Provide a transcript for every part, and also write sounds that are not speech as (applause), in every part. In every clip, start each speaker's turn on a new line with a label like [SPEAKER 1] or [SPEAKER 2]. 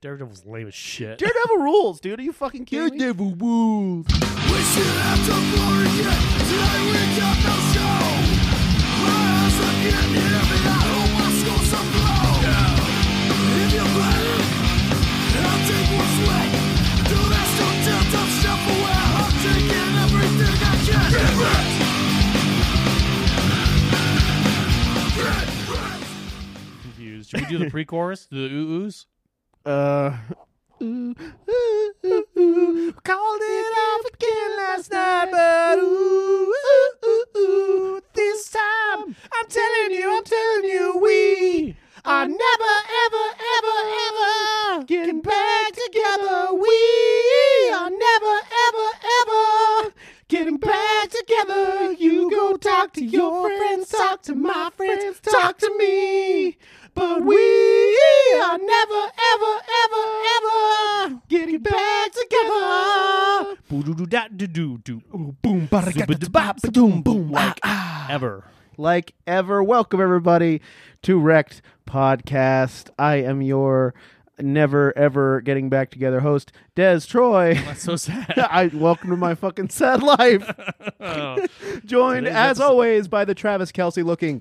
[SPEAKER 1] Daredevil's lame as shit.
[SPEAKER 2] Daredevil rules, dude. Are you fucking kidding me?
[SPEAKER 1] Daredevil rules.
[SPEAKER 3] We should have to worry yet. Today we got no show. My eyes are getting heavy. I hope my school's a blow. If you play, I'll take what's left. Do this, don't tell, don't step away. I'm taking everything I can.
[SPEAKER 1] Confused. Should we do the pre-chorus? The ooh oohs?
[SPEAKER 2] Uh, ooh, ooh, ooh, ooh. (laughs) Called it off again last night, but ooh, ooh, ooh, ooh. This time, I'm telling you, I'm telling you, we are never, ever, ever, ever getting back together. We are never, ever, ever getting back together. You go talk to your friends, talk to my friends, talk to me. But we are never, ever, ever, ever getting back together.
[SPEAKER 1] Boom,
[SPEAKER 2] boom,
[SPEAKER 1] like ever.
[SPEAKER 2] Like ever, welcome everybody to Wrecked Podcast. I am your never ever getting back together host, Des Troy.
[SPEAKER 1] That's so sad.
[SPEAKER 2] (laughs) I welcome to my fucking
[SPEAKER 1] (laughs)
[SPEAKER 2] sad life.
[SPEAKER 1] oh.
[SPEAKER 2] Joined
[SPEAKER 1] Today's
[SPEAKER 2] as
[SPEAKER 1] episode-
[SPEAKER 2] always by the Travis Kelsey looking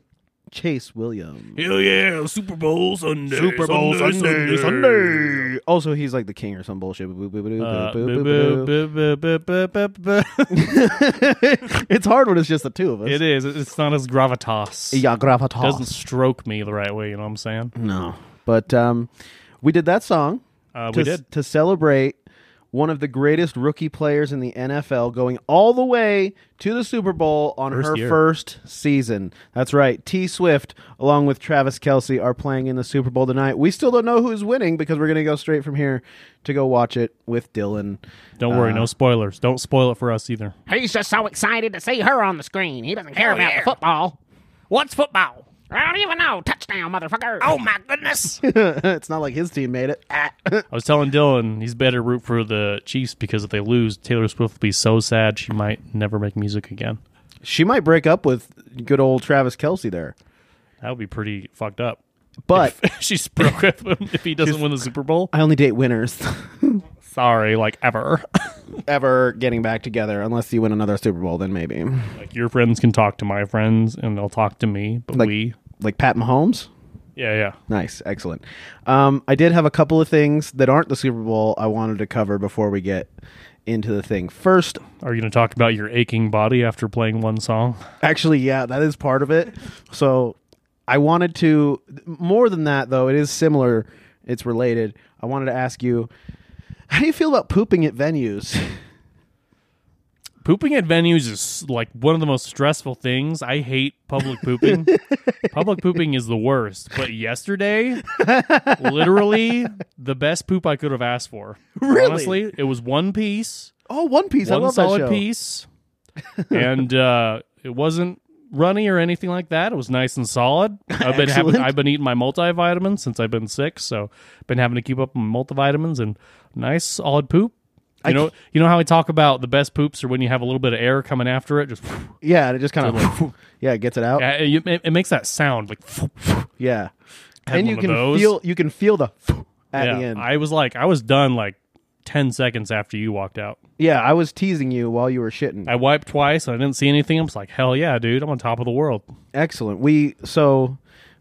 [SPEAKER 2] Chase Williams.
[SPEAKER 1] (laughs) Hell yeah, Super Bowl Sunday.
[SPEAKER 2] Super Bowl Sunday, Sunday. Also, he's like the king or some bullshit. Boop, boop, boop,
[SPEAKER 1] Uh,
[SPEAKER 2] boop,
[SPEAKER 1] boo-
[SPEAKER 2] boop,
[SPEAKER 1] boo-
[SPEAKER 2] boop, boop.
[SPEAKER 1] boo- boo- boo- boo- boo- boo.
[SPEAKER 2] (laughs) it's hard when it's just the two of
[SPEAKER 1] (laughs)
[SPEAKER 2] us.
[SPEAKER 1] It is. It's not as gravitas.
[SPEAKER 2] Yeah, gravitas.
[SPEAKER 1] doesn't stroke me the right way, you know what I'm saying?
[SPEAKER 2] No, but um, we did that song
[SPEAKER 1] Uh,
[SPEAKER 2] to,
[SPEAKER 1] we did.
[SPEAKER 2] to celebrate one of the greatest rookie players in the NFL going all the way to the Super Bowl on
[SPEAKER 1] First
[SPEAKER 2] her
[SPEAKER 1] year.
[SPEAKER 2] first season. That's right. T Swift, along with Travis Kelsey, are playing in the Super Bowl tonight. We still don't know who's winning because we're going to go straight from here to go watch it with Dylan.
[SPEAKER 1] Don't worry, no spoilers. Don't spoil it for us either.
[SPEAKER 4] He's just so excited to see her on the screen. He doesn't care
[SPEAKER 5] Hell
[SPEAKER 4] about
[SPEAKER 5] yeah.
[SPEAKER 4] the football.
[SPEAKER 5] What's football?
[SPEAKER 4] I don't even know. Touchdown, motherfucker.
[SPEAKER 5] Oh my
[SPEAKER 4] (laughs)
[SPEAKER 5] goodness.
[SPEAKER 2] it's not like his team made it. Ah. (laughs)
[SPEAKER 1] I was telling Dylan he's better root for the Chiefs because if they lose, Taylor Swift will be so sad she might never make music again.
[SPEAKER 2] she might break up with good old Travis Kelsey there.
[SPEAKER 1] That would be pretty fucked up. (laughs)
[SPEAKER 2] But
[SPEAKER 1] She's (laughs) broke with him if he doesn't win the Super Bowl.
[SPEAKER 2] I only date winners.
[SPEAKER 1] (laughs)
[SPEAKER 2] (laughs)
[SPEAKER 1] Sorry, like ever.
[SPEAKER 2] ever getting back together unless you win another Super Bowl, then maybe.
[SPEAKER 1] like your friends can talk to my friends and they'll talk to me, but
[SPEAKER 2] Like-
[SPEAKER 1] we,
[SPEAKER 2] Like Pat Mahomes?
[SPEAKER 1] yeah, yeah.
[SPEAKER 2] Nice, excellent. Um, I did have a couple of things that aren't the Super Bowl I wanted to cover before we get into the thing. First,
[SPEAKER 1] Are you going to talk about your aching body after playing one song?
[SPEAKER 2] actually, yeah, that is part of it. So I wanted to, more than that, though, it is similar, it's related. I wanted to ask you, how do you feel about pooping at venues? (laughs)
[SPEAKER 1] Pooping at venues is like one of the most stressful things. I hate public pooping. public pooping is the worst. But yesterday, literally the best poop I could have asked for.
[SPEAKER 2] Really?
[SPEAKER 1] Honestly, it was one piece,
[SPEAKER 2] Oh, One Piece. I
[SPEAKER 1] one
[SPEAKER 2] love that
[SPEAKER 1] solid
[SPEAKER 2] show.
[SPEAKER 1] piece. (laughs) and uh, it wasn't runny or anything like that. It was nice and solid. I've been having,
[SPEAKER 2] Excellent.
[SPEAKER 1] I've been eating my multivitamins since I've been sick, so been having to keep up on multivitamins and nice solid poop. You know, you know how we talk about the best poops are when you have a little bit of air coming after it. Just (sniffs)
[SPEAKER 2] Yeah, and it just kind of,
[SPEAKER 1] (laughs)
[SPEAKER 2] yeah, it gets it out.
[SPEAKER 1] Yeah, it, it- it makes that sound like. (sniffs)
[SPEAKER 2] Yeah,
[SPEAKER 1] Had one
[SPEAKER 2] and you
[SPEAKER 1] of
[SPEAKER 2] can
[SPEAKER 1] those.
[SPEAKER 2] feel you can feel the (laughs) at
[SPEAKER 1] Yeah,
[SPEAKER 2] the end.
[SPEAKER 1] I was like, I was done like ten seconds after you walked out.
[SPEAKER 2] yeah, I was teasing you while you were shitting.
[SPEAKER 1] I wiped twice and I didn't see anything. I'm just like, hell yeah, dude! I'm on top of the world.
[SPEAKER 2] Excellent. We so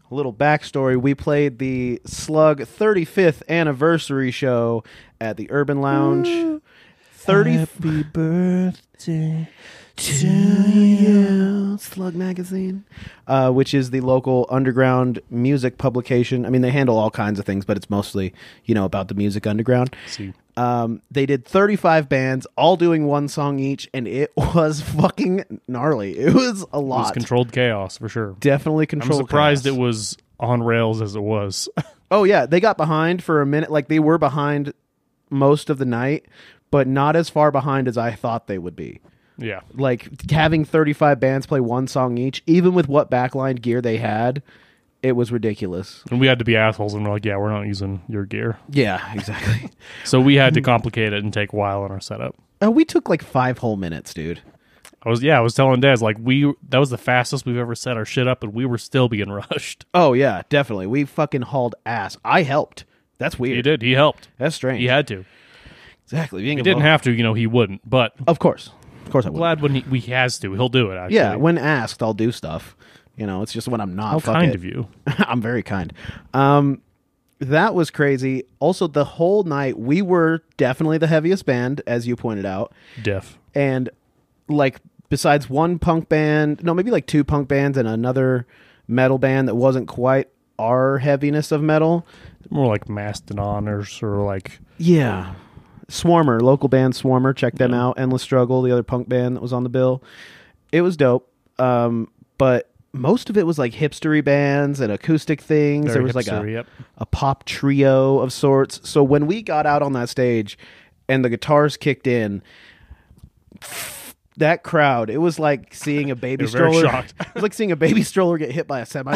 [SPEAKER 2] a little backstory. We played the Slug 35th anniversary show at the Urban Lounge. 30 Happy birthday to you, Slug Magazine, uh, which is the local underground music publication. I mean, they handle all kinds of things, but it's mostly you know about the music underground.
[SPEAKER 1] See.
[SPEAKER 2] Um, they did 35 bands, all doing one song each, and it (laughs) was fucking gnarly. It was a
[SPEAKER 1] It was
[SPEAKER 2] lot
[SPEAKER 1] controlled chaos for sure.
[SPEAKER 2] definitely
[SPEAKER 1] I'm
[SPEAKER 2] controlled.
[SPEAKER 1] surprised
[SPEAKER 2] chaos.
[SPEAKER 1] it was on rails as it was.
[SPEAKER 2] (laughs) Oh yeah, they got behind for a minute. Like they were behind most of the night, but not as far behind as I thought they would be.
[SPEAKER 1] yeah,
[SPEAKER 2] Like having 35 bands play one song each, even with what backline gear they had, it was ridiculous.
[SPEAKER 1] and we had to be assholes and we're like, yeah, we're not using your gear, (laughs)
[SPEAKER 2] Yeah, exactly.
[SPEAKER 1] so we
[SPEAKER 2] (laughs)
[SPEAKER 1] had to complicate it and take a while on our setup.
[SPEAKER 2] uh, we took like five whole minutes, dude.
[SPEAKER 1] I was yeah, I was telling Daz like we that was the fastest we've ever set our shit up, and we were still being (laughs) rushed.
[SPEAKER 2] Oh yeah, definitely. We fucking hauled ass. I helped. That's weird.
[SPEAKER 1] He did. He helped.
[SPEAKER 2] That's strange.
[SPEAKER 1] He had to.
[SPEAKER 2] exactly. Being
[SPEAKER 1] He didn't have to. You know, he wouldn't. But I'm
[SPEAKER 2] Of course, of course, I would.
[SPEAKER 1] glad when he, he has to, he'll do it. Actually.
[SPEAKER 2] Yeah, when asked, I'll do stuff. You know, it's just when I'm not.
[SPEAKER 1] How
[SPEAKER 2] fuck
[SPEAKER 1] kind
[SPEAKER 2] it.
[SPEAKER 1] of you.
[SPEAKER 2] (laughs) I'm very kind. Um, that was crazy. Also, the whole night we were definitely the heaviest band, as you pointed out,
[SPEAKER 1] Deaf.
[SPEAKER 2] and like besides one punk band, no, maybe like two punk bands and another metal band that wasn't quite our heaviness of metal.
[SPEAKER 1] More like Mastodon or, or like
[SPEAKER 2] Yeah. Swarmer, local band Swarmer, check them out. Endless Struggle, the other punk band that was on the bill. It was dope. Um, but most of it was like hipstery bands and acoustic things.
[SPEAKER 1] Very
[SPEAKER 2] there was like a,
[SPEAKER 1] hipstery, yep.
[SPEAKER 2] a pop trio of sorts. So when we got out on that stage and the guitars kicked in, that crowd, it was like seeing
[SPEAKER 1] (laughs)
[SPEAKER 2] a baby
[SPEAKER 1] They were very
[SPEAKER 2] stroller.
[SPEAKER 1] shocked.
[SPEAKER 2] It was like seeing a baby (laughs) stroller get hit by a semi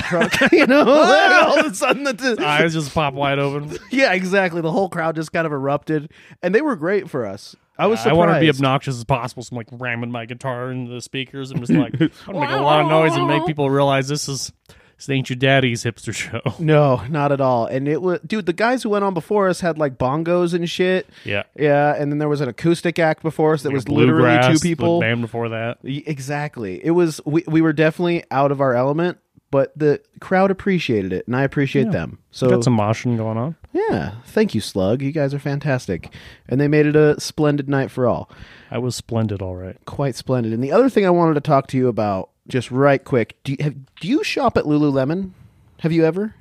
[SPEAKER 1] (laughs)
[SPEAKER 2] truck. (laughs) you know, Like, all of a sudden, the,
[SPEAKER 1] eyes just pop wide open.
[SPEAKER 2] yeah, exactly. The whole crowd just kind of erupted, and they were great for us. I was
[SPEAKER 1] I
[SPEAKER 2] surprised.
[SPEAKER 1] wanted to be obnoxious as possible, so I'm like ramming my guitar into the speakers and just
[SPEAKER 2] (laughs)
[SPEAKER 1] like I'm gonna make a lot of noise and make people realize this is this ain't your daddy's hipster
[SPEAKER 2] (laughs)
[SPEAKER 1] show.
[SPEAKER 2] No, not at all. And it was, dude. The guys who went on before us had like bongos and shit.
[SPEAKER 1] Yeah.
[SPEAKER 2] yeah. And then there was an acoustic act before us that was literally
[SPEAKER 1] Bluegrass,
[SPEAKER 2] two
[SPEAKER 1] the
[SPEAKER 2] people.
[SPEAKER 1] band before that.
[SPEAKER 2] Y- Exactly. It was. We we were definitely out of our element, but the crowd appreciated it, and I appreciate them. So
[SPEAKER 1] Got some moshing going on.
[SPEAKER 2] yeah, thank you, Slug. You guys are fantastic, and they made it a splendid night for all.
[SPEAKER 1] I was splendid, all right.
[SPEAKER 2] quite splendid. And the other thing I wanted to talk to you about, just right quick, do you, have, do you shop at Lululemon? Have you ever?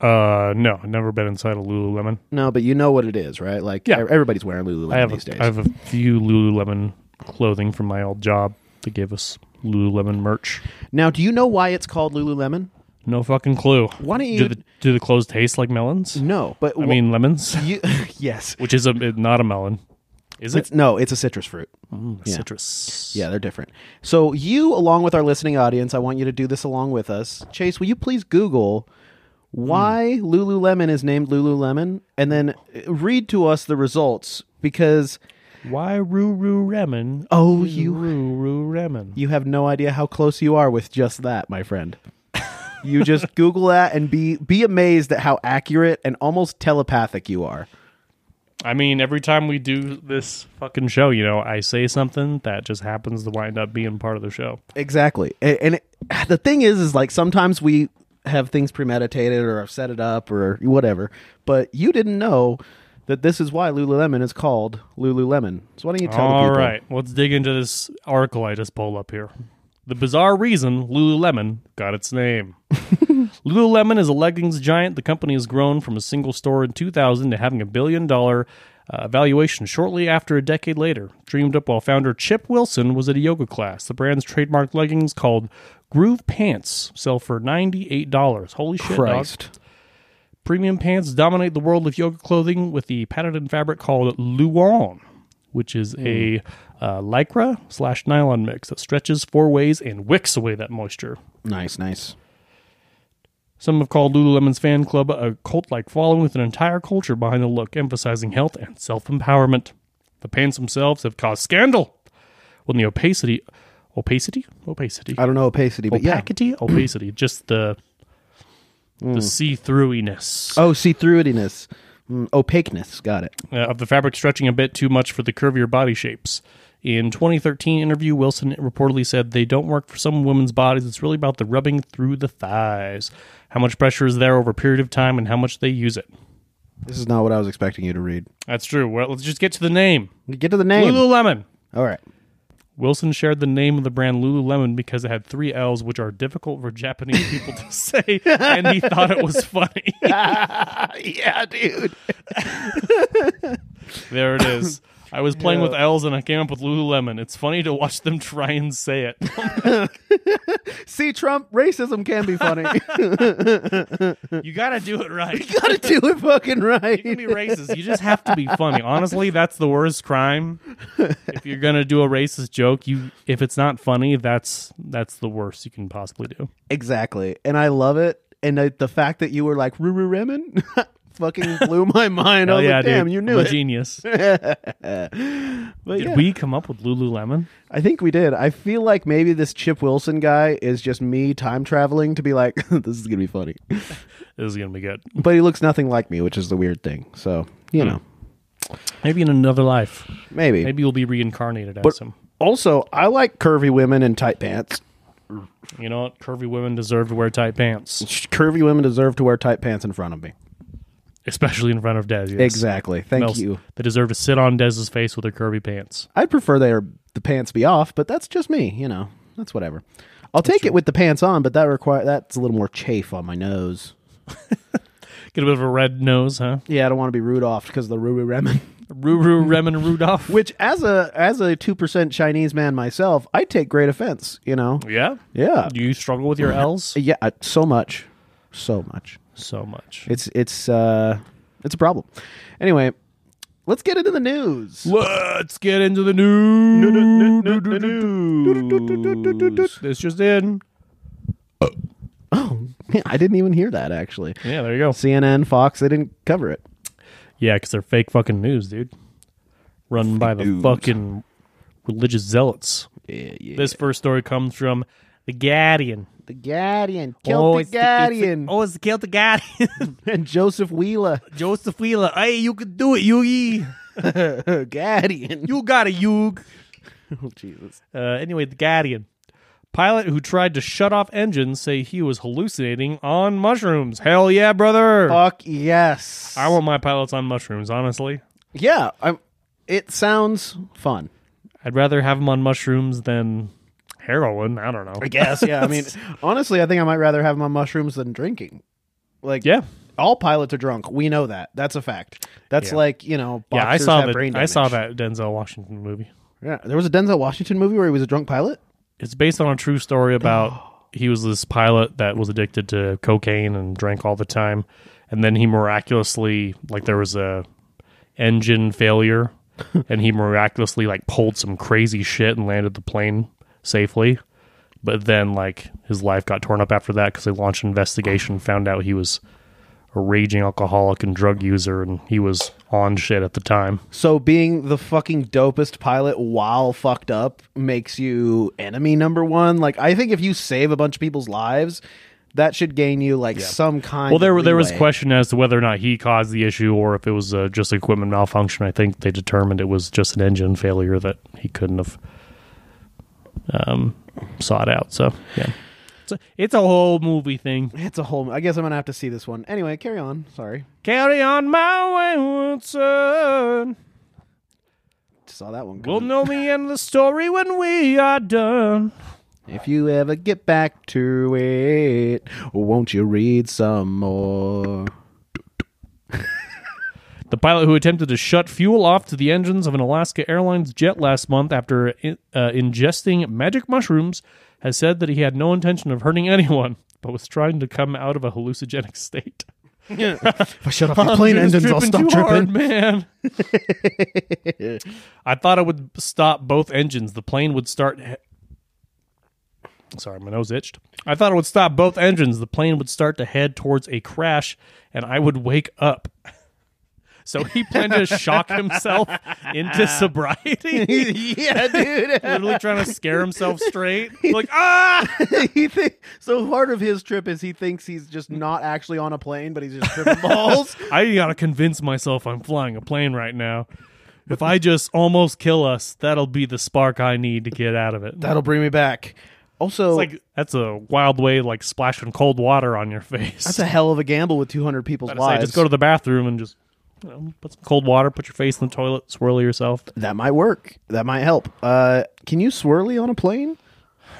[SPEAKER 1] Uh, no, I've never been inside a Lululemon.
[SPEAKER 2] No, but you know what it is, right? Like
[SPEAKER 1] Yeah.
[SPEAKER 2] e- everybody's wearing Lululemon
[SPEAKER 1] I have
[SPEAKER 2] these days.
[SPEAKER 1] a, I have a few Lululemon clothing from my old job. They gave us Lululemon merch.
[SPEAKER 2] now, do you know why it's called Lululemon?
[SPEAKER 1] No fucking clue.
[SPEAKER 2] Why don't you-
[SPEAKER 1] Do the, do the clothes taste like melons?
[SPEAKER 2] No, but
[SPEAKER 1] I mean lemons, (laughs)
[SPEAKER 2] you, (laughs) yes,
[SPEAKER 1] which is a not a melon. Is it
[SPEAKER 2] it's no, it's a citrus fruit.
[SPEAKER 1] Mm. citrus?
[SPEAKER 2] Yeah, they're different. So, you, along with our listening audience, I want you to do this along with us. Chase, will you please Google why
[SPEAKER 1] Mm.
[SPEAKER 2] Lululemon is named Lululemon, and then uh, read to us the results because
[SPEAKER 1] Why roo roo ramen?
[SPEAKER 2] oh, you
[SPEAKER 1] roo roo ramen.
[SPEAKER 2] You have no idea how close you are with just that, my friend. you (laughs) just Google that and be be amazed at how accurate and almost telepathic you are.
[SPEAKER 1] I mean, every time we do this fucking show, you know, I say something that just happens to wind up being part of the show.
[SPEAKER 2] Exactly. And, and it, the thing is, is like sometimes we have things premeditated or I've set it up or whatever, but you didn't know that this is why Lululemon is called Lululemon. So why don't you tell the
[SPEAKER 1] All
[SPEAKER 2] people?
[SPEAKER 1] right, let's dig into this article I just pulled up here. The bizarre reason Lululemon got its name. Lululemon is a leggings giant. The company has grown from a single store in 2000 to having a billion dollar uh, valuation shortly after a decade later. Dreamed up while founder Chip Wilson was at a yoga class. The brand's trademark leggings called Groove Pants sell for $98. Holy shit, dog.
[SPEAKER 2] Christ.
[SPEAKER 1] Premium pants dominate the world of yoga clothing with the patented fabric called Luon, which is a uh, lycra slash nylon mix that stretches four ways and wicks away that moisture.
[SPEAKER 2] Nice, nice.
[SPEAKER 1] Some have called Lululemon's fan club a cult like following with an entire culture behind the look, emphasizing health and self empowerment. The pants themselves have caused scandal when the opacity, opacity, opacity,
[SPEAKER 2] I don't know opacity, but Uh, yeah.
[SPEAKER 1] opacity, opacity, just the the see throughness.
[SPEAKER 2] Oh, see-throughiness. Mm, opaqueness. Got it.
[SPEAKER 1] uh, of the fabric stretching a bit too much for the curvier body shapes. In 2013 interview, Wilson reportedly said they don't work for some women's bodies. It's really about the rubbing through the thighs, how much pressure is there over a period of time, and how much they use it.
[SPEAKER 2] This is not what I was expecting you to read.
[SPEAKER 1] That's true. Well, let's just get to the name
[SPEAKER 2] Get to the name.
[SPEAKER 1] Lululemon.
[SPEAKER 2] All right.
[SPEAKER 1] Wilson shared the name of the brand Lululemon because it had three L's, which are difficult for Japanese people to (laughs) say, and he thought it was funny. (laughs)
[SPEAKER 2] yeah, dude.
[SPEAKER 1] There it is. I was playing with L's and I came up with Lululemon. It's funny to watch them try and say it.
[SPEAKER 2] See, Trump, racism can
[SPEAKER 1] (laughs)
[SPEAKER 2] be funny. (laughs) you
[SPEAKER 1] you gotta do it right.
[SPEAKER 2] (laughs) gotta do it fucking
[SPEAKER 1] You
[SPEAKER 2] right.
[SPEAKER 1] can be racist. You just have to be funny. Honestly, that's the worst crime. If you're gonna do a racist joke, you if it's not funny, that's that's the worst you can possibly do.
[SPEAKER 2] Exactly. And I love it. And I, the fact that you were like, Ruru Remen? (laughs) fucking blew
[SPEAKER 1] (laughs)
[SPEAKER 2] my mind. I
[SPEAKER 1] Hell
[SPEAKER 2] was
[SPEAKER 1] yeah,
[SPEAKER 2] like, Oh, damn,
[SPEAKER 1] dude.
[SPEAKER 2] you
[SPEAKER 1] I'm
[SPEAKER 2] knew
[SPEAKER 1] a
[SPEAKER 2] it.
[SPEAKER 1] genius.
[SPEAKER 2] (laughs) But
[SPEAKER 1] Did
[SPEAKER 2] yeah,
[SPEAKER 1] we come up with Lululemon?
[SPEAKER 2] I think we did. I feel like maybe this Chip Wilson guy is just me time traveling to be like, (laughs) this is gonna be funny. (laughs)
[SPEAKER 1] This is gonna be good.
[SPEAKER 2] But he looks nothing like me, which is the weird thing. So you know,
[SPEAKER 1] Maybe in another life,
[SPEAKER 2] maybe.
[SPEAKER 1] Hmm. maybe you'll be reincarnated
[SPEAKER 2] But
[SPEAKER 1] as him.
[SPEAKER 2] also, I like curvy women in tight pants.
[SPEAKER 1] You know what? Curvy women deserve to wear tight pants,
[SPEAKER 2] Curvy women deserve to wear tight pants in front of me.
[SPEAKER 1] especially in front of Dez. yes.
[SPEAKER 2] Exactly. Thank
[SPEAKER 1] Else-
[SPEAKER 2] you.
[SPEAKER 1] They deserve to sit on Dez's face with their curvy pants.
[SPEAKER 2] I'd prefer they are, the pants be off, but that's just me. You know, that's whatever. I'll take it with the pants on, but that require that's a little more chafe on my nose.
[SPEAKER 1] Get a bit of a red nose, huh?
[SPEAKER 2] Yeah, I don't want to be Rudolph because of the Ruru (laughs) Remen.
[SPEAKER 1] Ruru Remen Rudolph.
[SPEAKER 2] Which, as a as a two percent Chinese man myself, I take great offense. You know.
[SPEAKER 1] yeah.
[SPEAKER 2] Yeah.
[SPEAKER 1] Do you struggle with your L's
[SPEAKER 2] Yeah. I- So much. So much.
[SPEAKER 1] so much?
[SPEAKER 2] It's it's uh it's a problem. Anyway, let's get into the news.
[SPEAKER 1] Let's get into the news. This just in.
[SPEAKER 2] Yeah, (laughs) I didn't even hear that actually.
[SPEAKER 1] Yeah, there you go.
[SPEAKER 2] CNN, Fox, they didn't cover it.
[SPEAKER 1] Yeah, because they're fake fucking news, dude. Run by the fucking religious zealots.
[SPEAKER 2] Yeah, yeah.
[SPEAKER 1] This first story comes from The Guardian.
[SPEAKER 2] The Guardian killed the Guardian
[SPEAKER 1] oh, it's killed the Guardian. (laughs)
[SPEAKER 2] and Joseph Wheeler. (laughs)
[SPEAKER 1] Joseph Wheeler. Hey, you can do it, Yugi.
[SPEAKER 2] Guardian.
[SPEAKER 1] You got a Yug.
[SPEAKER 2] Oh, Jesus.
[SPEAKER 1] Uh, anyway, The Guardian. Pilot who tried to shut off engines say he was hallucinating on mushrooms. Hell yeah, brother.
[SPEAKER 2] Fuck yes.
[SPEAKER 1] I want my pilots on mushrooms, honestly.
[SPEAKER 2] Yeah, I'm. It sounds fun.
[SPEAKER 1] I'd rather have them on mushrooms than heroin. I don't know. I
[SPEAKER 2] Yes. Yeah. I mean, (laughs) honestly, I think I might rather have them on mushrooms than drinking. Like,
[SPEAKER 1] Yeah.
[SPEAKER 2] all pilots are drunk. We know that. That's a fact. That's
[SPEAKER 1] Yeah.
[SPEAKER 2] like you know. Boxers
[SPEAKER 1] yeah, I saw
[SPEAKER 2] have
[SPEAKER 1] that.
[SPEAKER 2] brain
[SPEAKER 1] I saw
[SPEAKER 2] damage.
[SPEAKER 1] that Denzel Washington movie.
[SPEAKER 2] Yeah, there was a Denzel Washington movie where he was a drunk pilot.
[SPEAKER 1] It's based on a true story about he was this pilot that was addicted to cocaine and drank all the time, and then he miraculously like there was a engine failure, and he miraculously like pulled some crazy shit and landed the plane safely. But then like his life got torn up after that because they launched an investigation, found out he was a raging alcoholic and drug user, and he was on shit at the time.
[SPEAKER 2] So being the fucking dopest pilot while fucked up makes you enemy number one. Like I think if you save a bunch of people's lives, that should gain you like some kind.
[SPEAKER 1] Well, there
[SPEAKER 2] of
[SPEAKER 1] there was
[SPEAKER 2] leeway.
[SPEAKER 1] question as to whether or not he caused the issue or if it was uh, just equipment malfunction. I think they determined it was just an engine failure that he couldn't have um, sought out. So yeah, it's a, it's a whole movie thing.
[SPEAKER 2] It's a whole. I guess I'm gonna have to see this one anyway. Carry on. Sorry,
[SPEAKER 1] Carry on my wayward son.
[SPEAKER 2] saw that one.
[SPEAKER 1] We'll
[SPEAKER 2] Coming.
[SPEAKER 1] know the end of the story when we are done.
[SPEAKER 2] if you ever get back to it, won't you read some more?
[SPEAKER 1] The pilot who attempted to shut fuel off to the engines of an Alaska Airlines jet last month after in, uh, ingesting magic mushrooms has said that he had no intention of hurting (laughs) anyone, but was trying to come out of a hallucinogenic state.
[SPEAKER 2] If I shut off my plane
[SPEAKER 1] Just
[SPEAKER 2] engines, I'll
[SPEAKER 1] tripping
[SPEAKER 2] stop
[SPEAKER 1] too hard,
[SPEAKER 2] tripping.
[SPEAKER 1] man. I thought I would stop both engines. The plane would start. he- Sorry, my nose itched. I thought it would stop both engines. The plane would start to head towards a crash, and I would wake up. (laughs) So he planned to shock himself
[SPEAKER 2] (laughs)
[SPEAKER 1] into sobriety.
[SPEAKER 2] (laughs) yeah, dude.
[SPEAKER 1] Literally trying to scare himself straight. Like, ah!
[SPEAKER 2] (laughs) he thi- so part of his trip is he thinks he's just not actually on a plane, but he's just
[SPEAKER 1] (laughs)
[SPEAKER 2] tripping balls.
[SPEAKER 1] I gotta convince myself I'm flying a plane right now. If I just almost kill us, that'll be the spark I need to get out of it.
[SPEAKER 2] That'll bring me back. Also,
[SPEAKER 1] It's like that's a wild way, like splashing cold water on your face.
[SPEAKER 2] that's a hell of a gamble with 200 people's
[SPEAKER 1] I'd (laughs) say
[SPEAKER 2] lives.
[SPEAKER 1] just go to the bathroom and just you know, put some cold water, put your face in the toilet, swirl yourself.
[SPEAKER 2] that might work. That might help. Uh, can you swirly on a plane?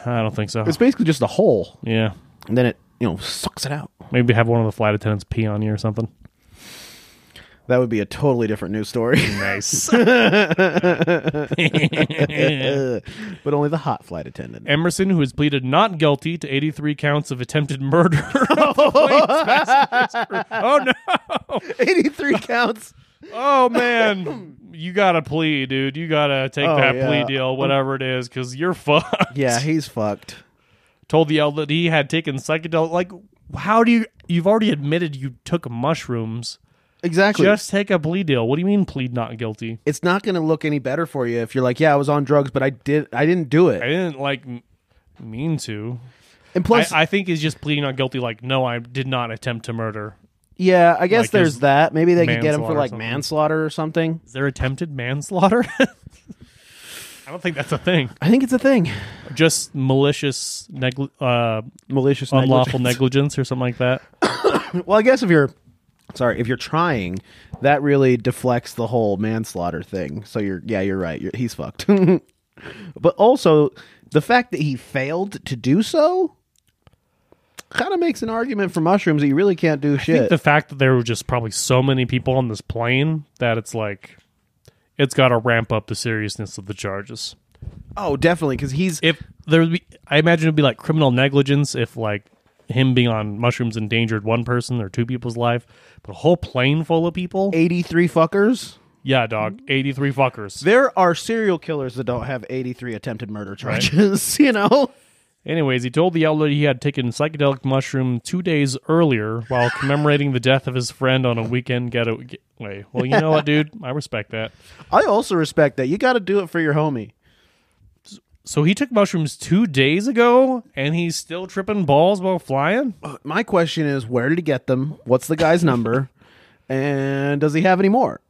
[SPEAKER 1] I don't think so.
[SPEAKER 2] It's basically just a hole,
[SPEAKER 1] Yeah,
[SPEAKER 2] and then it you know sucks it out.
[SPEAKER 1] maybe have one of the flight attendants pee on you or something.
[SPEAKER 2] That would be a totally different news
[SPEAKER 1] (laughs)
[SPEAKER 2] story,
[SPEAKER 1] Nice.
[SPEAKER 2] (laughs) but only the hot flight (laughs) attendant.
[SPEAKER 1] Emerson, who has pleaded not guilty to 83 counts of attempted murder. (laughs) oh no! (laughs)
[SPEAKER 2] 83 counts.
[SPEAKER 1] Oh
[SPEAKER 2] (laughs)
[SPEAKER 1] man! You gotta plea, dude. You gotta take
[SPEAKER 2] Oh,
[SPEAKER 1] that
[SPEAKER 2] yeah.
[SPEAKER 1] plea deal, whatever it is, because you're (laughs) fucked.
[SPEAKER 2] (laughs) Yeah, he's fucked.
[SPEAKER 1] told the elder that he had taken psychedelic. Like, how do you? You've already admitted you took mushrooms.
[SPEAKER 2] Exactly.
[SPEAKER 1] Just take a plea deal. What do you mean plead not guilty?
[SPEAKER 2] it's not going to look any better for you if you're like, yeah, I was on drugs, but I did, I didn't do
[SPEAKER 1] I
[SPEAKER 2] it.
[SPEAKER 1] didn't like m- mean to.
[SPEAKER 2] And plus,
[SPEAKER 1] I, I think he's just pleading not guilty. Like, no, I did not attempt to murder.
[SPEAKER 2] yeah, I guess
[SPEAKER 1] like
[SPEAKER 2] there's
[SPEAKER 1] his
[SPEAKER 2] that. Maybe they could get him for
[SPEAKER 1] manslaughter or
[SPEAKER 2] like
[SPEAKER 1] something.
[SPEAKER 2] manslaughter or something.
[SPEAKER 1] Is there attempted manslaughter? (laughs) I don't think that's a thing.
[SPEAKER 2] I think it's a thing.
[SPEAKER 1] Just malicious, negli- uh,
[SPEAKER 2] Malicious,
[SPEAKER 1] unlawful
[SPEAKER 2] negligence.
[SPEAKER 1] negligence or something like that.
[SPEAKER 2] (laughs) well, I guess if you're, sorry, if you're trying, that really deflects the whole manslaughter thing. So you're, yeah, you're right. You're, he's fucked. (laughs) but also, the fact that he failed to do so kind of makes an argument for mushrooms that you really can't do
[SPEAKER 1] I think
[SPEAKER 2] shit.
[SPEAKER 1] the fact that there were just probably so many people on this plane that it's like it's got to ramp up the seriousness of the charges.
[SPEAKER 2] oh, definitely, because he's
[SPEAKER 1] If there would be, I imagine it'd be like criminal negligence if like him being on mushrooms endangered one person or two people's life, but a whole plane full of people.
[SPEAKER 2] eighty-three fuckers.
[SPEAKER 1] Yeah, dog, eighty-three fuckers.
[SPEAKER 2] There are serial killers that don't have 83 attempted murder charges, (laughs) you know?
[SPEAKER 1] Anyways, he told the elder he had taken psychedelic mushroom two days earlier while commemorating the death of his friend on a weekend getaway. Well, you know what, dude? I respect that.
[SPEAKER 2] I also respect that. You got to do it for your homie.
[SPEAKER 1] So he took mushrooms two days ago, and he's still tripping balls while flying.
[SPEAKER 2] My question is where did he get them? What's the guy's
[SPEAKER 1] (laughs)
[SPEAKER 2] number? And does he have any more?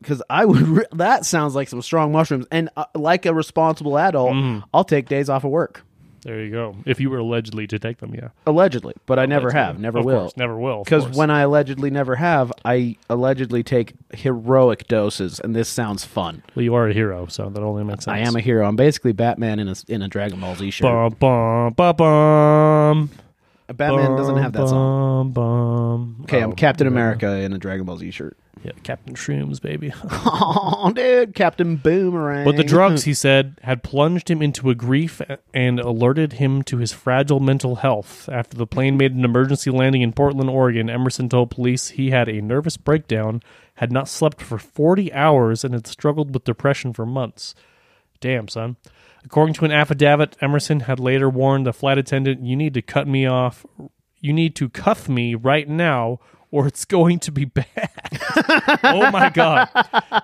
[SPEAKER 2] Because I would, re- that sounds like some strong mushrooms. And uh, like a responsible adult,
[SPEAKER 1] Mm-hmm.
[SPEAKER 2] I'll take days off of work.
[SPEAKER 1] There you go. If you were allegedly to take them, yeah,
[SPEAKER 2] Allegedly, but I never have, never
[SPEAKER 1] of
[SPEAKER 2] will.
[SPEAKER 1] course, never will. of
[SPEAKER 2] Because
[SPEAKER 1] course.
[SPEAKER 2] when I allegedly never have, I allegedly take heroic doses, and this sounds fun.
[SPEAKER 1] well, you are a hero, so that only makes sense.
[SPEAKER 2] I am a hero. I'm basically Batman in a in a Dragon Ball Z shirt.
[SPEAKER 1] bum bum bum bum.
[SPEAKER 2] Batman doesn't have that song.
[SPEAKER 1] Bum, bum.
[SPEAKER 2] Okay, I'm
[SPEAKER 1] Oh,
[SPEAKER 2] Captain America in a Dragon Ball Z shirt.
[SPEAKER 1] yeah, Captain Shrooms, baby.
[SPEAKER 2] Oh, dude, Captain Boomerang.
[SPEAKER 1] But the drugs, he said, had plunged him into a grief and alerted him to his fragile mental health. After the plane made an emergency landing in Portland, Oregon, Emerson told police he had a nervous breakdown, had not slept for 40 hours, and had struggled with depression for months. Damn, son. According to an affidavit, Emerson had later warned the flight attendant, You need to cut me off. You need to cuff me right now, or it's (laughs) going to be bad. (laughs) oh my god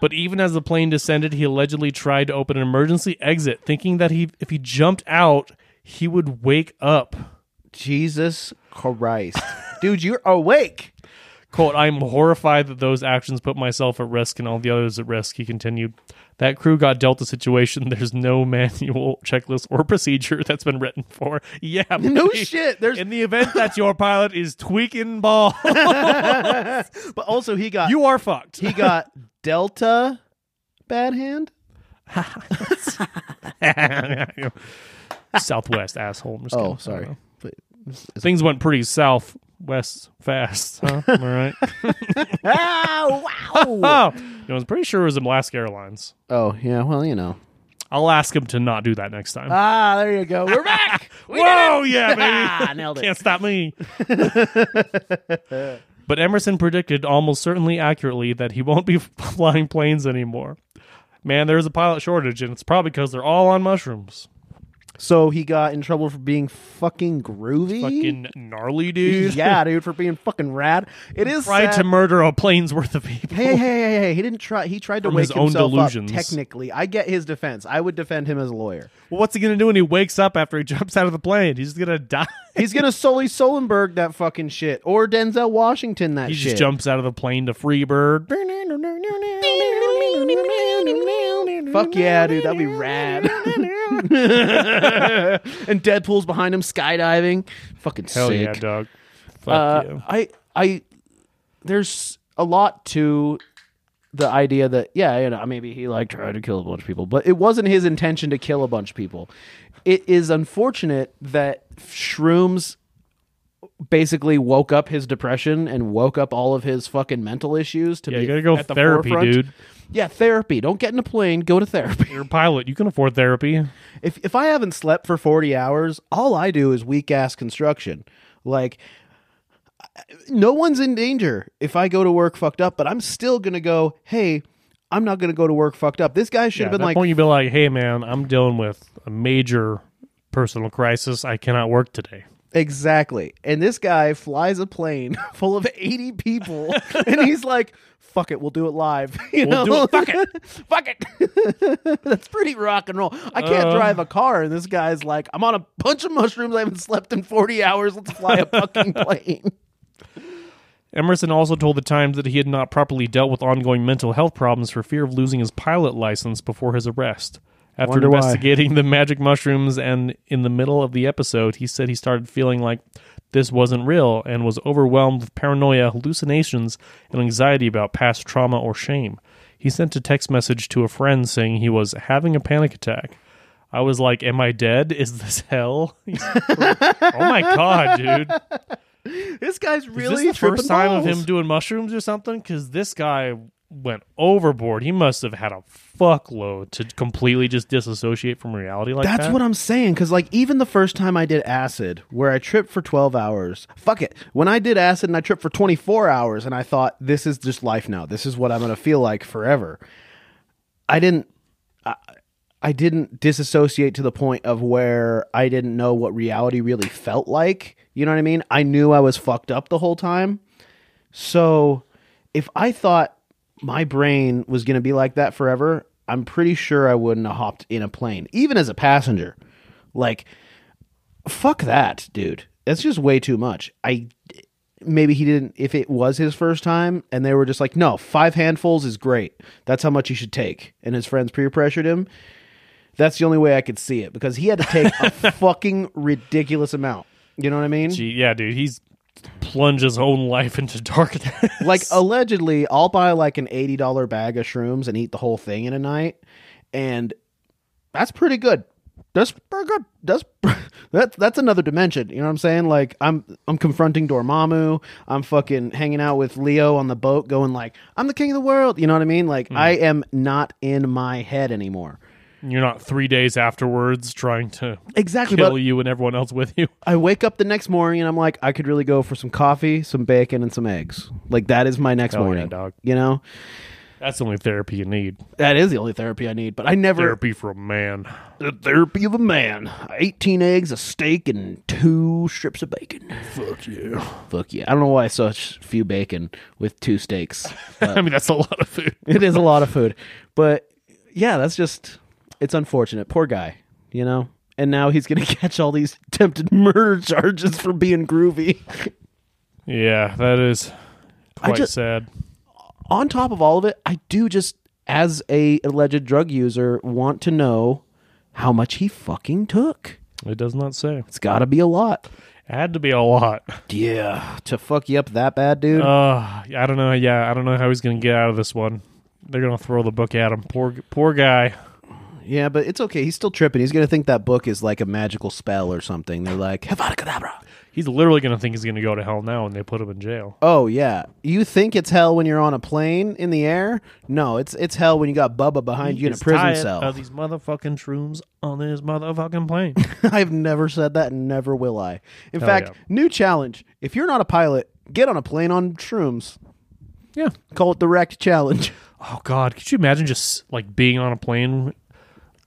[SPEAKER 1] but even as the plane descended he allegedly tried to open an emergency exit thinking that he if he jumped out he would wake up
[SPEAKER 2] Jesus Christ, (laughs) dude, you're awake.
[SPEAKER 1] quote i'm horrified that those actions put myself at risk and all the others at risk he continued that crew got dealt a situation (laughs) there's no manual checklist or procedure that's been written for (laughs) yeah
[SPEAKER 2] (laughs) No
[SPEAKER 1] buddy.
[SPEAKER 2] shit. There's,
[SPEAKER 1] in the event that your pilot is tweaking ball
[SPEAKER 2] but also he got
[SPEAKER 1] (laughs) you are fucked
[SPEAKER 2] he got Delta bad hand.
[SPEAKER 1] southwest asshole I'm just
[SPEAKER 2] Oh,
[SPEAKER 1] kidding.
[SPEAKER 2] sorry. But-
[SPEAKER 1] things went pretty southwest fast.
[SPEAKER 2] (laughs)
[SPEAKER 1] Huh? Am I right?
[SPEAKER 2] Oh wow.
[SPEAKER 1] oh, (laughs) you know, I was pretty sure it was Alaska Airlines.
[SPEAKER 2] oh yeah. Well, you know.
[SPEAKER 1] I'll ask him to not do that next time.
[SPEAKER 2] Ah, there you go. We're back.
[SPEAKER 1] Whoa, yeah, baby.
[SPEAKER 2] (laughs) Ah, nailed it.
[SPEAKER 1] Can't stop me. but Emerson predicted almost certainly accurately that he won't be (laughs) flying planes anymore. Man, there's a pilot shortage, and it's probably because they're all on mushrooms.
[SPEAKER 2] (laughs) So he got in trouble for being fucking groovy.
[SPEAKER 1] Fucking gnarly, (laughs) dude.
[SPEAKER 2] yeah, dude, for being fucking rad. It is
[SPEAKER 1] Tried
[SPEAKER 2] sad.
[SPEAKER 1] to murder a plane's worth of people.
[SPEAKER 2] Hey, hey, hey, hey, hey! He didn't try. He tried to
[SPEAKER 1] From
[SPEAKER 2] wake
[SPEAKER 1] his own
[SPEAKER 2] himself
[SPEAKER 1] delusions.
[SPEAKER 2] up. Technically, I get his defense. I would defend him as a lawyer.
[SPEAKER 1] Well, what's he going to do when he wakes up after he (laughs) jumps out of the plane? He's going to die.
[SPEAKER 2] He's gonna Sully Solenberg that fucking shit, or Denzel Washington
[SPEAKER 1] (laughs)
[SPEAKER 2] that
[SPEAKER 1] He
[SPEAKER 2] shit.
[SPEAKER 1] just jumps out of the plane to Freebird.
[SPEAKER 2] Fuck yeah, dude! That'd
[SPEAKER 1] (laughs)
[SPEAKER 2] be rad. (laughs) and Deadpool's behind him skydiving. Fucking
[SPEAKER 1] Hell
[SPEAKER 2] sick.
[SPEAKER 1] yeah, dog. Fuck
[SPEAKER 2] Uh,
[SPEAKER 1] you.
[SPEAKER 2] I I there's a lot to the idea that yeah, you know, maybe he like tried to kill a bunch of people, but it wasn't his intention to kill a bunch of people. It is unfortunate that shrooms basically woke up his depression and woke up all of his fucking mental issues to
[SPEAKER 1] Yeah,
[SPEAKER 2] be
[SPEAKER 1] you gotta go
[SPEAKER 2] at the
[SPEAKER 1] therapy,
[SPEAKER 2] forefront.
[SPEAKER 1] dude.
[SPEAKER 2] Yeah, therapy. Don't get in a plane, go to therapy.
[SPEAKER 1] You're a pilot. You can afford therapy.
[SPEAKER 2] If if I haven't slept for 40 hours, all I do is weak ass construction. Like I- no one's in danger if I go to work fucked up, but I'm still going to go, "Hey, I'm not going to go to work fucked up." This guy should
[SPEAKER 1] Yeah,
[SPEAKER 2] have
[SPEAKER 1] at that
[SPEAKER 2] been like,
[SPEAKER 1] point, you'd be like, "Hey, man, I'm dealing with a major personal crisis. I cannot work today."
[SPEAKER 2] Exactly. And this guy flies a plane (laughs) full of
[SPEAKER 1] (laughs)
[SPEAKER 2] 80 people and he's like, fuck it, we'll do it live. (laughs) You
[SPEAKER 1] We'll
[SPEAKER 2] know?
[SPEAKER 1] do it. Fuck
[SPEAKER 2] it. (laughs) fuck it. (laughs) That's pretty rock and roll. I can't
[SPEAKER 1] Uh.
[SPEAKER 2] drive a car and this guy's like, I'm on a bunch of mushrooms. I haven't slept in 40 hours. Let's fly
[SPEAKER 1] (laughs)
[SPEAKER 2] a fucking plane.
[SPEAKER 1] Emerson also told the Times that he had not properly dealt with ongoing mental health problems for fear of losing his pilot license before his arrest. After
[SPEAKER 2] Wonder why.
[SPEAKER 1] investigating the magic mushrooms and in the middle of the episode, he said he started feeling like this wasn't real and was overwhelmed with paranoia, hallucinations, and anxiety about past trauma or shame. He sent a text message to a friend saying he was having a panic attack. I was like, Am I dead? Is this hell? (laughs) He's- oh my God, dude.
[SPEAKER 2] This guy's really
[SPEAKER 1] Is this the
[SPEAKER 2] tripping
[SPEAKER 1] first time of
[SPEAKER 2] balls.
[SPEAKER 1] him doing mushrooms or something? Because this guy went overboard. He must have had a fuckload to completely just disassociate from reality like
[SPEAKER 2] That's
[SPEAKER 1] that.
[SPEAKER 2] what I'm saying. Because, like, even the first time I did acid, where I tripped for 12 hours, fuck it. When I did acid and I tripped for 24 hours, and I thought, this is just life now. This is what I'm going to feel like forever. I didn't. I- I didn't disassociate to the point of where I didn't know what reality really felt like. You know what I mean? I knew I was fucked up the whole time. So if I thought my brain was going to be like that forever, I'm pretty sure I wouldn't have hopped in a plane, even as a passenger. Like, fuck that, dude. That's just way too much. I maybe he didn't if it was his first time and they were just like, "No, five handfuls is great. That's how much you should take." And his friends peer-pressured him. That's the only way I could see it because he had to take a fucking ridiculous amount. You know what I mean?
[SPEAKER 1] Gee, yeah, dude. He's plunged his own life into darkness. (laughs)
[SPEAKER 2] like allegedly i'll buy like an $80 bag of shrooms and eat the whole thing in a night and that's pretty good that's pretty good that's (laughs) that, that's another dimension you know what i'm saying like i'm i'm confronting dormammu i'm fucking hanging out with leo on the boat going like i'm the king of the world you know what i mean
[SPEAKER 1] Hmm.
[SPEAKER 2] like i am not in my head anymore
[SPEAKER 1] You're not three days afterwards trying to
[SPEAKER 2] exactly
[SPEAKER 1] kill
[SPEAKER 2] but
[SPEAKER 1] you and everyone else with you.
[SPEAKER 2] i wake up the next morning and i'm like i could really go for some coffee some bacon and some eggs like that is my next
[SPEAKER 1] Hell yeah,
[SPEAKER 2] morning
[SPEAKER 1] dog.
[SPEAKER 2] you know
[SPEAKER 1] That's the only therapy you need.
[SPEAKER 2] that is the only therapy i need but i never
[SPEAKER 1] Therapy for a man. (laughs)
[SPEAKER 2] The therapy of a man. 18 eggs, a steak, and two strips of bacon. Fuck yeah. Fuck yeah. I don't know why such few bacon with two steaks.
[SPEAKER 1] I mean, that's a lot of food.
[SPEAKER 2] (laughs) it is a lot of food. But yeah, that's just, it's unfortunate. Poor guy, you know? And now he's going to (laughs) catch all these attempted murder charges for being groovy.
[SPEAKER 1] Yeah, that is quite
[SPEAKER 2] just-
[SPEAKER 1] sad.
[SPEAKER 2] (laughs) on top of all of it, I do just, as a alleged drug user, want to know how much he fucking took.
[SPEAKER 1] It does not say. It
[SPEAKER 2] It's got to be a lot.
[SPEAKER 1] had to be a lot.
[SPEAKER 2] Yeah, to fuck you up that bad, dude.
[SPEAKER 1] Uh, I don't know. Yeah, I don't know how he's gonna get out of this one. They're gonna throw the book at him. Poor, poor guy.
[SPEAKER 2] yeah, but it's okay. He's still tripping. He's gonna think that book is like a magical spell or something. They're like Havana Kedavra.
[SPEAKER 1] He's literally gonna think he's gonna go to hell now, and they put him in jail.
[SPEAKER 2] Oh yeah, you think it's hell when you're on a plane in the air? No, it's it's hell when you got Bubba behind you in a
[SPEAKER 1] He's
[SPEAKER 2] prison
[SPEAKER 1] tired
[SPEAKER 2] cell.
[SPEAKER 1] Of these motherfucking shrooms on this motherfucking plane.
[SPEAKER 2] (laughs) I've never said that, and never will I. In
[SPEAKER 1] Hell
[SPEAKER 2] fact,
[SPEAKER 1] yeah.
[SPEAKER 2] new challenge: if you're not a pilot, get on a plane on shrooms.
[SPEAKER 1] yeah.
[SPEAKER 2] Call it the wrecked challenge.
[SPEAKER 1] (laughs) Oh God, could you imagine just like being on a plane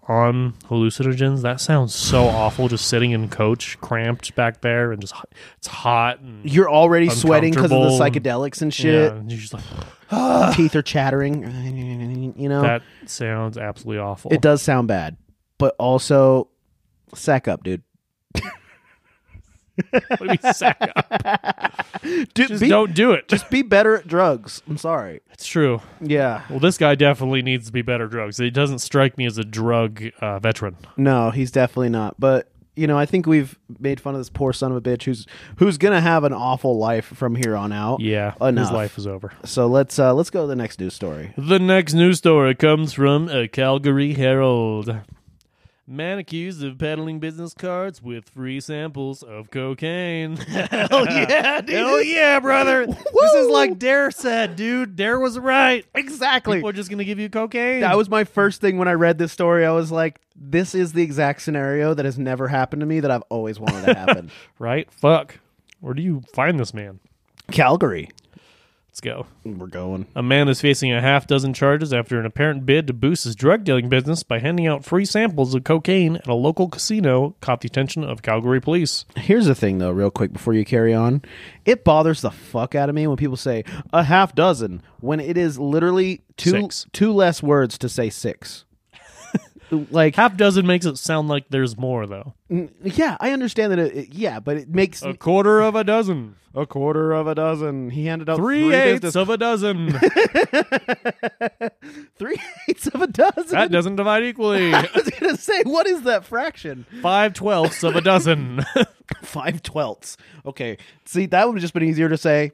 [SPEAKER 1] on hallucinogens? That sounds
[SPEAKER 2] (sighs)
[SPEAKER 1] so awful. Just sitting in coach, cramped back there, and just h- it's hot and
[SPEAKER 2] You're already sweating because of the
[SPEAKER 1] Uncomfortable.
[SPEAKER 2] psychedelics and
[SPEAKER 1] yeah,
[SPEAKER 2] shit.
[SPEAKER 1] and you're just like
[SPEAKER 2] Teeth are chattering. (laughs) You know
[SPEAKER 1] that sounds absolutely awful. (laughs)
[SPEAKER 2] It does sound bad, but also sack up, dude.
[SPEAKER 1] What do you mean, sack up?
[SPEAKER 2] Dude,
[SPEAKER 1] Just
[SPEAKER 2] (laughs) be,
[SPEAKER 1] don't do it.
[SPEAKER 2] just be better at drugs. I'm sorry.
[SPEAKER 1] It's true.
[SPEAKER 2] Yeah.
[SPEAKER 1] Well, this guy definitely needs to be better drugs. He doesn't strike me as a drug uh, veteran.
[SPEAKER 2] No, he's definitely not. But you know, I think we've made fun of this poor son of a bitch who's who's gonna have an awful life from here on out.
[SPEAKER 1] Yeah,
[SPEAKER 2] Enough.
[SPEAKER 1] his life is over.
[SPEAKER 2] So let's uh let's go to the next news story.
[SPEAKER 1] The next news story comes from a Calgary Herald. Man accused of peddling business cards with free samples of (laughs) cocaine.
[SPEAKER 2] Hell yeah, dude.
[SPEAKER 1] Hell yeah, brother! (laughs) this is like Dare said, dude. Dare was right.
[SPEAKER 2] Exactly.
[SPEAKER 1] People are just gonna give you cocaine.
[SPEAKER 2] That was my first thing when I read this story. I was like, this is the exact scenario that has never happened to me that I've always
[SPEAKER 1] (laughs)
[SPEAKER 2] wanted to happen.
[SPEAKER 1] right. Fuck. Where do you find this man?
[SPEAKER 2] Calgary.
[SPEAKER 1] It's Let's go.
[SPEAKER 2] We're going.
[SPEAKER 1] A man is facing a half dozen charges after an apparent bid to boost his drug dealing business by handing out free samples of cocaine at a local casino caught the attention of Calgary police.
[SPEAKER 2] Here's the thing, though, real quick before you carry on. It bothers the fuck out of me when people say a half dozen when it is literally two
[SPEAKER 1] Six.
[SPEAKER 2] two less words to
[SPEAKER 1] (laughs)
[SPEAKER 2] say six. like,
[SPEAKER 1] Half dozen makes it sound like there's more, though.
[SPEAKER 2] yeah, I understand that. It, it- yeah, but it makes
[SPEAKER 1] A quarter of a dozen.
[SPEAKER 2] a quarter of a dozen. He handed out
[SPEAKER 1] Three eighths of a dozen.
[SPEAKER 2] (laughs) three eighths of a dozen.
[SPEAKER 1] (laughs) That doesn't divide equally.
[SPEAKER 2] (laughs) I was gonna say, what is that fraction?
[SPEAKER 1] Five twelfths of a dozen.
[SPEAKER 2] Five twelfths. Okay. See, that would have just been easier to say.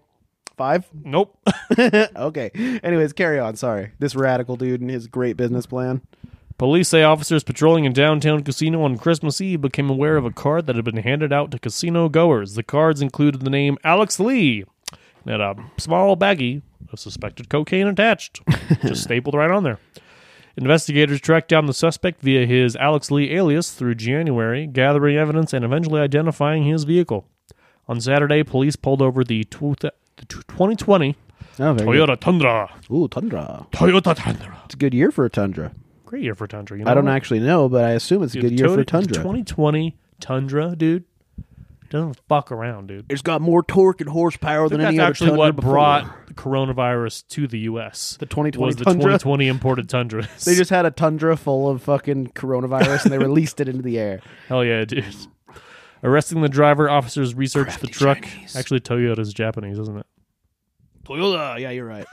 [SPEAKER 2] Five.
[SPEAKER 1] (laughs)
[SPEAKER 2] (laughs)
[SPEAKER 1] nope.
[SPEAKER 2] Okay. Anyways, carry on. Sorry, this radical dude and his great business plan.
[SPEAKER 1] Police say officers patrolling a downtown casino on Christmas Eve became aware of a card that had been handed out to casino goers. The cards included the name Alex Lee and had a small baggie of suspected cocaine (laughs) attached, just stapled right on there. Investigators tracked down the suspect via his Alex Lee alias through January, gathering evidence and eventually identifying his vehicle. On Saturday, police pulled over the tw- the 2020
[SPEAKER 2] Oh, very
[SPEAKER 1] Toyota Tundra.
[SPEAKER 2] good. Ooh, tundra.
[SPEAKER 1] Toyota Tundra.
[SPEAKER 2] It's a good year for a tundra.
[SPEAKER 1] Great year for Tundra. You know
[SPEAKER 2] I don't
[SPEAKER 1] what?
[SPEAKER 2] actually know, but I assume it's a
[SPEAKER 1] Oh. Dude,
[SPEAKER 2] good
[SPEAKER 1] the
[SPEAKER 2] year for
[SPEAKER 1] Toyota-
[SPEAKER 2] tundra.
[SPEAKER 1] the 2020 Tundra, dude, doesn't fuck around, dude.
[SPEAKER 2] it's got more torque and horsepower than
[SPEAKER 1] That's
[SPEAKER 2] any other
[SPEAKER 1] actually
[SPEAKER 2] tundra
[SPEAKER 1] what
[SPEAKER 2] before.
[SPEAKER 1] brought the coronavirus to the U.S.
[SPEAKER 2] The 2020
[SPEAKER 1] was the
[SPEAKER 2] Tundra?
[SPEAKER 1] 2020 imported Tundras.
[SPEAKER 2] (laughs) They just had a tundra full of fucking coronavirus and they released it into the
[SPEAKER 1] (laughs)
[SPEAKER 2] air.
[SPEAKER 1] Hell yeah, dude. Arresting the driver, officers researched the truck. Actually, Toyota's Japanese, isn't it?
[SPEAKER 2] Toyota. Yeah,
[SPEAKER 1] (laughs)
[SPEAKER 2] you're right.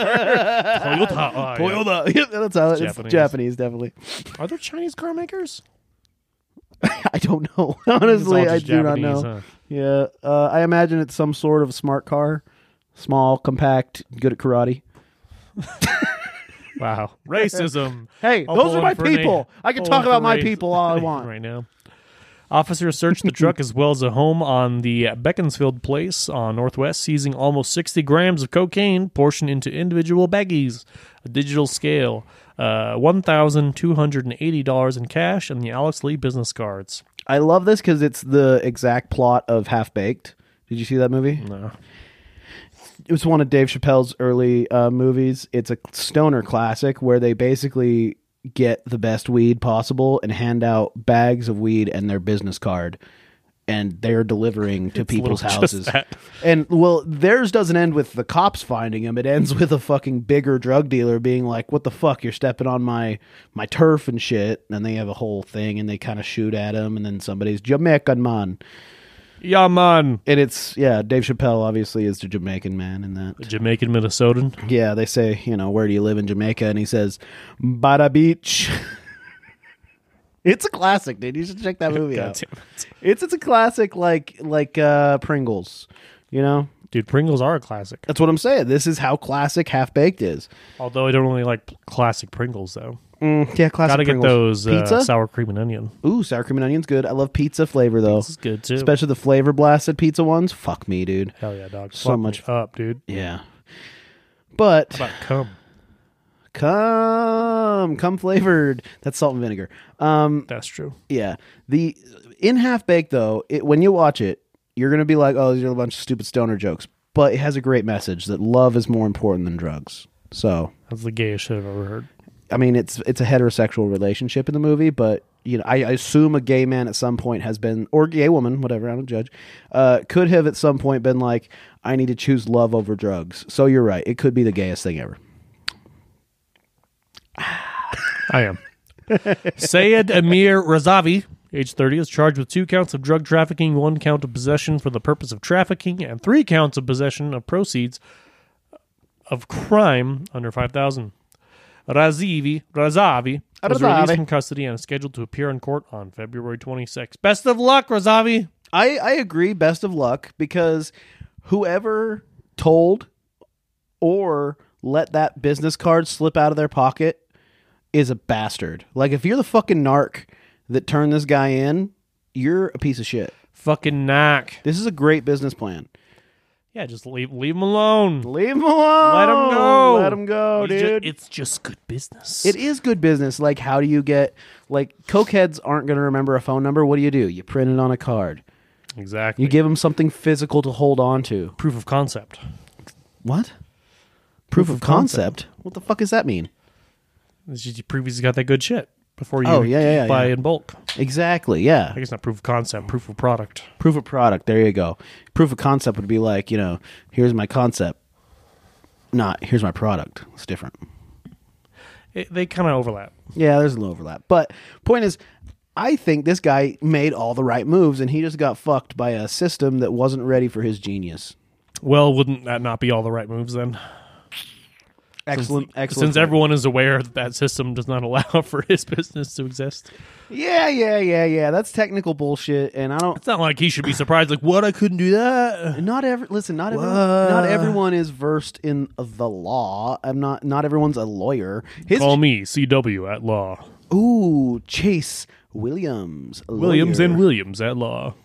[SPEAKER 1] Toyota. Oh, yeah.
[SPEAKER 2] Toyota. (laughs) Yeah, That's how it's
[SPEAKER 1] Japanese.
[SPEAKER 2] Japanese. definitely. (laughs)
[SPEAKER 1] Are there Chinese car makers?
[SPEAKER 2] I don't know.
[SPEAKER 1] It's
[SPEAKER 2] (laughs)
[SPEAKER 1] all
[SPEAKER 2] Honestly, I
[SPEAKER 1] just
[SPEAKER 2] do not know.
[SPEAKER 1] Japanese, huh?
[SPEAKER 2] Yeah, uh, I imagine it's some sort of smart car, small, compact, good at karate.
[SPEAKER 1] Wow.
[SPEAKER 2] (laughs)
[SPEAKER 1] Racism.
[SPEAKER 2] Hey,
[SPEAKER 1] I'll
[SPEAKER 2] those
[SPEAKER 1] pull
[SPEAKER 2] are
[SPEAKER 1] in
[SPEAKER 2] my
[SPEAKER 1] for an
[SPEAKER 2] people.
[SPEAKER 1] A-
[SPEAKER 2] I can
[SPEAKER 1] pull
[SPEAKER 2] talk
[SPEAKER 1] in for
[SPEAKER 2] about my
[SPEAKER 1] race- (laughs)
[SPEAKER 2] people all I want.
[SPEAKER 1] right now. Officers searched the
[SPEAKER 2] (laughs)
[SPEAKER 1] truck as well as a home on the Beaconsfield Place on Northwest, seizing almost 60 grams of cocaine portioned into individual baggies, a digital scale, uh, $1,280 in cash, and the Alex Lee business cards.
[SPEAKER 2] I love this because it's the exact plot of Half Baked. Did you see that movie?
[SPEAKER 1] No.
[SPEAKER 2] It was one of Dave Chappelle's early uh, movies. It's a stoner classic where they basically get the best weed possible and hand out bags of weed and their business card, and they're delivering to people's
[SPEAKER 1] just
[SPEAKER 2] houses.
[SPEAKER 1] that.
[SPEAKER 2] And well, theirs doesn't end with the cops finding him. It ends with a fucking bigger drug dealer being like, "What the fuck? You're stepping on my my turf and shit." And they have a whole thing, and they kind of shoot at him, and then somebody's Jamaican man,
[SPEAKER 1] Yeah, man.
[SPEAKER 2] and it's yeah, Dave Chappelle obviously is the Jamaican man in that.
[SPEAKER 1] Jamaican,
[SPEAKER 2] (laughs)
[SPEAKER 1] Minnesotan.
[SPEAKER 2] Yeah, they say, you know, where do you live in Jamaica? And he says, Bada Beach. (laughs) it's a classic, dude. You should check
[SPEAKER 1] (laughs)
[SPEAKER 2] that movie
[SPEAKER 1] God
[SPEAKER 2] out.
[SPEAKER 1] damn it.
[SPEAKER 2] It's it's a classic like like uh Pringles. You know?
[SPEAKER 1] Dude, Pringles are a classic.
[SPEAKER 2] That's what I'm saying. This is how classic half baked is.
[SPEAKER 1] Although I don't really like p- classic Pringles, though.
[SPEAKER 2] Yeah,
[SPEAKER 1] Mm,
[SPEAKER 2] classic.
[SPEAKER 1] Gotta get
[SPEAKER 2] Pringles.
[SPEAKER 1] those
[SPEAKER 2] pizza.
[SPEAKER 1] uh, sour cream and onion.
[SPEAKER 2] Ooh, sour cream and onion's good. I love pizza flavor though,
[SPEAKER 1] This is good, too.
[SPEAKER 2] especially the flavor blasted pizza ones. Fuck me, dude.
[SPEAKER 1] Hell yeah, dog.
[SPEAKER 2] So
[SPEAKER 1] Fuck me
[SPEAKER 2] much-
[SPEAKER 1] up, dude.
[SPEAKER 2] Yeah, but
[SPEAKER 1] About cum.
[SPEAKER 2] come, come flavored. That's salt and vinegar. Um,
[SPEAKER 1] That's true.
[SPEAKER 2] yeah. The in half baked though, it, when you watch it, you're gonna be like, oh, these are a bunch of stupid stoner jokes. But it has a great message that love is more important than drugs. So
[SPEAKER 1] That's the gayest shit I've ever heard.
[SPEAKER 2] I mean, it's it's a heterosexual relationship in the movie, but you know, I, I assume a gay man at some point has been, or gay woman, whatever. I don't judge. Uh, could have at some point been like, I need to choose love over drugs. So you're right; it could be the gayest thing ever.
[SPEAKER 1] I am. Sayed Amir Razavi, age 30, is charged with two counts of drug trafficking, one count of possession for the purpose of trafficking, and three counts of possession of proceeds of crime under 5000 Razivi Razavi was
[SPEAKER 2] Razavi.
[SPEAKER 1] released from custody and is scheduled to appear in court on February 26th. Best of luck, Razavi.
[SPEAKER 2] I I agree. Best of luck because whoever told or let that business card slip out of their pocket is a bastard. Like if you're the fucking narc that turned this guy in, you're a piece of shit.
[SPEAKER 1] Fucking knock.
[SPEAKER 2] This is a great business plan.
[SPEAKER 1] Yeah, just leave leave him alone.
[SPEAKER 2] Leave him alone.
[SPEAKER 1] Let him go.
[SPEAKER 2] Let him go,
[SPEAKER 1] He's ju-
[SPEAKER 2] dude.
[SPEAKER 1] it's just good business.
[SPEAKER 2] it is good business. Like, how do you get like cokeheads aren't going to remember a phone number? What do you do? You print it on a card.
[SPEAKER 1] Exactly.
[SPEAKER 2] You give them something physical to hold on to.
[SPEAKER 1] proof of concept.
[SPEAKER 2] What? Proof, of concept. What the fuck does that mean?
[SPEAKER 1] It's just you prove he's got that good shit before you
[SPEAKER 2] Oh, yeah, yeah, yeah,
[SPEAKER 1] buy
[SPEAKER 2] yeah.
[SPEAKER 1] in bulk.
[SPEAKER 2] Exactly. Yeah.
[SPEAKER 1] I guess not proof of concept, proof of product.
[SPEAKER 2] proof of product. There you go. Proof of concept would be like, you know, here's my concept. Not here's my product. It's different.
[SPEAKER 1] It, they kind of overlap.
[SPEAKER 2] Yeah, there's a little overlap. But point is, I think this guy made all the right moves and he just got fucked by a system that wasn't ready for his genius.
[SPEAKER 1] Well, wouldn't that not be all the right moves then?
[SPEAKER 2] Excellent, excellent.
[SPEAKER 1] Since everyone is aware that that system does not (laughs) allow for his business to exist,
[SPEAKER 2] yeah, yeah, yeah, yeah. That's technical bullshit, and I don't.
[SPEAKER 1] it's not like he should be surprised. Like, what? I couldn't do that.
[SPEAKER 2] Not every listen. Not everyone, not everyone is versed in the law. I'm not. Not everyone's a lawyer. His
[SPEAKER 1] Call me CW at law.
[SPEAKER 2] ooh Chase Williams. a
[SPEAKER 1] Williams
[SPEAKER 2] lawyer.
[SPEAKER 1] and Williams at law.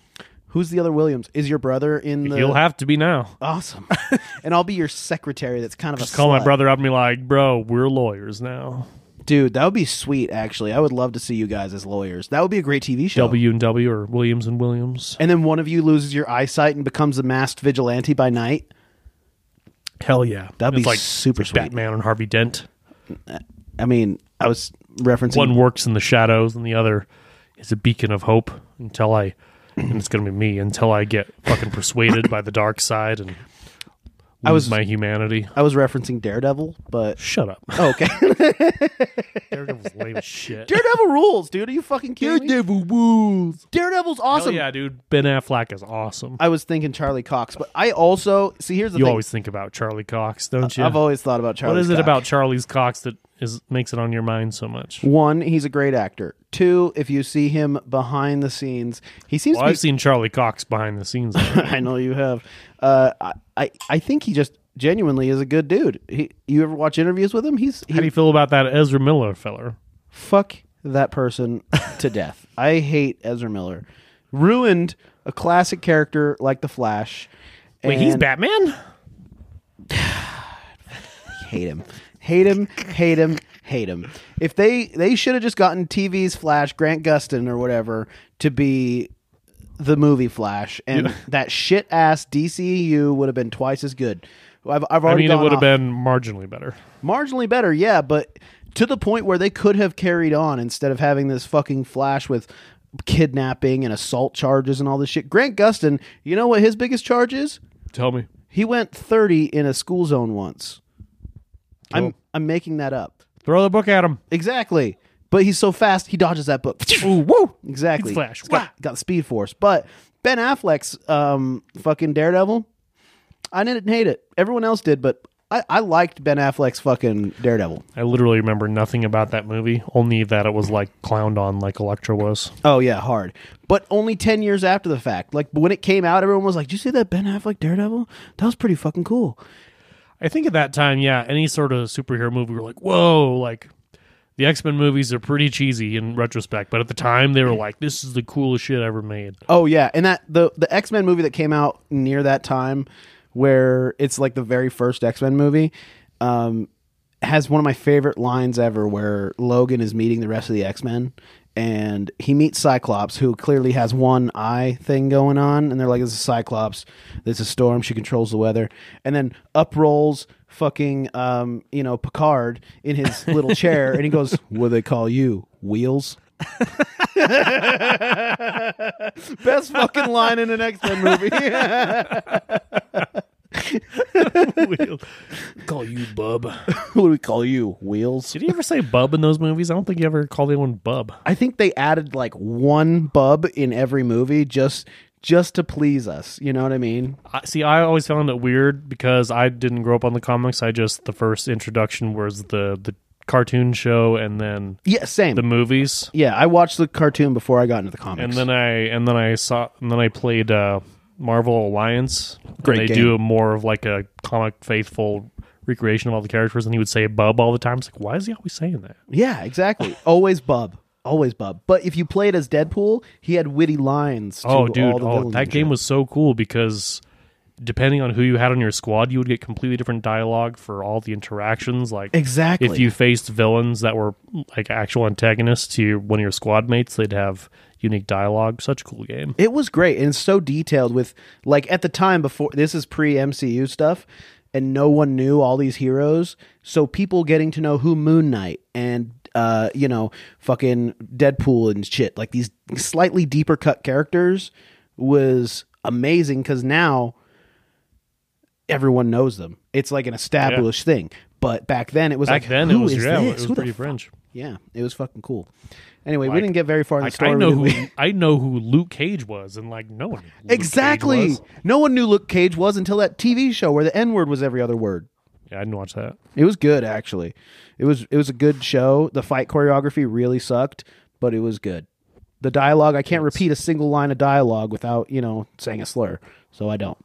[SPEAKER 2] Who's the other Williams? Is your brother in the?
[SPEAKER 1] He'll have to be now.
[SPEAKER 2] awesome. (laughs) and I'll be your secretary. That's kind of
[SPEAKER 1] Just
[SPEAKER 2] a
[SPEAKER 1] call my
[SPEAKER 2] slut.
[SPEAKER 1] brother up and be like, bro, we're lawyers now.
[SPEAKER 2] dude. That would be sweet. Actually, I would love to see you guys as lawyers. That would be a great TV show.
[SPEAKER 1] W and W or Williams and Williams.
[SPEAKER 2] and then one of you loses your eyesight and becomes a masked vigilante by night.
[SPEAKER 1] Hell yeah,
[SPEAKER 2] That'd
[SPEAKER 1] It's
[SPEAKER 2] be super sweet.
[SPEAKER 1] Batman and Harvey Dent.
[SPEAKER 2] I mean, I was referencing.
[SPEAKER 1] One works in the shadows, and the other is a beacon of hope until I. And it's going to be me until I get fucking persuaded by the dark side and lose
[SPEAKER 2] (laughs) I was-
[SPEAKER 1] my humanity.
[SPEAKER 2] I was referencing Daredevil, but
[SPEAKER 1] Shut
[SPEAKER 2] (laughs)
[SPEAKER 1] up.
[SPEAKER 2] oh, okay.
[SPEAKER 1] Daredevil's lame as shit.
[SPEAKER 2] Daredevil rules, dude. Are you fucking kidding me?
[SPEAKER 1] rules.
[SPEAKER 2] Daredevil's awesome.
[SPEAKER 1] yeah, dude. Ben Affleck is awesome.
[SPEAKER 2] I was thinking Charlie Cox, but I also see. Here's the
[SPEAKER 1] you
[SPEAKER 2] thing.
[SPEAKER 1] always think about Charlie Cox, don't you?
[SPEAKER 2] I've always thought about Charlie.
[SPEAKER 1] what is it
[SPEAKER 2] Cox.
[SPEAKER 1] about Charlie's Cox that is makes it on your mind so much?
[SPEAKER 2] One, he's a great actor. Two, if you see him behind the scenes, he seems
[SPEAKER 1] Well,
[SPEAKER 2] to be.
[SPEAKER 1] I've seen Charlie Cox behind the scenes.
[SPEAKER 2] (laughs) I know you have. Uh, I, I I think he just genuinely is a good dude. He, you ever watch interviews with him? He's
[SPEAKER 1] How do
[SPEAKER 2] he
[SPEAKER 1] you feel about that Ezra Miller feller?
[SPEAKER 2] fuck that person to (laughs) death. I hate Ezra Miller. Ruined a classic character like the Flash.
[SPEAKER 1] Wait, he's
[SPEAKER 2] and
[SPEAKER 1] Batman?
[SPEAKER 2] Hate him. Hate him. Hate him. Hate him. If they they should have just gotten TV's Flash, Grant Gustin or whatever, to be the movie Flash, and that shit ass DCU E would have been twice as good. I've, I've
[SPEAKER 1] I
[SPEAKER 2] already
[SPEAKER 1] mean, it
[SPEAKER 2] gone
[SPEAKER 1] would have
[SPEAKER 2] off.
[SPEAKER 1] been marginally better.
[SPEAKER 2] marginally better, yeah, but to the point where they could have carried on instead of having this fucking flash with kidnapping and assault charges and all this shit. Grant Gustin, you know what his biggest charge is?
[SPEAKER 1] Tell me.
[SPEAKER 2] He went 30 in a school zone once. I'm I'm making that up.
[SPEAKER 1] Throw the book at him.
[SPEAKER 2] Exactly. But he's so fast, he dodges that book.
[SPEAKER 1] (laughs) Ooh, woo!
[SPEAKER 2] Exactly.
[SPEAKER 1] He's Flash.
[SPEAKER 2] He's Got, got Speed Force. But Ben Affleck's um, fucking Daredevil, I didn't hate it. Everyone else did, but I, I liked Ben Affleck's fucking Daredevil.
[SPEAKER 1] I literally remember nothing about that movie, only that it was like clowned on like Electra was.
[SPEAKER 2] Oh yeah, hard. But only ten years after the fact. Like when it came out, everyone was like, "Did you see that Ben Affleck Daredevil? That was pretty fucking cool."
[SPEAKER 1] I think at that time, yeah, any sort of superhero movie, we were like, whoa, like the X Men movies are pretty cheesy in retrospect, but at the time, they were like, this is the coolest shit ever made.
[SPEAKER 2] Oh yeah, and that the the X Men movie that came out near that time, where it's like the very first X Men movie, um, has one of my favorite lines ever, where Logan is meeting the rest of the X Men. And he meets Cyclops, who clearly has one eye thing going on, and they're like, "This is Cyclops. This is Storm. She controls the weather." And then up rolls fucking, um, you know, Picard in his little chair, and he goes, "What do they call you? Wheels." Best fucking line in an X Men movie.
[SPEAKER 1] (laughs)
[SPEAKER 2] (laughs)
[SPEAKER 1] Call you Bub.
[SPEAKER 2] what do we call you? Wheels.
[SPEAKER 1] Did he ever say Bub in those movies? I don't think he ever called anyone Bub.
[SPEAKER 2] I think they added like one bub in every movie just just to please us. You know what I mean?
[SPEAKER 1] I, see, I always found it weird because I didn't grow up on the comics. I just the first introduction was the the cartoon show and then
[SPEAKER 2] Yeah, same.
[SPEAKER 1] the movies,
[SPEAKER 2] yeah, I watched the cartoon before I got into the comics.
[SPEAKER 1] and then I and then I saw and then I played uh, Marvel Alliance.
[SPEAKER 2] Great
[SPEAKER 1] they
[SPEAKER 2] game.
[SPEAKER 1] do more of like a comic faithful recreation of all the characters, and he would say "bub" all the time. It's like, why is he always saying that?
[SPEAKER 2] yeah,
[SPEAKER 1] (laughs)
[SPEAKER 2] exactly. Always bub. Always bub. But if you played as Deadpool, he had witty lines. To
[SPEAKER 1] Oh, dude!
[SPEAKER 2] all the
[SPEAKER 1] Oh,
[SPEAKER 2] villains
[SPEAKER 1] that
[SPEAKER 2] and
[SPEAKER 1] game
[SPEAKER 2] shit.
[SPEAKER 1] was so cool because depending on who you had on your squad, you would get completely different dialogue for all the interactions. Like
[SPEAKER 2] exactly.
[SPEAKER 1] if you faced villains that were like actual antagonists to your, one of your squad mates, they'd have unique dialogue. Such a cool game.
[SPEAKER 2] It was great and it's so detailed with like at the time before this is pre MCU stuff and no one knew all these heroes. So people getting to know who Moon Knight and uh, you know, fucking Deadpool and shit, like these slightly deeper cut characters was amazing cuz now everyone knows them. It's like an established thing. But back then it was
[SPEAKER 1] Back
[SPEAKER 2] like
[SPEAKER 1] then, it
[SPEAKER 2] who
[SPEAKER 1] was
[SPEAKER 2] is
[SPEAKER 1] yeah,
[SPEAKER 2] this?
[SPEAKER 1] it was
[SPEAKER 2] Who the
[SPEAKER 1] pretty
[SPEAKER 2] fuck
[SPEAKER 1] fringe.
[SPEAKER 2] yeah, it was fucking cool. Anyway, we didn't get very far in the
[SPEAKER 1] Like,
[SPEAKER 2] story.
[SPEAKER 1] I know
[SPEAKER 2] did
[SPEAKER 1] who
[SPEAKER 2] we?
[SPEAKER 1] (laughs) I know who Luke Cage was, and like no one knew who Luke Cage
[SPEAKER 2] exactly.
[SPEAKER 1] was.
[SPEAKER 2] No one knew Luke Cage was until that TV show where the N word was every other word.
[SPEAKER 1] Yeah, I didn't watch that.
[SPEAKER 2] It was good actually. It was it was a good show. The fight choreography really sucked, but it was good. The dialogue I can't repeat a single line of dialogue without you know saying a slur, so I don't.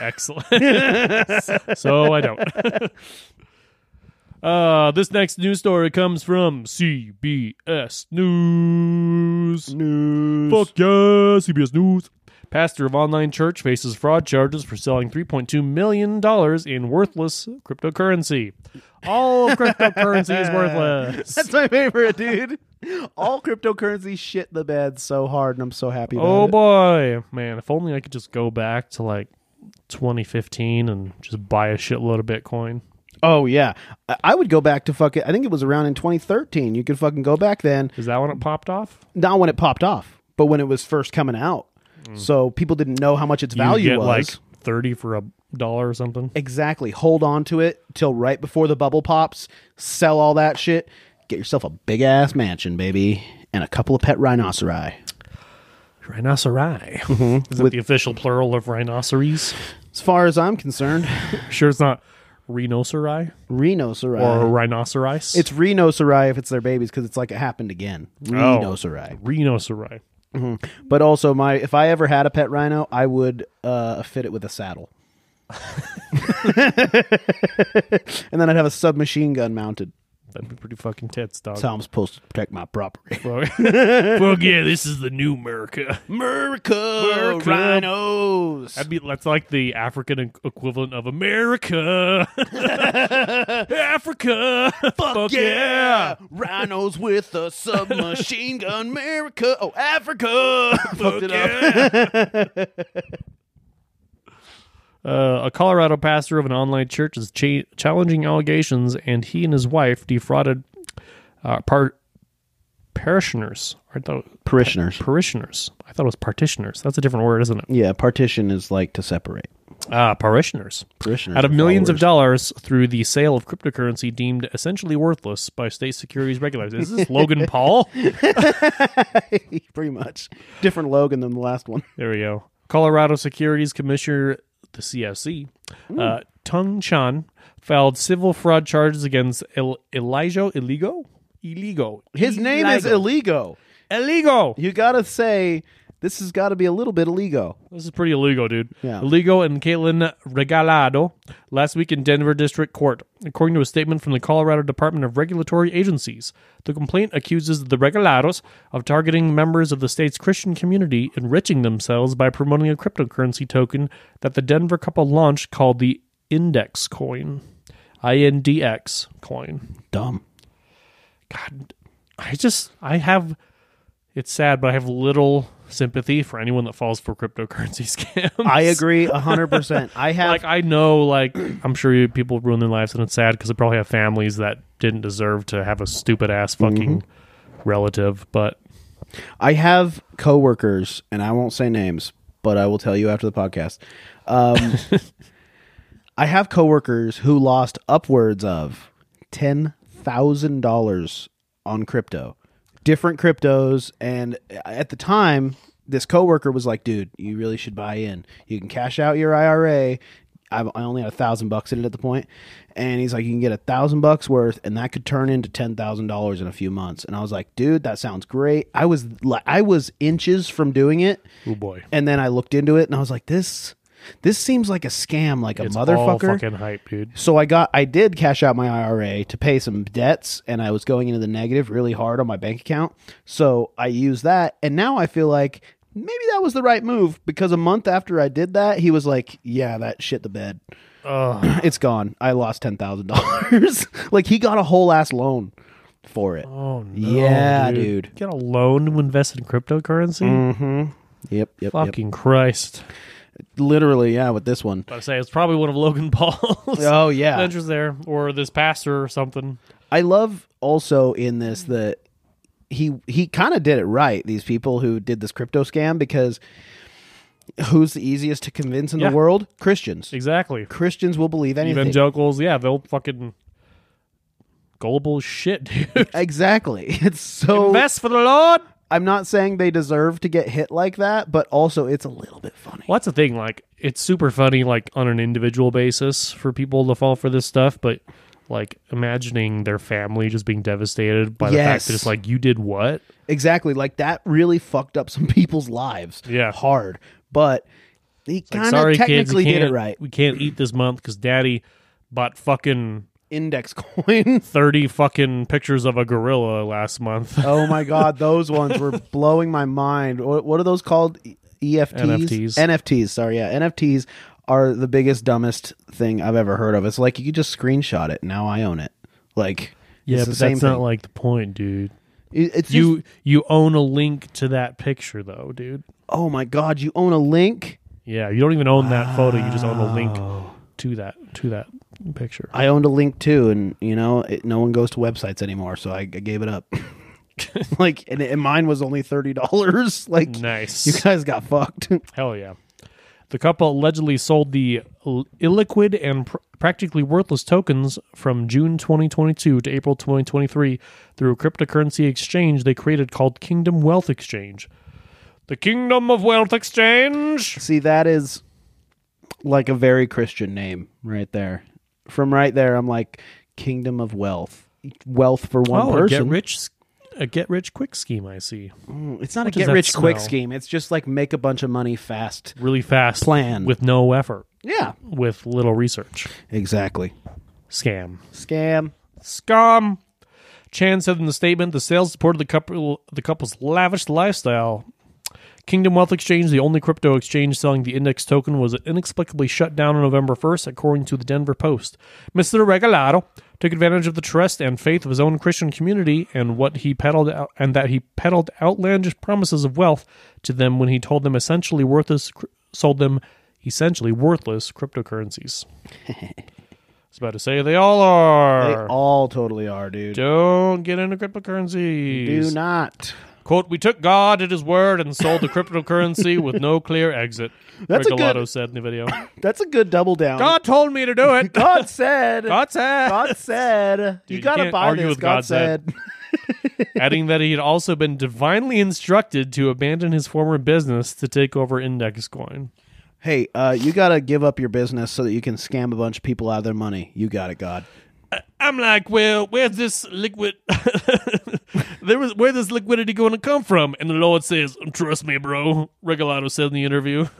[SPEAKER 1] Excellent. (laughs) so I don't. (laughs) Uh, this next news story comes from CBS News.
[SPEAKER 2] News.
[SPEAKER 1] Fuck yeah, CBS News. Pastor of online church faces fraud charges for selling $3.2 million in worthless cryptocurrency. All of
[SPEAKER 2] (laughs)
[SPEAKER 1] cryptocurrency is worthless.
[SPEAKER 2] (laughs) That's my favorite, dude. All cryptocurrency shit the bed so hard, and I'm so happy. About
[SPEAKER 1] Oh
[SPEAKER 2] it.
[SPEAKER 1] boy, man! If only I could just go back to like 2015 and just buy a shitload of Bitcoin.
[SPEAKER 2] Oh yeah, I, I would go back to fuck it. I think it was around in 2013. You could fucking go back then,
[SPEAKER 1] Is that when it popped off?
[SPEAKER 2] not when it popped off, but when it was first coming out. So people didn't know how much its value
[SPEAKER 1] Mm. you get
[SPEAKER 2] was.
[SPEAKER 1] like 30 for a dollar or something.
[SPEAKER 2] exactly. Hold on to it till right before the bubble pops. Sell all that shit. Get yourself a big ass mansion, baby, and a couple of pet rhinoceri.
[SPEAKER 1] Rhinoceri. (laughs)
[SPEAKER 2] Mm-hmm.
[SPEAKER 1] Is that the official plural of
[SPEAKER 2] (laughs)
[SPEAKER 1] rhinoceros?
[SPEAKER 2] As far as
[SPEAKER 1] (laughs)
[SPEAKER 2] I'm concerned,
[SPEAKER 1] Sure, it's not rhinoceri
[SPEAKER 2] rhinoceri.
[SPEAKER 1] or rhinoceros.
[SPEAKER 2] it's rhinoceri if it's their babies because it's like it happened again.
[SPEAKER 1] Oh.
[SPEAKER 2] Rhinoceri.
[SPEAKER 1] rhinoceri.
[SPEAKER 2] But also, my if I ever had a pet rhino, I would uh, fit it with a saddle, (laughs) and then I'd have a submachine gun mounted.
[SPEAKER 1] That'd be pretty fucking tits, dog. (laughs)
[SPEAKER 2] That's how I'm supposed to protect my property. (laughs)
[SPEAKER 1] Fuck (laughs) Fuck yeah, this is the new America.
[SPEAKER 2] America,
[SPEAKER 1] America.
[SPEAKER 2] rhinos.
[SPEAKER 1] That'd be that's like the African e- equivalent of (laughs) America. Africa. Fuck, yeah.
[SPEAKER 2] rhinos with a (laughs) submachine gun. America, oh Africa, (laughs) fucked it up.
[SPEAKER 1] (laughs) Uh, a Colorado pastor of an online church is cha- challenging allegations, and he and his wife defrauded uh, par- parishioners. I thought
[SPEAKER 2] Parishioners.
[SPEAKER 1] parishioners. I thought it was partitioners. That's a different word, isn't it?
[SPEAKER 2] Yeah, partition is like to separate.
[SPEAKER 1] Ah, parishioners.
[SPEAKER 2] Parishioners
[SPEAKER 1] Out of
[SPEAKER 2] are
[SPEAKER 1] millions of
[SPEAKER 2] followers.
[SPEAKER 1] dollars through the sale of cryptocurrency deemed essentially worthless by state securities regulators. Is this
[SPEAKER 2] (laughs)
[SPEAKER 1] Logan Paul?
[SPEAKER 2] Pretty much different Logan than the last one.
[SPEAKER 1] There we go. Colorado Securities Commissioner, the CSC,
[SPEAKER 2] Hmm.
[SPEAKER 1] uh, Tung Chan filed civil fraud charges against El- Elijah Iligo. Iligo.
[SPEAKER 2] (laughs) His name is Illegal.
[SPEAKER 1] Iligo.
[SPEAKER 2] you gotta say this has got to be a little bit illegal.
[SPEAKER 1] This is pretty illegal, dude.
[SPEAKER 2] Yeah.
[SPEAKER 1] Illegal and Caitlin Regalado last week in Denver District Court. According to a statement from the Colorado Department of Regulatory Agencies, the complaint accuses the Regalados of targeting members of the state's Christian community, enriching themselves by promoting a cryptocurrency token that the Denver couple launched called the Index Coin. INDX coin.
[SPEAKER 2] Dumb.
[SPEAKER 1] God, I just, I have, it's sad, but I have little sympathy for anyone that falls for cryptocurrency (laughs) scams.
[SPEAKER 2] I agree hundred percent. I have
[SPEAKER 1] like I know, like (clears throat) I'm sure you, people ruin their lives, and it's sad because they probably have families that didn't deserve to have a stupid ass
[SPEAKER 2] Mm-hmm.
[SPEAKER 1] fucking relative. But
[SPEAKER 2] I have coworkers, and I won't say names, but I will tell you after the podcast. Um, I have coworkers who lost upwards of ten thousand dollars on crypto, different cryptos, and at the time, this coworker was like, "Dude, you really should buy in. You can cash out your IRA." I've, I only had a thousand bucks in it at the point, and he's like, "You can get a thousand bucks worth, and that could turn into ten thousand dollars in a few months." And I was like, "Dude, that sounds great." I was like, I was inches from doing it,
[SPEAKER 1] oh boy,
[SPEAKER 2] and then I looked into it, and I was like, "This, this seems like a scam, like a
[SPEAKER 1] it's all
[SPEAKER 2] motherfucker."
[SPEAKER 1] fucking hype, dude.
[SPEAKER 2] So I got I did cash out my IRA to pay some debts and I was going into the negative really hard on my bank account. So I used that and now I feel like maybe that was the right move because a month after I did that, he was like, "Yeah, that shit the bed.
[SPEAKER 1] Ugh.
[SPEAKER 2] (clears throat) (laughs) It's gone. I lost $10,000." like he got a whole ass loan for it.
[SPEAKER 1] Oh no,
[SPEAKER 2] Yeah, dude.
[SPEAKER 1] Get a loan to invest in
[SPEAKER 2] Mm.
[SPEAKER 1] cryptocurrency.
[SPEAKER 2] Yep, yep,
[SPEAKER 1] Fucking Christ!
[SPEAKER 2] yep. Literally, yeah, with this one.
[SPEAKER 1] I say it's probably one of Logan (laughs) Paul's
[SPEAKER 2] Oh yeah.
[SPEAKER 1] adventures there, or this pastor or something.
[SPEAKER 2] I love also in this
[SPEAKER 1] Mm-hmm.
[SPEAKER 2] that he he kind of did it right. These people who did this crypto scam because who's the easiest to convince in
[SPEAKER 1] Yeah. E-
[SPEAKER 2] the world? Christians.
[SPEAKER 1] Exactly.
[SPEAKER 2] Christians will believe anything.
[SPEAKER 1] Evangelicals, yeah, they'll fucking gullible as shit,
[SPEAKER 2] (laughs)
[SPEAKER 1] dude.
[SPEAKER 2] exactly. It's so.
[SPEAKER 1] Invest for the Lord.
[SPEAKER 2] I'm not saying they deserve to get hit like that, but also it's a little bit funny.
[SPEAKER 1] Well, that's the thing. Like, it's super funny, like on an individual basis, for people to fall for this stuff. But like, imagining their family just being devastated by the fact
[SPEAKER 2] Yes.
[SPEAKER 1] that it's like you did what?
[SPEAKER 2] Exactly. Like that really fucked up some (laughs) people's lives.
[SPEAKER 1] Yeah.
[SPEAKER 2] Hard. But he
[SPEAKER 1] Like,
[SPEAKER 2] kind of
[SPEAKER 1] sorry, kids, we
[SPEAKER 2] technically did it
[SPEAKER 1] can't-
[SPEAKER 2] right.
[SPEAKER 1] We can't eat this month because Daddy bought fucking
[SPEAKER 2] Index coin.
[SPEAKER 1] thirty fucking pictures of a gorilla last
[SPEAKER 2] (laughs)
[SPEAKER 1] month.
[SPEAKER 2] oh my God. Those ones
[SPEAKER 1] (laughs)
[SPEAKER 2] were blowing my mind. What, what are those called? E- EFTs?
[SPEAKER 1] NFTs.
[SPEAKER 2] NFTs. Sorry. Yeah. NFTs are the biggest, dumbest thing I've ever heard of. It's like you could just screenshot it. Now I own it. Like,
[SPEAKER 1] yeah,
[SPEAKER 2] it's
[SPEAKER 1] but
[SPEAKER 2] the
[SPEAKER 1] that's
[SPEAKER 2] same thing.
[SPEAKER 1] not like the point, dude.
[SPEAKER 2] It- it's you.
[SPEAKER 1] You you own a link to that picture though, dude.
[SPEAKER 2] oh my God. You own a link?
[SPEAKER 1] Yeah, you don't even own that photo. You just own a link to that to that picture.
[SPEAKER 2] I owned a link too, and you know, it, no one goes to websites anymore, so I, I gave
[SPEAKER 1] (laughs)
[SPEAKER 2] it up. like, and, and mine was only thirty dollars. (laughs) Like,
[SPEAKER 1] Nice.
[SPEAKER 2] you guys got fucked.
[SPEAKER 1] Hell yeah. The couple allegedly sold the ill- illiquid and pr- practically worthless tokens from June 2022 to April 2023 through a cryptocurrency exchange they created called Kingdom Wealth Exchange. The Kingdom of Wealth Exchange.
[SPEAKER 2] See, that is like a very Christian name right there. From right there, I'm like Kingdom of Wealth, wealth for one
[SPEAKER 1] Oh, a
[SPEAKER 2] person.
[SPEAKER 1] get rich s- a get rich quick scheme, I see.
[SPEAKER 2] Mm, It's not a
[SPEAKER 1] does
[SPEAKER 2] get
[SPEAKER 1] that
[SPEAKER 2] rich quick
[SPEAKER 1] smell?
[SPEAKER 2] scheme. It's just like make a bunch of money fast.
[SPEAKER 1] Really fast
[SPEAKER 2] Plan.
[SPEAKER 1] with no effort,
[SPEAKER 2] Yeah,
[SPEAKER 1] with little research.
[SPEAKER 2] exactly.
[SPEAKER 1] Scam.
[SPEAKER 2] Scam.
[SPEAKER 1] Scum. Chan said in the statement, the sales supported the couple the couple's lavish lifestyle. Kingdom Wealth Exchange, the only crypto exchange selling the index token, was inexplicably shut down on November 1st, according to the Denver Post. Mr. Regalado took advantage of the trust and faith of his own Christian community and what he peddled out, and that he peddled outlandish promises of wealth to them when he told them essentially worthless cr- sold them essentially worthless cryptocurrencies. (laughs) I was about to say they all are.
[SPEAKER 2] They all totally are, dude.
[SPEAKER 1] Don't get into cryptocurrencies.
[SPEAKER 2] Do not.
[SPEAKER 1] Quote, we took God at his word and sold the
[SPEAKER 2] (laughs)
[SPEAKER 1] cryptocurrency with no clear exit,
[SPEAKER 2] That's a
[SPEAKER 1] Regalado
[SPEAKER 2] good-
[SPEAKER 1] said in the video.
[SPEAKER 2] That's a good double down.
[SPEAKER 1] God told me to do
[SPEAKER 2] (laughs)
[SPEAKER 1] it.
[SPEAKER 2] God
[SPEAKER 1] (laughs)
[SPEAKER 2] said.
[SPEAKER 1] God said.
[SPEAKER 2] God said,
[SPEAKER 1] Dude,
[SPEAKER 2] "You
[SPEAKER 1] you
[SPEAKER 2] gotta
[SPEAKER 1] can't
[SPEAKER 2] buy
[SPEAKER 1] argue
[SPEAKER 2] this."
[SPEAKER 1] with
[SPEAKER 2] God,
[SPEAKER 1] God said.
[SPEAKER 2] said,
[SPEAKER 1] Adding that he had also been divinely instructed to abandon his former business to take over Index Coin.
[SPEAKER 2] "Hey, uh, you gotta give up your business so that you can scam a bunch of people out of their money." You got it, God.
[SPEAKER 1] I'm like, well, where's this liquid? (laughs) there was where this liquidity going to come from? And the Lord says, trust me, bro. Regalado said in the interview. (laughs)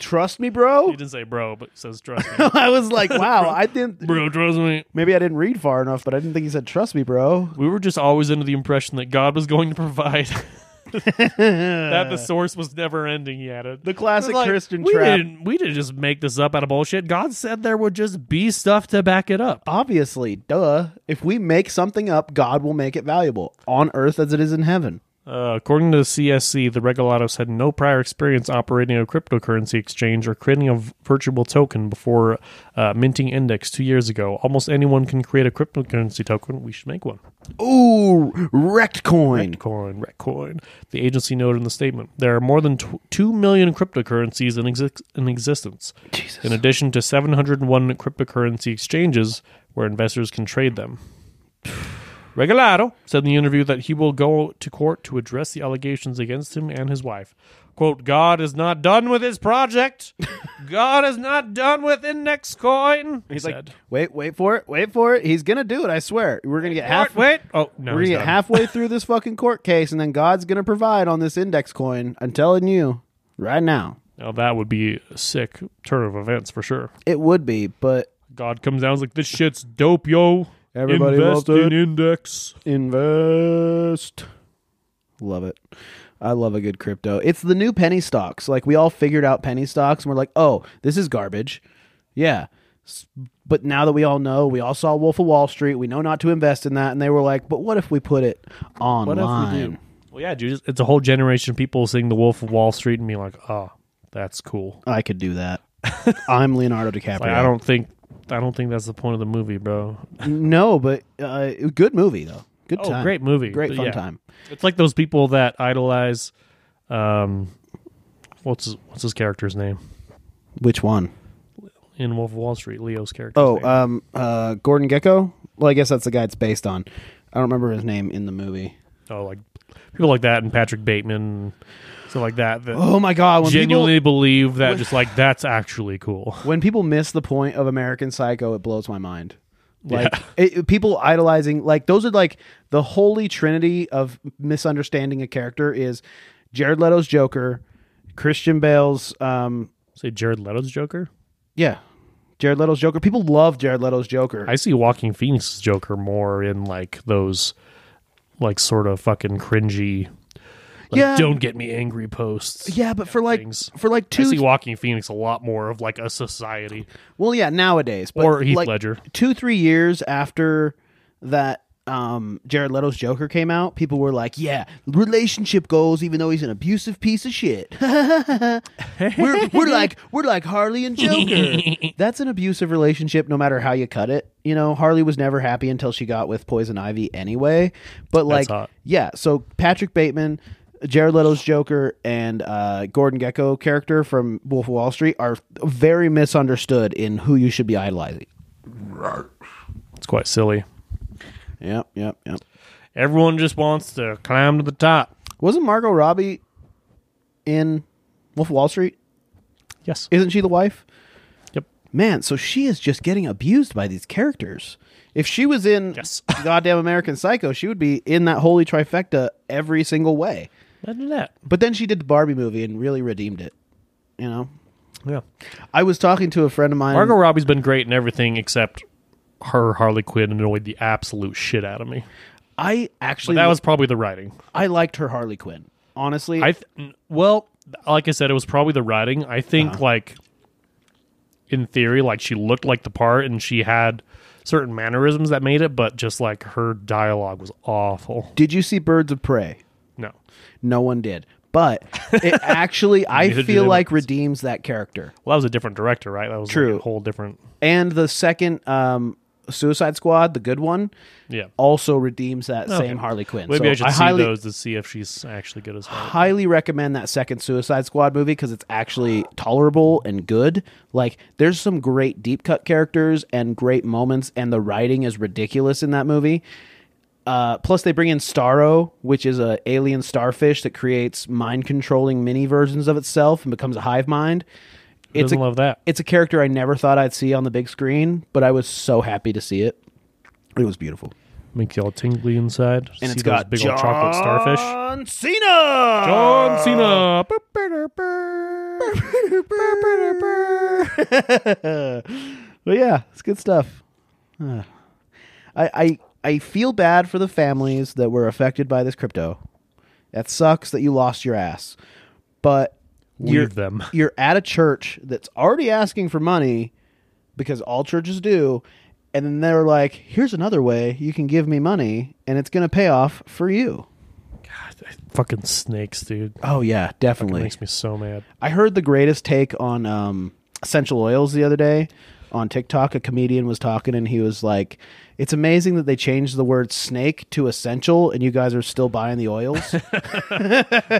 [SPEAKER 2] Trust me, bro.
[SPEAKER 1] he didn't say bro, but he says trust
[SPEAKER 2] (laughs)
[SPEAKER 1] me,
[SPEAKER 2] I was like, (laughs) "Wow, I didn't."
[SPEAKER 1] bro. Trust me.
[SPEAKER 2] Maybe I didn't read far enough, but I didn't think he said, "Trust me, bro."
[SPEAKER 1] We were just always under the impression that God was going to provide. (laughs) that (laughs) the source was never ending, he added.
[SPEAKER 2] The classic
[SPEAKER 1] Like,
[SPEAKER 2] Christian
[SPEAKER 1] we
[SPEAKER 2] trap.
[SPEAKER 1] Didn't, we didn't just make this up out of bullshit. God said there would just be stuff to back it up.
[SPEAKER 2] Obviously, duh. If we make something up, God will make it valuable on earth as it is in heaven.
[SPEAKER 1] Uh, according to the CSC, the Regalados had no prior experience operating a cryptocurrency exchange or creating a v- virtual token before uh, minting Index two years ago. Almost anyone can create a cryptocurrency token. We should make one.
[SPEAKER 2] Ooh, wrecked coin.
[SPEAKER 1] Bitcoin, Redcoin. The agency noted in the statement there are more than tw- 2 million cryptocurrencies in, exi- in existence, in addition to 701 cryptocurrency exchanges where investors can trade them. Regalado said in the interview that he will go to court to address the allegations against him and his wife. Quote, God is not done with his
[SPEAKER 2] (laughs)
[SPEAKER 1] project. God is not done with Index Coin. He
[SPEAKER 2] He's like,
[SPEAKER 1] said.
[SPEAKER 2] wait, wait for it, wait for it. He's gonna do it. I swear. We're gonna get half.
[SPEAKER 1] wait. Oh, no.
[SPEAKER 2] We're
[SPEAKER 1] he's
[SPEAKER 2] gonna get
[SPEAKER 1] done.
[SPEAKER 2] (laughs) halfway through this fucking court case, and then God's gonna provide on this index coin. I'm telling you, right now,
[SPEAKER 1] now, that would be a sick turn of events for sure.
[SPEAKER 2] it would be, but
[SPEAKER 1] God comes down and is like, this shit's dope, yo.
[SPEAKER 2] Everybody
[SPEAKER 1] Invest
[SPEAKER 2] loved
[SPEAKER 1] in
[SPEAKER 2] it.
[SPEAKER 1] Index.
[SPEAKER 2] invest. Love it. I love a good crypto. It's the new penny stocks. Like we all figured out penny stocks, and we're like, oh, this is garbage. Yeah, S- But now that we all know, we all saw Wolf of Wall Street. We know not to invest in that, and they were like, "But what if we put it online?"
[SPEAKER 1] Well, yeah, dude, it's a whole generation of people seeing The Wolf of Wall Street and being like, "Oh, that's cool."
[SPEAKER 2] I could
[SPEAKER 1] (laughs)
[SPEAKER 2] do that. I'm Leonardo DiCaprio.
[SPEAKER 1] Like, I don't think, I don't think that's the point of the movie, bro.
[SPEAKER 2] No, but uh, good movie though. Good
[SPEAKER 1] Oh,
[SPEAKER 2] time.
[SPEAKER 1] great movie.
[SPEAKER 2] Great
[SPEAKER 1] But
[SPEAKER 2] fun
[SPEAKER 1] yeah.
[SPEAKER 2] time.
[SPEAKER 1] It's like those people that idolize, um, what's his, what's his character's name
[SPEAKER 2] Which one?
[SPEAKER 1] in Wolf of Wall Street? Leo's character.
[SPEAKER 2] Oh, um, uh, Gordon Gecko. Well, I guess that's the guy it's based on. I don't remember his name in the movie.
[SPEAKER 1] oh, like people like that and Patrick Bateman, stuff like that. That
[SPEAKER 2] Oh my god! When
[SPEAKER 1] genuinely believe that, just like that's actually cool.
[SPEAKER 2] people when people miss the point of American Psycho, it blows my mind. Like it, it- people idolizing, like those are like the holy trinity of misunderstanding a character is Jared Leto's Joker, Christian Bale's um,
[SPEAKER 1] Say Jared Leto's Joker.
[SPEAKER 2] yeah, Jared Leto's Joker. People love Jared Leto's Joker.
[SPEAKER 1] I see Walking Phoenix's Joker more in like those, like sort of fucking cringy. Like,
[SPEAKER 2] Yeah.
[SPEAKER 1] Don't get me angry posts.
[SPEAKER 2] yeah, but for like
[SPEAKER 1] things.
[SPEAKER 2] for like
[SPEAKER 1] I see
[SPEAKER 2] two,
[SPEAKER 1] Walking Phoenix a lot more of like a society.
[SPEAKER 2] well, yeah, nowadays, but
[SPEAKER 1] Or Heath
[SPEAKER 2] like,
[SPEAKER 1] Ledger.
[SPEAKER 2] two three years after that um jared leto's joker came out people were like yeah relationship goals even though he's an abusive piece of shit (laughs) we're, we're like we're like harley and joker that's an abusive relationship no matter how you cut it you know harley was never happy until she got with poison ivy anyway but like
[SPEAKER 1] hot.
[SPEAKER 2] yeah so patrick bateman Jared Leto's Joker and uh, Gordon Gecko character from Wolf of Wall Street are very misunderstood in who you should be idolizing.
[SPEAKER 1] It's quite silly.
[SPEAKER 2] Yep, yep, yep.
[SPEAKER 1] Everyone just wants to climb to the top.
[SPEAKER 2] Wasn't Margot Robbie in Wolf of Wall Street?
[SPEAKER 1] Yes.
[SPEAKER 2] Isn't she the wife?
[SPEAKER 1] Yep.
[SPEAKER 2] Man, so she is just getting abused by these characters. If she was in
[SPEAKER 1] Yes.
[SPEAKER 2] (laughs) Goddamn American Psycho, she would be in that holy trifecta every single way.
[SPEAKER 1] Imagine that.
[SPEAKER 2] But then she did the Barbie movie and really redeemed it. You know?
[SPEAKER 1] Yeah.
[SPEAKER 2] I was talking to a friend of mine.
[SPEAKER 1] Margot Robbie's been great in everything except her Harley Quinn annoyed the absolute shit out of me.
[SPEAKER 2] I
[SPEAKER 1] But
[SPEAKER 2] actually
[SPEAKER 1] that was probably the writing.
[SPEAKER 2] I liked her Harley Quinn. Honestly,
[SPEAKER 1] I th- n- well, like I said, it was probably the writing. I think
[SPEAKER 2] Uh-huh.
[SPEAKER 1] like in theory, like she looked like the part and she had certain mannerisms that made it, but just like her dialogue was awful.
[SPEAKER 2] did you see Birds of Prey?
[SPEAKER 1] No,
[SPEAKER 2] No one did.
[SPEAKER 1] (laughs)
[SPEAKER 2] But it actually I
[SPEAKER 1] Neither did
[SPEAKER 2] feel
[SPEAKER 1] anyone
[SPEAKER 2] like
[SPEAKER 1] else.
[SPEAKER 2] redeems that character.
[SPEAKER 1] well, that was a different director, right? That was like,
[SPEAKER 2] True.
[SPEAKER 1] a whole different.
[SPEAKER 2] and the second um, Suicide Squad, the good one,
[SPEAKER 1] Yeah,
[SPEAKER 2] also redeems that
[SPEAKER 1] Okay.
[SPEAKER 2] same Harley Quinn.
[SPEAKER 1] Maybe
[SPEAKER 2] So
[SPEAKER 1] I should see
[SPEAKER 2] highly,
[SPEAKER 1] those to see if she's actually good as Harley.
[SPEAKER 2] highly recommend that second Suicide Squad movie because it's actually tolerable and good. Like, there's some great deep cut characters and great moments, and the writing is ridiculous in that movie. Uh, plus, they bring in Starro, which is a alien starfish that creates mind controlling mini versions of itself and becomes a hive mind.
[SPEAKER 1] Who doesn't love that.
[SPEAKER 2] (sighs) It's a character I never thought I'd see on the big screen, but I was so happy to see it. It was beautiful.
[SPEAKER 1] Makes y'all tingly inside.
[SPEAKER 2] And
[SPEAKER 1] those
[SPEAKER 2] it's got
[SPEAKER 1] big old chocolate starfish.
[SPEAKER 2] John Cena. (laughs)
[SPEAKER 1] John Cena.
[SPEAKER 2] but yeah, it's good stuff. Uh, I, I I feel bad for the families that were affected by this crypto. That sucks that you lost your ass. But you're,
[SPEAKER 1] Leave
[SPEAKER 2] (laughs)
[SPEAKER 1] them.
[SPEAKER 2] you're at a church that's already asking for money because all churches do. And then they're like, here's another way you can give me money and it's going to pay off for you.
[SPEAKER 1] Fucking snakes, dude.
[SPEAKER 2] Oh, yeah, definitely.
[SPEAKER 1] Makes me so mad.
[SPEAKER 2] I heard the greatest take on um, essential oils the other day on TikTok. A comedian was talking and he was like, "It's amazing that they changed the word snake to essential, and you guys are still buying
[SPEAKER 1] (laughs)
[SPEAKER 2] the oils.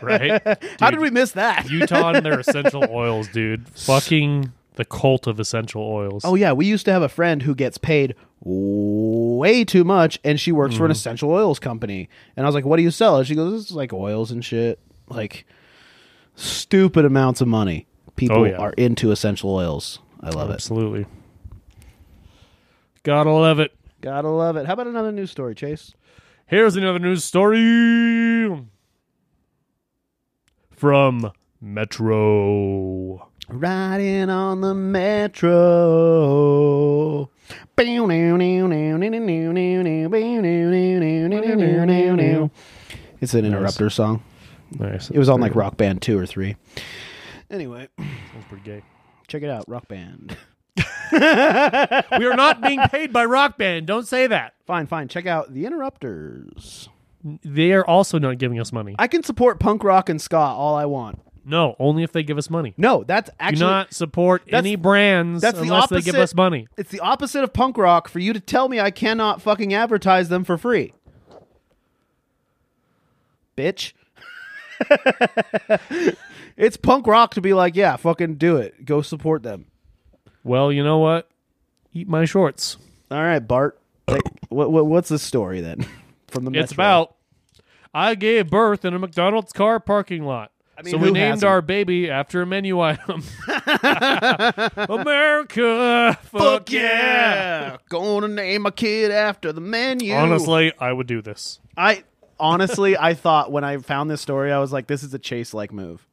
[SPEAKER 1] Right?
[SPEAKER 2] (laughs) How did we miss that?
[SPEAKER 1] Utah and their
[SPEAKER 2] (laughs)
[SPEAKER 1] essential oils, dude. Fucking the cult of essential oils.
[SPEAKER 2] oh yeah, we used to have a friend who gets paid." Way too much, and she works
[SPEAKER 1] Mm-hmm.
[SPEAKER 2] for an essential oils company. And I was like, "What do you sell?" And she goes, "This is like oils and shit, like stupid amounts of money. People
[SPEAKER 1] Oh, yeah.
[SPEAKER 2] are into essential oils. I love it.
[SPEAKER 1] absolutely. Gotta love it.
[SPEAKER 2] Gotta love it. How about another news story, Chase?
[SPEAKER 1] Here's another news story from Metro.
[SPEAKER 2] Riding on the metro. It's an interrupter song.
[SPEAKER 1] Nice.
[SPEAKER 2] It was on like Rock Band 2 or 3. Anyway,
[SPEAKER 1] That's pretty gay.
[SPEAKER 2] check it out Rock Band. (laughs)
[SPEAKER 6] we are not being paid by Rock Band. Don't say that.
[SPEAKER 2] Fine, fine. Check out The Interrupters.
[SPEAKER 1] They are also not giving us money.
[SPEAKER 2] I can support punk rock and ska all I want.
[SPEAKER 1] No, only if they give us money.
[SPEAKER 2] No, that's actually
[SPEAKER 1] Do not support any brands
[SPEAKER 2] that's the
[SPEAKER 1] unless they give
[SPEAKER 2] opposite-
[SPEAKER 1] us money.
[SPEAKER 2] it's the opposite of punk rock for you to tell me I cannot fucking advertise them for free. Bitch. (laughs) it's punk rock to be like, yeah, fucking do it. Go support them.
[SPEAKER 1] Well, you know what? Eat my shorts.
[SPEAKER 2] All right, Bart. Like, what, what what's the story then? (laughs) From the
[SPEAKER 1] It's
[SPEAKER 2] Metro.
[SPEAKER 1] about I gave birth in a McDonald's car parking lot.
[SPEAKER 2] mean,
[SPEAKER 1] so we
[SPEAKER 2] who
[SPEAKER 1] named
[SPEAKER 2] hasn't?
[SPEAKER 1] our baby after a menu item. America, fuck,
[SPEAKER 2] Fuck
[SPEAKER 1] yeah.
[SPEAKER 2] yeah! Gonna name my kid after the menu.
[SPEAKER 1] Honestly, I would do this.
[SPEAKER 2] I honestly I thought when I found this story, I was like, this is a chase like move.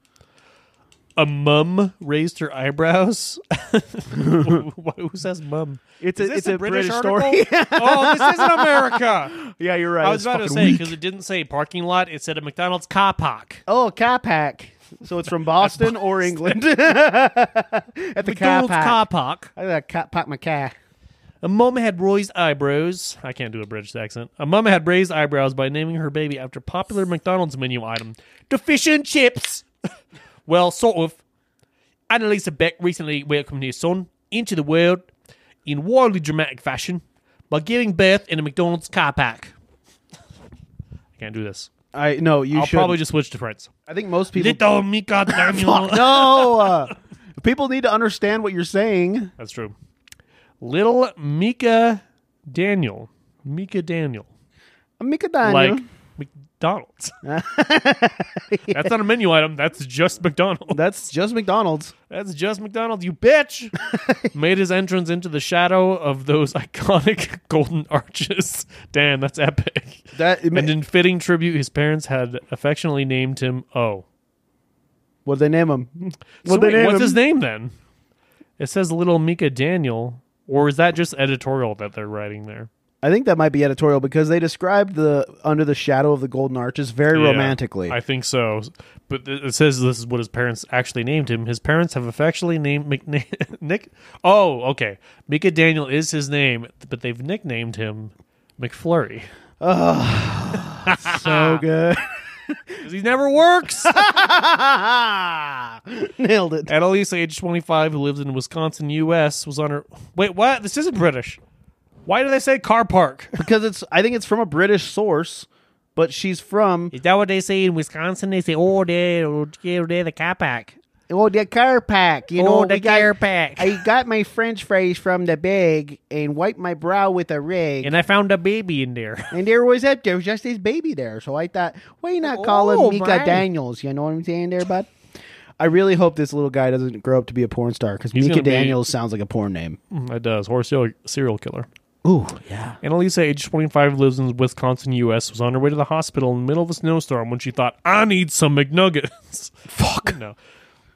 [SPEAKER 1] A mum raised her eyebrows. (laughs) Who says mum?
[SPEAKER 2] It's
[SPEAKER 1] Is
[SPEAKER 2] a
[SPEAKER 1] this
[SPEAKER 2] it's a, British,
[SPEAKER 1] article?
[SPEAKER 2] story.
[SPEAKER 1] oh, this isn't America.
[SPEAKER 2] yeah, you're right.
[SPEAKER 1] I was
[SPEAKER 2] It's
[SPEAKER 1] about to
[SPEAKER 2] fucking
[SPEAKER 1] say
[SPEAKER 2] weak.
[SPEAKER 1] because it didn't say parking lot; it said a McDonald's car park.
[SPEAKER 2] Oh, a car pack. So it's
[SPEAKER 1] (laughs)
[SPEAKER 2] from Boston or England. (laughs) At the car
[SPEAKER 1] McDonald's
[SPEAKER 2] pack.
[SPEAKER 1] car park.
[SPEAKER 2] I gotta car pack my car.
[SPEAKER 1] A mum had raised eyebrows. I can't do a British accent. A mum had raised eyebrows by naming her baby after popular McDonald's menu item, the fish and chips. (laughs) well, sort of. Annalisa Beck recently welcomed her son into the world in wildly dramatic fashion by giving birth in a McDonald's car park. I can't do this.
[SPEAKER 2] I no, you
[SPEAKER 1] I'll
[SPEAKER 2] should.
[SPEAKER 1] probably just switch to
[SPEAKER 2] (laughs)
[SPEAKER 1] French.
[SPEAKER 2] I think most people.
[SPEAKER 1] Little
[SPEAKER 2] (laughs)
[SPEAKER 1] Mika Daniel. (laughs)
[SPEAKER 2] no, uh, people need to understand what you're saying.
[SPEAKER 1] That's true. Little Mika Daniel. Mika Daniel.
[SPEAKER 2] Mika Daniel.
[SPEAKER 1] Like
[SPEAKER 2] (laughs)
[SPEAKER 1] McDonald's. That's not a menu item. That's just McDonald's.
[SPEAKER 2] That's just McDonald's.
[SPEAKER 1] (laughs) That's just McDonald's, you bitch!
[SPEAKER 2] (laughs)
[SPEAKER 1] Made his entrance into the shadow of those (laughs) iconic golden arches. Dan, that's epic.
[SPEAKER 2] That
[SPEAKER 1] And in fitting tribute, his parents had affectionately named him O.
[SPEAKER 2] what they name him?
[SPEAKER 1] So
[SPEAKER 2] What'd they
[SPEAKER 1] wait,
[SPEAKER 2] name
[SPEAKER 1] what's
[SPEAKER 2] him?
[SPEAKER 1] his name then? It says Little Mika Daniel, or is that just editorial that they're writing there?
[SPEAKER 2] I think that might be editorial because they described the under the shadow of the golden arches very
[SPEAKER 1] Yeah,
[SPEAKER 2] romantically.
[SPEAKER 1] I think so. But th- it says this is what his parents actually named him. His parents have affectionately named Mc- (laughs) Nick. Oh, okay. Mika Daniel is his name, but they've nicknamed him McFlurry
[SPEAKER 2] so good.
[SPEAKER 1] 'Cause he never (laughs) works.
[SPEAKER 2] (laughs) Nailed it.
[SPEAKER 1] Annalise, age 25, who lives in Wisconsin, U.S., was on her. Wait, what? This isn't British. Why do they say car park? (laughs)
[SPEAKER 2] Because it's I think it's from a British source, but she's from
[SPEAKER 1] Is that what they say in Wisconsin? They say, "Oh, they, oh, they the car park."
[SPEAKER 2] Oh, the car pack. You know, we got-
[SPEAKER 1] Oh, pack.
[SPEAKER 2] I got my French fries from the bag and wiped my brow with a rag. And,
[SPEAKER 1] and I found a baby in there.
[SPEAKER 2] there was that there was just this baby there. So I thought, why not call
[SPEAKER 1] Oh,
[SPEAKER 2] him Mika
[SPEAKER 1] my.
[SPEAKER 2] Daniels? You know what I'm saying there, bud? I really hope this little guy doesn't grow up to be a porn star because
[SPEAKER 1] He's
[SPEAKER 2] Mika
[SPEAKER 1] gonna be-
[SPEAKER 2] Daniels sounds like a porn name.
[SPEAKER 1] It does. Horse serial- serial killer.
[SPEAKER 2] Ooh, yeah.
[SPEAKER 1] Annalisa, age 25, lives in Wisconsin, U.S., was on her way to the hospital in the middle of a snowstorm when she thought, I need some
[SPEAKER 2] (laughs)
[SPEAKER 1] McNuggets. Fuck. No.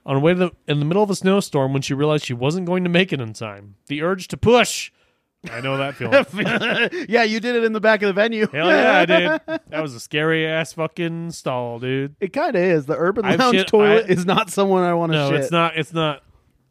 [SPEAKER 1] On her way to the, in the middle of a snowstorm when she realized she wasn't going to make it in time. The urge to push. I know that feeling.
[SPEAKER 2] (laughs) Yeah, you did it in the back of the venue.
[SPEAKER 1] Hell yeah, I did. That was a scary ass fucking stall, dude.
[SPEAKER 2] (laughs) It kind of is. The Urban
[SPEAKER 1] I've
[SPEAKER 2] Lounge
[SPEAKER 1] shit-
[SPEAKER 2] toilet
[SPEAKER 1] I-
[SPEAKER 2] is not someone I want to
[SPEAKER 1] No,
[SPEAKER 2] shit.
[SPEAKER 1] it's not. It's not.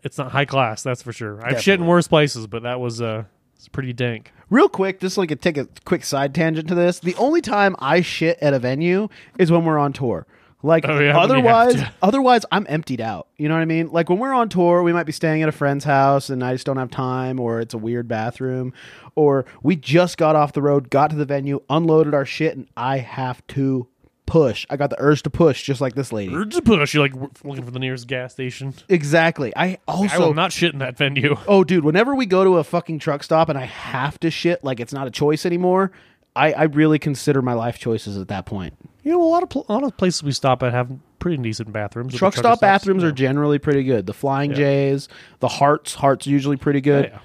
[SPEAKER 1] It's not high class, that's for sure. I've shit in worse places, but that was uh, it's pretty dank.
[SPEAKER 2] Real quick, just like a take a quick side tangent to this. The only time I shit at a venue is when we're on tour. Like
[SPEAKER 1] Oh, yeah, when you have
[SPEAKER 2] otherwise,
[SPEAKER 1] to. (laughs)
[SPEAKER 2] otherwise I'm emptied out. You know what I mean? Like when we're on tour, we might be staying at a friend's house and I just don't have time, or it's a weird bathroom, or we just got off the road, got to the venue, unloaded our shit, and I have to push. I got the urge to push, just like this lady.
[SPEAKER 1] Urge to push. You're like w- looking for the nearest gas station.
[SPEAKER 2] Exactly. I
[SPEAKER 1] I
[SPEAKER 2] also
[SPEAKER 1] will not shit in that venue.
[SPEAKER 2] Oh, dude, whenever we go to a fucking truck stop and I have to shit, like it's not a choice anymore, I, I really consider my life choices at that point.
[SPEAKER 1] You know, a lot of pl- a lot of places we stop at have pretty decent bathrooms. with
[SPEAKER 2] Truck,
[SPEAKER 1] the
[SPEAKER 2] stop
[SPEAKER 1] stops.
[SPEAKER 2] bathrooms are generally pretty good. The Flying J's, the Hearts, Hearts usually pretty good.
[SPEAKER 1] Yeah.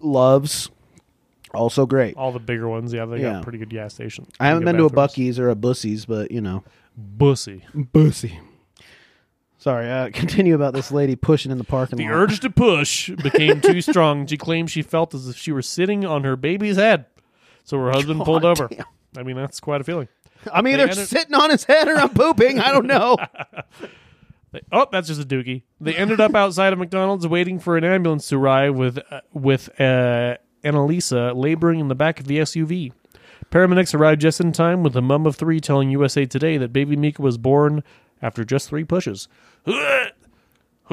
[SPEAKER 2] Loves, also great.
[SPEAKER 1] all the bigger ones. Yeah, they
[SPEAKER 2] Yeah.
[SPEAKER 1] got pretty good gas stations.
[SPEAKER 2] I haven't
[SPEAKER 1] Pretty
[SPEAKER 2] been
[SPEAKER 1] good
[SPEAKER 2] to a
[SPEAKER 1] bathrooms.
[SPEAKER 2] Bucky's or a Bussy's, but you know,
[SPEAKER 1] Bussy.
[SPEAKER 2] Bussy. Sorry, uh, (laughs) continue about this lady pushing in the parking
[SPEAKER 1] The
[SPEAKER 2] lot.
[SPEAKER 1] urge to push became (laughs) too strong. She claimed she felt as if she were sitting on her baby's head, so her husband pulled
[SPEAKER 2] God
[SPEAKER 1] over.
[SPEAKER 2] damn.
[SPEAKER 1] I mean, that's quite a feeling.
[SPEAKER 2] I'm either
[SPEAKER 1] ended- (laughs)
[SPEAKER 2] sitting on his head or I'm pooping. I don't know.
[SPEAKER 1] They, oh, that's just a dookie. They ended up outside of McDonald's waiting for an ambulance to arrive with uh, with uh, Annalisa laboring in the back of the SUV. Paramedics arrived just in time with a mum of three telling USA Today that baby Mika was born after just three
[SPEAKER 2] (laughs)
[SPEAKER 1] pushes. I've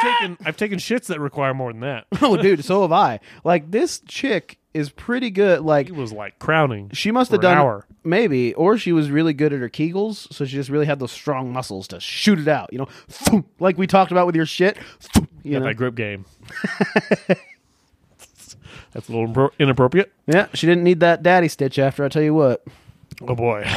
[SPEAKER 1] taken I've taken shits that require more than that.
[SPEAKER 2] oh, dude, so have I. Like this chick is pretty good. Like
[SPEAKER 1] It was like crowning.
[SPEAKER 2] she must
[SPEAKER 1] for
[SPEAKER 2] have done
[SPEAKER 1] an hour.
[SPEAKER 2] maybe, or she was really good at her kegels, so she just really had those strong muscles to shoot it out. You know, Thoom, like we talked about with your shit. Thoom, You
[SPEAKER 1] Yeah,
[SPEAKER 2] know?
[SPEAKER 1] that grip
[SPEAKER 2] (laughs)
[SPEAKER 1] game. That's a little impro- inappropriate.
[SPEAKER 2] yeah, she didn't need that daddy stitch. After I tell you what,
[SPEAKER 1] Oh boy.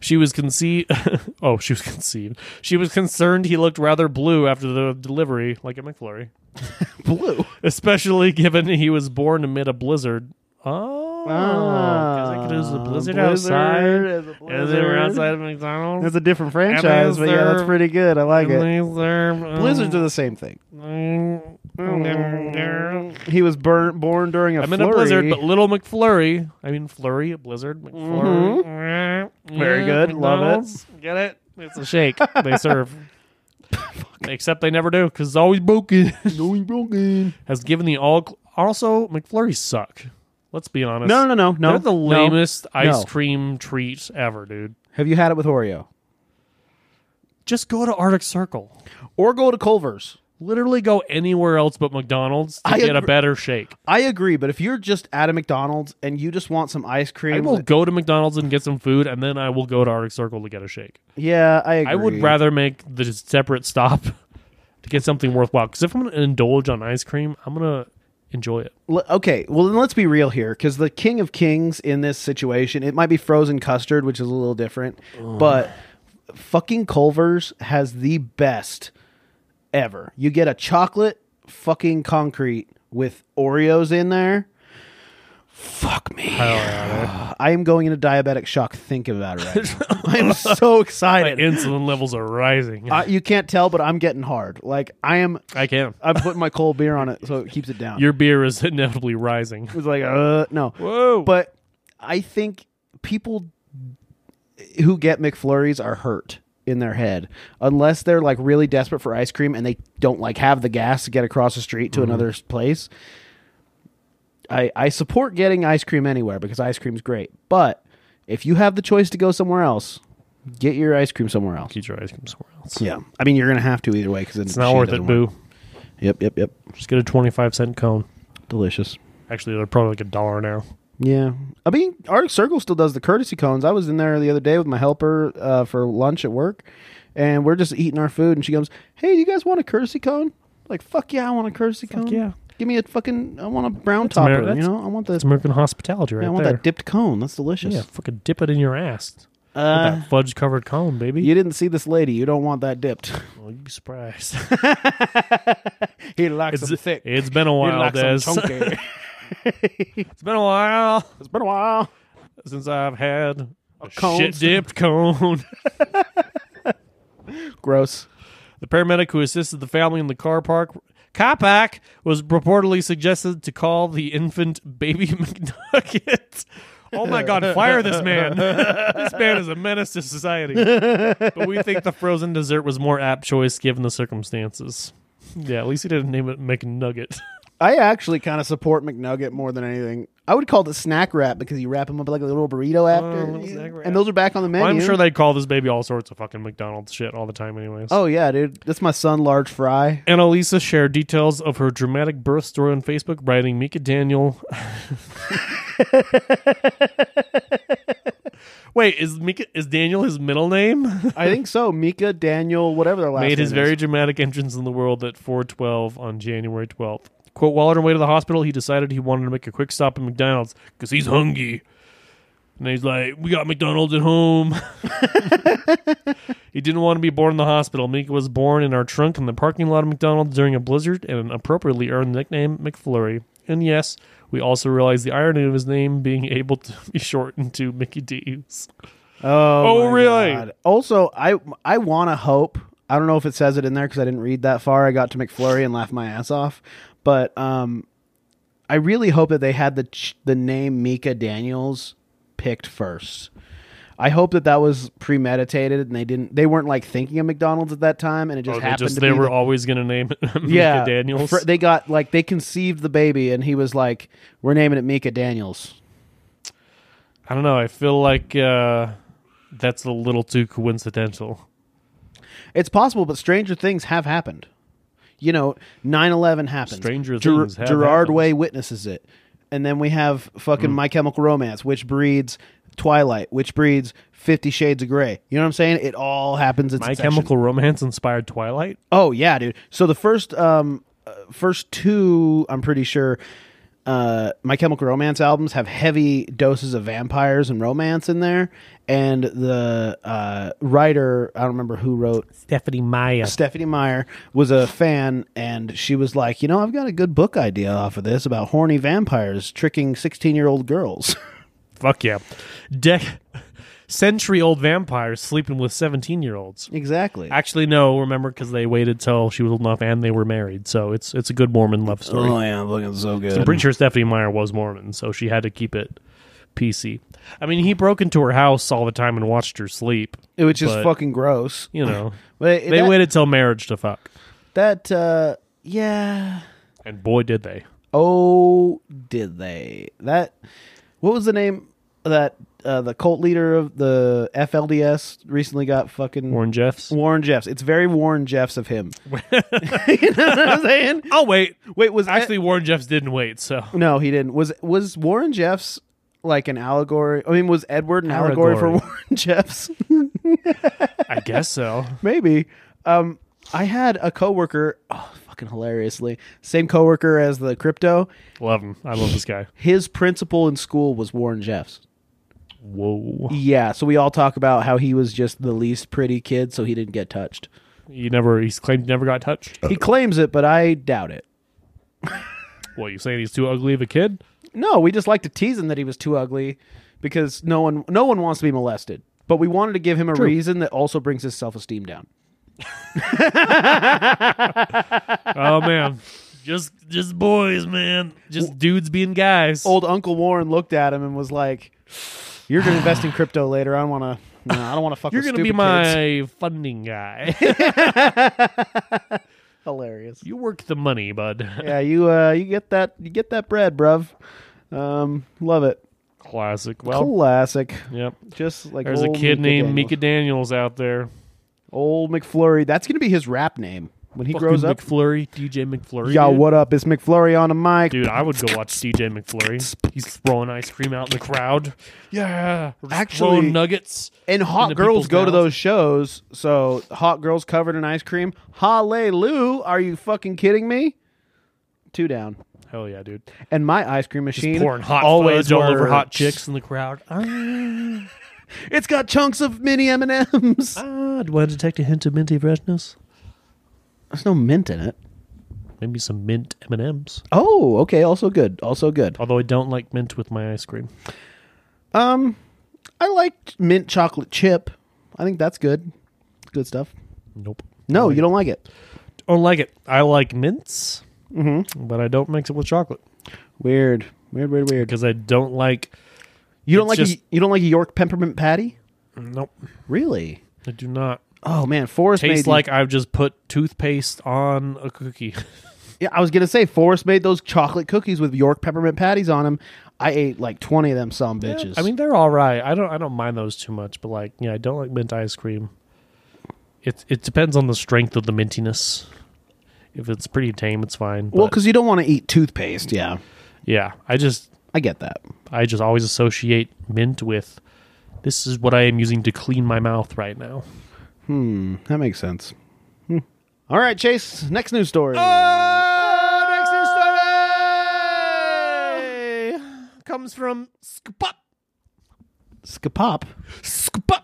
[SPEAKER 1] she was conceived. (laughs) oh, she was conceived. She was concerned he looked rather blue after the delivery, like a McFlurry,
[SPEAKER 2] (laughs) blue.
[SPEAKER 1] especially given he was born amid a blizzard. Oh, 'cause I could- it was a
[SPEAKER 2] Ah,
[SPEAKER 1] blizzard,
[SPEAKER 2] blizzard,
[SPEAKER 1] outside.
[SPEAKER 2] it's a
[SPEAKER 1] Is it
[SPEAKER 2] blizzard.
[SPEAKER 1] outside of McDonald's?
[SPEAKER 2] It's a different franchise, but yeah, that's
[SPEAKER 1] they're-
[SPEAKER 2] pretty good. I like it.
[SPEAKER 1] Blizzard. Mm-hmm.
[SPEAKER 2] Blizzards are the same thing. He was burn, born during a
[SPEAKER 1] I'm in a
[SPEAKER 2] flurry.
[SPEAKER 1] blizzard, but little McFlurry. I mean, flurry, a blizzard, McFlurry.
[SPEAKER 2] Mm-hmm. Very good. Love it.
[SPEAKER 1] it. Get it? It's a shake. they
[SPEAKER 2] (laughs)
[SPEAKER 1] serve. Except they never do because it's always broken. (laughs)
[SPEAKER 2] (laughs) broken.
[SPEAKER 1] Has given the all. Cl- also, McFlurries suck. Let's be honest.
[SPEAKER 2] No, no, no, no.
[SPEAKER 1] They're the
[SPEAKER 2] no.
[SPEAKER 1] lamest ice
[SPEAKER 2] No.
[SPEAKER 1] cream treats ever, dude.
[SPEAKER 2] Have you had it with Oreo?
[SPEAKER 1] Just go to Arctic Circle.
[SPEAKER 2] Or go to Culver's.
[SPEAKER 1] Literally go anywhere else but McDonald's to
[SPEAKER 2] I
[SPEAKER 1] get a
[SPEAKER 2] agree.
[SPEAKER 1] better shake.
[SPEAKER 2] I agree, but if you're just at a McDonald's and you just want some ice cream,
[SPEAKER 1] I will go to McDonald's and get some food, and then I will go to Arctic Circle to get a shake.
[SPEAKER 2] yeah, I agree.
[SPEAKER 1] I would rather make the separate stop (laughs) to get something worthwhile. Because if I'm going to indulge on ice cream, I'm going to enjoy it.
[SPEAKER 2] L- okay, well then let's be real here, because the king of kings in this situation, it might be frozen custard, which is a little different, but fucking Culver's has the best ever. You get a chocolate fucking concrete with Oreos in there. Fuck me. (sighs) I am going into diabetic shock thinking about it right
[SPEAKER 1] (laughs)
[SPEAKER 2] now. I am so excited.
[SPEAKER 1] Insulin levels are rising. I,
[SPEAKER 2] I, you can't tell, but I'm getting hard. Like I am,
[SPEAKER 1] can.
[SPEAKER 2] I'm putting my cold beer on it so it keeps it down.
[SPEAKER 1] Your beer is (laughs) inevitably rising.
[SPEAKER 2] It was like, uh, no.
[SPEAKER 1] Whoa.
[SPEAKER 2] But I think people who get McFlurries are hurt in their head unless they're like really desperate for ice cream and they don't like have the gas to get across the street
[SPEAKER 1] Mm-hmm.
[SPEAKER 2] to another s- place. I I support getting ice cream anywhere because ice cream's great. But if you have the choice to go somewhere else, get your ice cream somewhere else.
[SPEAKER 1] Get your ice cream somewhere else.
[SPEAKER 2] Yeah. I mean, you're going to have to either way because
[SPEAKER 1] It's not worth it, boo.
[SPEAKER 2] Yep, yep, yep.
[SPEAKER 1] Just get a 25 cent cone.
[SPEAKER 2] Delicious.
[SPEAKER 1] Actually, they're probably like a dollar now.
[SPEAKER 2] Yeah, I mean, Arctic Circle still does the courtesy cones. I was in there the other day with my helper uh, for lunch at work, and we're just eating our food, and she goes, "Hey, you guys want a courtesy cone?" Like, fuck yeah, I want a courtesy cone.
[SPEAKER 1] yeah.
[SPEAKER 2] give me a fucking. I want a brown topper.
[SPEAKER 1] Ameri-
[SPEAKER 2] you
[SPEAKER 1] that's-
[SPEAKER 2] know, I want the.
[SPEAKER 1] It's American hospitality right
[SPEAKER 2] I want
[SPEAKER 1] there.
[SPEAKER 2] that dipped cone. That's delicious.
[SPEAKER 1] yeah, fucking dip it in your ass.
[SPEAKER 2] Uh,
[SPEAKER 1] that fudge covered cone, baby.
[SPEAKER 2] You didn't see this lady. You don't want that dipped. (laughs)
[SPEAKER 1] Oh, you'd be surprised.
[SPEAKER 2] he likes
[SPEAKER 1] it's, (laughs) it's been a while, Des.
[SPEAKER 2] chunky.
[SPEAKER 1] (laughs) It's been a while.
[SPEAKER 2] it's been a while.
[SPEAKER 1] since I've had a
[SPEAKER 2] cone.
[SPEAKER 1] shit dipped cone.
[SPEAKER 2] Gross.
[SPEAKER 1] the paramedic who assisted the family in the car park car park was reportedly suggested to call the infant baby (laughs) McNugget. Oh my God! Fire this man! this man is a menace to society. But we think the frozen dessert was more apt choice given the circumstances. Yeah, at least he didn't name it McNugget.
[SPEAKER 2] I actually kind of support McNugget more than anything. I would call it snack wrap because you wrap them up like a little burrito after,
[SPEAKER 1] Oh, little snack wrap.
[SPEAKER 2] and those are back on the menu.
[SPEAKER 1] I'm sure they call this baby all sorts of fucking McDonald's shit all the time, anyways.
[SPEAKER 2] Oh yeah, dude, that's my son, large fry.
[SPEAKER 1] Annalisa shared details of her dramatic birth story on Facebook, writing Mika
[SPEAKER 2] (laughs)
[SPEAKER 1] Daniel. Wait, is Mika is Daniel his middle name?
[SPEAKER 2] I think so. Mika, Daniel, whatever their last
[SPEAKER 1] Made his
[SPEAKER 2] name is.
[SPEAKER 1] very dramatic entrance in the world at 412 on January 12th. Quote, while on our way to the hospital, he decided he wanted to make a quick stop at McDonald's because he's hungry. And he's like, we got McDonald's at home. (laughs) he didn't want to be born in the hospital. Mika was born in our trunk in the parking lot of McDonald's during a blizzard and appropriately earned the nickname McFlurry. And yes, we also realize the irony of his name being able to (laughs) be shortened to Mickey D's.
[SPEAKER 2] Oh,
[SPEAKER 1] Oh,
[SPEAKER 2] my
[SPEAKER 1] really?
[SPEAKER 2] God. Also, I I want to hope. I don't know if it says it in there because I didn't read that far. I got to McFlurry and laughed my ass off, but um, I really hope that they had the ch- the name Mika Daniels picked first. I hope that that was premeditated and they didn't. They weren't like thinking of McDonald's at that time, and it just
[SPEAKER 1] Oh, they
[SPEAKER 2] happened.
[SPEAKER 1] just
[SPEAKER 2] to
[SPEAKER 1] they
[SPEAKER 2] be
[SPEAKER 1] were
[SPEAKER 2] the-
[SPEAKER 1] always going to name (laughs) it Mika
[SPEAKER 2] yeah,
[SPEAKER 1] Daniels.
[SPEAKER 2] Fr- they got like they conceived the baby, and he was like, "We're naming it Mika Daniels."
[SPEAKER 1] I don't know. I feel like uh, that's a little too coincidental.
[SPEAKER 2] It's possible, but stranger things have happened. You know, 9-11 happened.
[SPEAKER 1] Stranger
[SPEAKER 2] Ger-
[SPEAKER 1] things have
[SPEAKER 2] Gerard
[SPEAKER 1] happened. Mm.
[SPEAKER 2] Way witnesses it. And then we have fucking My Chemical Romance, which breeds Twilight, which breeds Fifty Shades of Grey. You know what I'm saying? It all happens in
[SPEAKER 1] My
[SPEAKER 2] succession.
[SPEAKER 1] Chemical Romance inspired Twilight.
[SPEAKER 2] Oh yeah, dude. So the first um uh, first two, I'm pretty sure uh My Chemical Romance albums have heavy doses of vampires and romance in there and the uh writer, I don't remember who wrote
[SPEAKER 7] Stephanie Maya.
[SPEAKER 2] Stephanie Meyer was a fan and she was like, "You know, I've got a good book idea off of this about horny vampires tricking 16-year-old girls." (laughs)
[SPEAKER 1] Fuck yeah. Dec- century old vampires sleeping with 17 year olds.
[SPEAKER 2] exactly.
[SPEAKER 1] Actually, no, remember, because they waited till she was old enough and they were married. So it's it's a good Mormon love story.
[SPEAKER 2] oh yeah, I'm looking so good.
[SPEAKER 1] I'm pretty sure Stephanie Meyer was Mormon, so she had to keep it PC. I mean, he broke into her house all the time and watched her sleep.
[SPEAKER 2] Which is
[SPEAKER 1] but,
[SPEAKER 2] fucking gross.
[SPEAKER 1] You
[SPEAKER 2] (laughs)
[SPEAKER 1] know,
[SPEAKER 2] But
[SPEAKER 1] they
[SPEAKER 2] that,
[SPEAKER 1] waited till marriage to fuck.
[SPEAKER 2] that uh yeah.
[SPEAKER 1] And boy, did they.
[SPEAKER 2] Oh, did they? That what was the name of that uh, the cult leader of the FLDS recently got fucking
[SPEAKER 1] Warren Jeffs.
[SPEAKER 2] Warren Jeffs. It's very Warren Jeffs of him. (laughs) you know what I'm saying?
[SPEAKER 1] Oh, wait.
[SPEAKER 2] Wait, was
[SPEAKER 1] Actually, Warren Jeffs didn't wait, so.
[SPEAKER 2] no, he didn't. Was was Warren Jeffs like an allegory? I mean, was Edward an allegory,
[SPEAKER 1] Allegory.
[SPEAKER 2] for (laughs) Warren Jeffs?
[SPEAKER 1] I guess so.
[SPEAKER 2] Maybe. Um, I had a coworker. Oh, fucking hilariously, same coworker as the crypto.
[SPEAKER 1] Love him. I love this guy.
[SPEAKER 2] His principal in school was Warren Jeffs.
[SPEAKER 1] Whoa.
[SPEAKER 2] Yeah, so we all talk about how he was just the least pretty kid, so he didn't get touched.
[SPEAKER 1] You never, he's claimed he never got touched.
[SPEAKER 2] He claims it, but I doubt it.
[SPEAKER 1] What, you saying he's too ugly of a kid?
[SPEAKER 2] No, we just like to tease him that he was too ugly because no one no one wants to be molested. But we wanted to give him a reason that also brings his self esteem down.
[SPEAKER 1] Oh, man. (laughs) Just, just boys, man. Just dudes being guys.
[SPEAKER 2] Old Uncle Warren looked at him and was like, "You're gonna invest in crypto later. I don't want to. No, I don't want to fuck.
[SPEAKER 1] You're
[SPEAKER 2] with
[SPEAKER 1] gonna be
[SPEAKER 2] stupid
[SPEAKER 1] my
[SPEAKER 2] kids."
[SPEAKER 1] funding (laughs) guy.
[SPEAKER 2] hilarious.
[SPEAKER 1] you work the money, bud.
[SPEAKER 2] Yeah, you uh, you get that you get that bread, bruv. Um, love it.
[SPEAKER 1] Classic. Well,
[SPEAKER 2] Classic.
[SPEAKER 1] yep.
[SPEAKER 2] Just like
[SPEAKER 1] There's a
[SPEAKER 2] old
[SPEAKER 1] kid
[SPEAKER 2] Mika
[SPEAKER 1] named
[SPEAKER 2] Daniels.
[SPEAKER 1] Mika Daniels out there.
[SPEAKER 2] Old McFlurry. That's gonna be his rap name when he grows
[SPEAKER 1] Fucking
[SPEAKER 2] up.
[SPEAKER 1] McFlurry, DJ McFlurry.
[SPEAKER 2] Yo,
[SPEAKER 1] dude.
[SPEAKER 2] what up? It's McFlurry on the mic.
[SPEAKER 1] Dude, I would go watch DJ McFlurry. He's throwing ice cream out in the crowd. Yeah, Or just
[SPEAKER 2] Actually-
[SPEAKER 1] throwing nuggets.
[SPEAKER 2] and hot
[SPEAKER 1] into
[SPEAKER 2] girls
[SPEAKER 1] people's
[SPEAKER 2] go to
[SPEAKER 1] mouths.
[SPEAKER 2] those shows. So hot girls covered in ice cream. Hallelujah! Are you fucking kidding me? Two down.
[SPEAKER 1] Hell yeah, dude!
[SPEAKER 2] And my ice cream
[SPEAKER 1] Just
[SPEAKER 2] machine
[SPEAKER 1] pouring hot
[SPEAKER 2] always
[SPEAKER 1] fudge all over hot
[SPEAKER 2] works.
[SPEAKER 1] chicks in the crowd.
[SPEAKER 2] It's got chunks of mini M and M's.
[SPEAKER 1] Ah, do I detect a hint of minty freshness?
[SPEAKER 2] (laughs) There's no mint in it.
[SPEAKER 1] Maybe some mint M and M's.
[SPEAKER 2] Oh, okay. Also good. Also good.
[SPEAKER 1] Although I don't like mint with my ice cream.
[SPEAKER 2] I liked mint chocolate chip. I think that's good. Good stuff.
[SPEAKER 1] Nope.
[SPEAKER 2] No, you don't like it.
[SPEAKER 1] Don't like it. I like mints, mm-hmm. but I don't mix it with chocolate
[SPEAKER 2] Weird. Weird. Weird. Weird.
[SPEAKER 1] because I don't like.
[SPEAKER 2] You don't
[SPEAKER 1] It's
[SPEAKER 2] like
[SPEAKER 1] just-
[SPEAKER 2] a, you don't like a York peppermint patty?
[SPEAKER 1] Nope,
[SPEAKER 2] Really?
[SPEAKER 1] I do not.
[SPEAKER 2] Oh man, Forrest
[SPEAKER 1] Tastes
[SPEAKER 2] made
[SPEAKER 1] like I've just put toothpaste on a cookie.
[SPEAKER 2] yeah, I was gonna say Forrest made those chocolate cookies with York peppermint patties on them. I ate like twenty of them, some bitches.
[SPEAKER 1] I mean, they're all right. I don't I don't mind those too much, but like, yeah, I don't like mint ice cream. It it depends on the strength of the mintiness. If it's pretty tame, it's fine.
[SPEAKER 2] well,
[SPEAKER 1] but
[SPEAKER 2] because you don't want to eat toothpaste. Yeah,
[SPEAKER 1] yeah, I just
[SPEAKER 2] I get that.
[SPEAKER 1] I just always associate mint with this is what I am using to clean my mouth right now.
[SPEAKER 2] That makes sense. Hmm. All right, Chase. Next news story.
[SPEAKER 1] next news story comes from Skpop.
[SPEAKER 2] Skapop.
[SPEAKER 1] Skpop.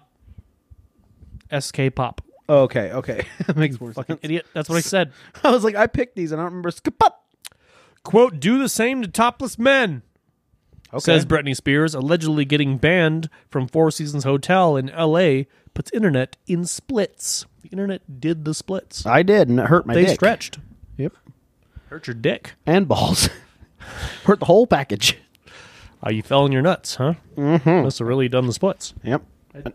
[SPEAKER 1] SK Pop.
[SPEAKER 2] Oh, okay, okay, (laughs) that makes more sense.
[SPEAKER 1] Fucking idiot. That's what I said.
[SPEAKER 2] I was like, I picked these, and I don't remember Skapop.
[SPEAKER 1] quote, do the same to topless men,
[SPEAKER 2] Okay.
[SPEAKER 1] says Britney Spears, allegedly getting banned from Four Seasons Hotel in LA, puts internet in splits. The internet did the splits.
[SPEAKER 2] I did, and it hurt my
[SPEAKER 1] they
[SPEAKER 2] dick.
[SPEAKER 1] stretched.
[SPEAKER 2] Yep.
[SPEAKER 1] Hurt your dick.
[SPEAKER 2] And balls. (laughs) hurt the whole package.
[SPEAKER 1] Ah, Oh, you fell in your nuts, huh? Mm-hmm. Must have really done the splits.
[SPEAKER 2] Yep.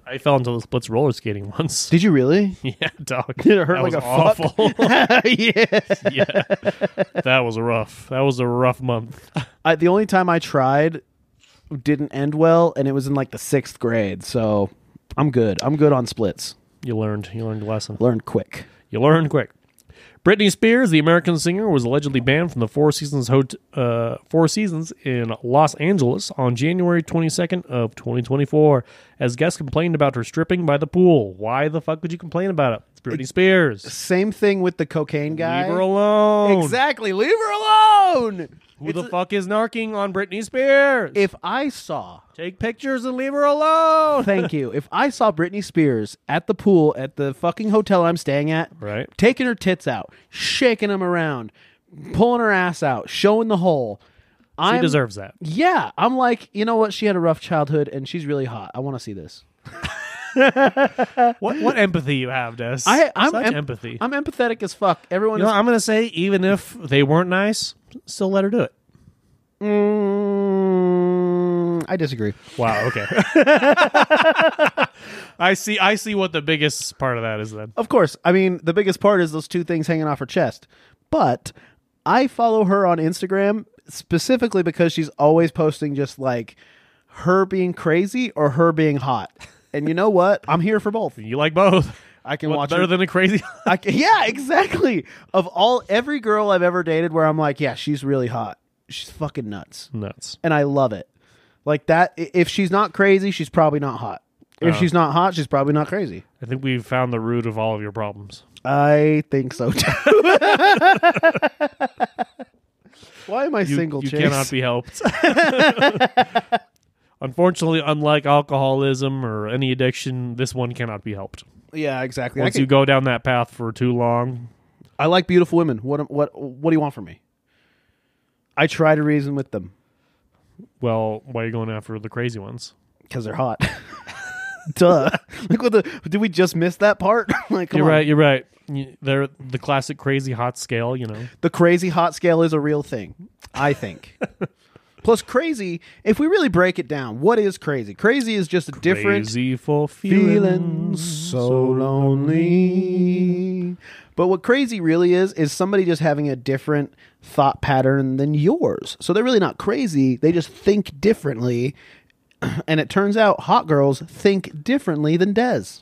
[SPEAKER 1] I, I fell into the splits roller skating once.
[SPEAKER 2] Did you really?
[SPEAKER 1] (laughs) yeah, dog. It
[SPEAKER 2] hurt
[SPEAKER 1] that was
[SPEAKER 2] like a fuck?
[SPEAKER 1] awful. (laughs)
[SPEAKER 2] (laughs) yeah.
[SPEAKER 1] yeah, that was rough. That was a rough month.
[SPEAKER 2] I, the only time I tried didn't end well, and it was in like the sixth grade. So I'm good. I'm good on splits.
[SPEAKER 1] You learned. You learned a lesson.
[SPEAKER 2] Learned quick.
[SPEAKER 1] You learned quick. Britney Spears, the American singer, was allegedly banned from the Four Seasons hot- uh, Four Seasons in Los Angeles on January 22nd of 2024 as guests complained about her stripping by the pool. Why the fuck would you complain about it? It's Britney Spears.
[SPEAKER 2] Same thing with the cocaine guy.
[SPEAKER 1] Leave her alone.
[SPEAKER 2] Exactly. Leave her alone.
[SPEAKER 1] Who the fuck is narking on Britney Spears?
[SPEAKER 2] If I saw,
[SPEAKER 1] Take pictures and leave her alone.
[SPEAKER 2] thank you. If I saw Britney Spears at the pool at the fucking hotel I'm staying at,
[SPEAKER 1] Right.
[SPEAKER 2] taking her tits out, shaking them around, pulling her ass out, showing the hole.
[SPEAKER 1] She
[SPEAKER 2] I'm,
[SPEAKER 1] deserves that.
[SPEAKER 2] Yeah, I'm like, you know what? She had a rough childhood, and she's really hot. I want to see this.
[SPEAKER 1] What what empathy you have, Des?
[SPEAKER 2] I, I'm
[SPEAKER 1] Such
[SPEAKER 2] em-
[SPEAKER 1] empathy.
[SPEAKER 2] I'm empathetic as fuck. Everyone
[SPEAKER 1] you know,
[SPEAKER 2] is.
[SPEAKER 1] I'm gonna say even if they weren't nice, still let her do it.
[SPEAKER 2] Mm, I disagree.
[SPEAKER 1] Wow. Okay. (laughs) I see. I see what the biggest part of that is. Then
[SPEAKER 2] Of course, I mean the biggest part is those two things hanging off her chest. But I follow her on Instagram specifically because she's always posting just like her being crazy or her being hot. And you know what? I'm here for both.
[SPEAKER 1] you like both.
[SPEAKER 2] I can
[SPEAKER 1] What's
[SPEAKER 2] watch
[SPEAKER 1] better
[SPEAKER 2] her.
[SPEAKER 1] than a crazy. (laughs)
[SPEAKER 2] I can, (laughs) yeah, exactly. Of all every girl I've ever dated, where I'm like, yeah, she's really hot. She's fucking nuts.
[SPEAKER 1] Nuts.
[SPEAKER 2] and I love it. Like that. i- If she's not crazy, she's probably not hot. If
[SPEAKER 1] Uh.
[SPEAKER 2] she's not hot, she's probably not crazy.
[SPEAKER 1] I think we've found the root of all of your problems.
[SPEAKER 2] I think so too. (laughs) Why am I
[SPEAKER 1] You,
[SPEAKER 2] single?
[SPEAKER 1] you
[SPEAKER 2] Chase?
[SPEAKER 1] cannot be helped. (laughs) Unfortunately, unlike alcoholism or any addiction, this one cannot be helped.
[SPEAKER 2] Yeah, exactly. I,
[SPEAKER 1] Once
[SPEAKER 2] can-
[SPEAKER 1] you go down that path for too long,
[SPEAKER 2] I like beautiful women. What? am- What? What do you want from me? I try to reason with them
[SPEAKER 1] well, why are you going after the crazy ones?
[SPEAKER 2] because they're hot. (laughs) Duh. (laughs) Look what the. Did we just miss that part? (laughs) like, come
[SPEAKER 1] you're
[SPEAKER 2] on.
[SPEAKER 1] right. You're right. You- They're the classic crazy hot scale. You know,
[SPEAKER 2] the crazy hot scale is a real thing, I
[SPEAKER 1] (laughs)
[SPEAKER 2] think. Plus, crazy, if we really break it down, what is crazy? Crazy is just a different
[SPEAKER 1] crazy for
[SPEAKER 2] feeling
[SPEAKER 1] feelings.
[SPEAKER 2] so lonely. But what crazy really is, is somebody just having a different thought pattern than yours. So they're really not crazy, they just think differently. (clears throat) And it turns out hot girls think differently than Des.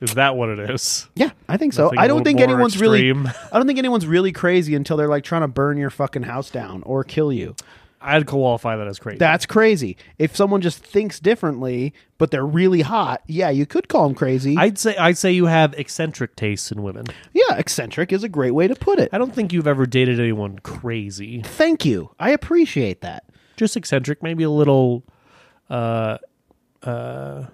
[SPEAKER 1] Is that what it is?
[SPEAKER 2] Yeah, I think so.
[SPEAKER 1] Nothing a
[SPEAKER 2] I don't
[SPEAKER 1] little
[SPEAKER 2] think
[SPEAKER 1] more
[SPEAKER 2] anyone's
[SPEAKER 1] extreme.
[SPEAKER 2] really. (laughs) I don't think anyone's really crazy until they're like trying to burn your fucking house down or kill you.
[SPEAKER 1] I'd qualify that as crazy.
[SPEAKER 2] That's crazy. If someone just thinks differently, but they're really hot, yeah, you could call them crazy.
[SPEAKER 1] I'd say I'd say you have eccentric tastes in women.
[SPEAKER 2] yeah, eccentric is a great way to put it.
[SPEAKER 1] I don't think you've ever dated anyone crazy.
[SPEAKER 2] Thank you. I appreciate that.
[SPEAKER 1] Just eccentric, maybe a little uh uh, uh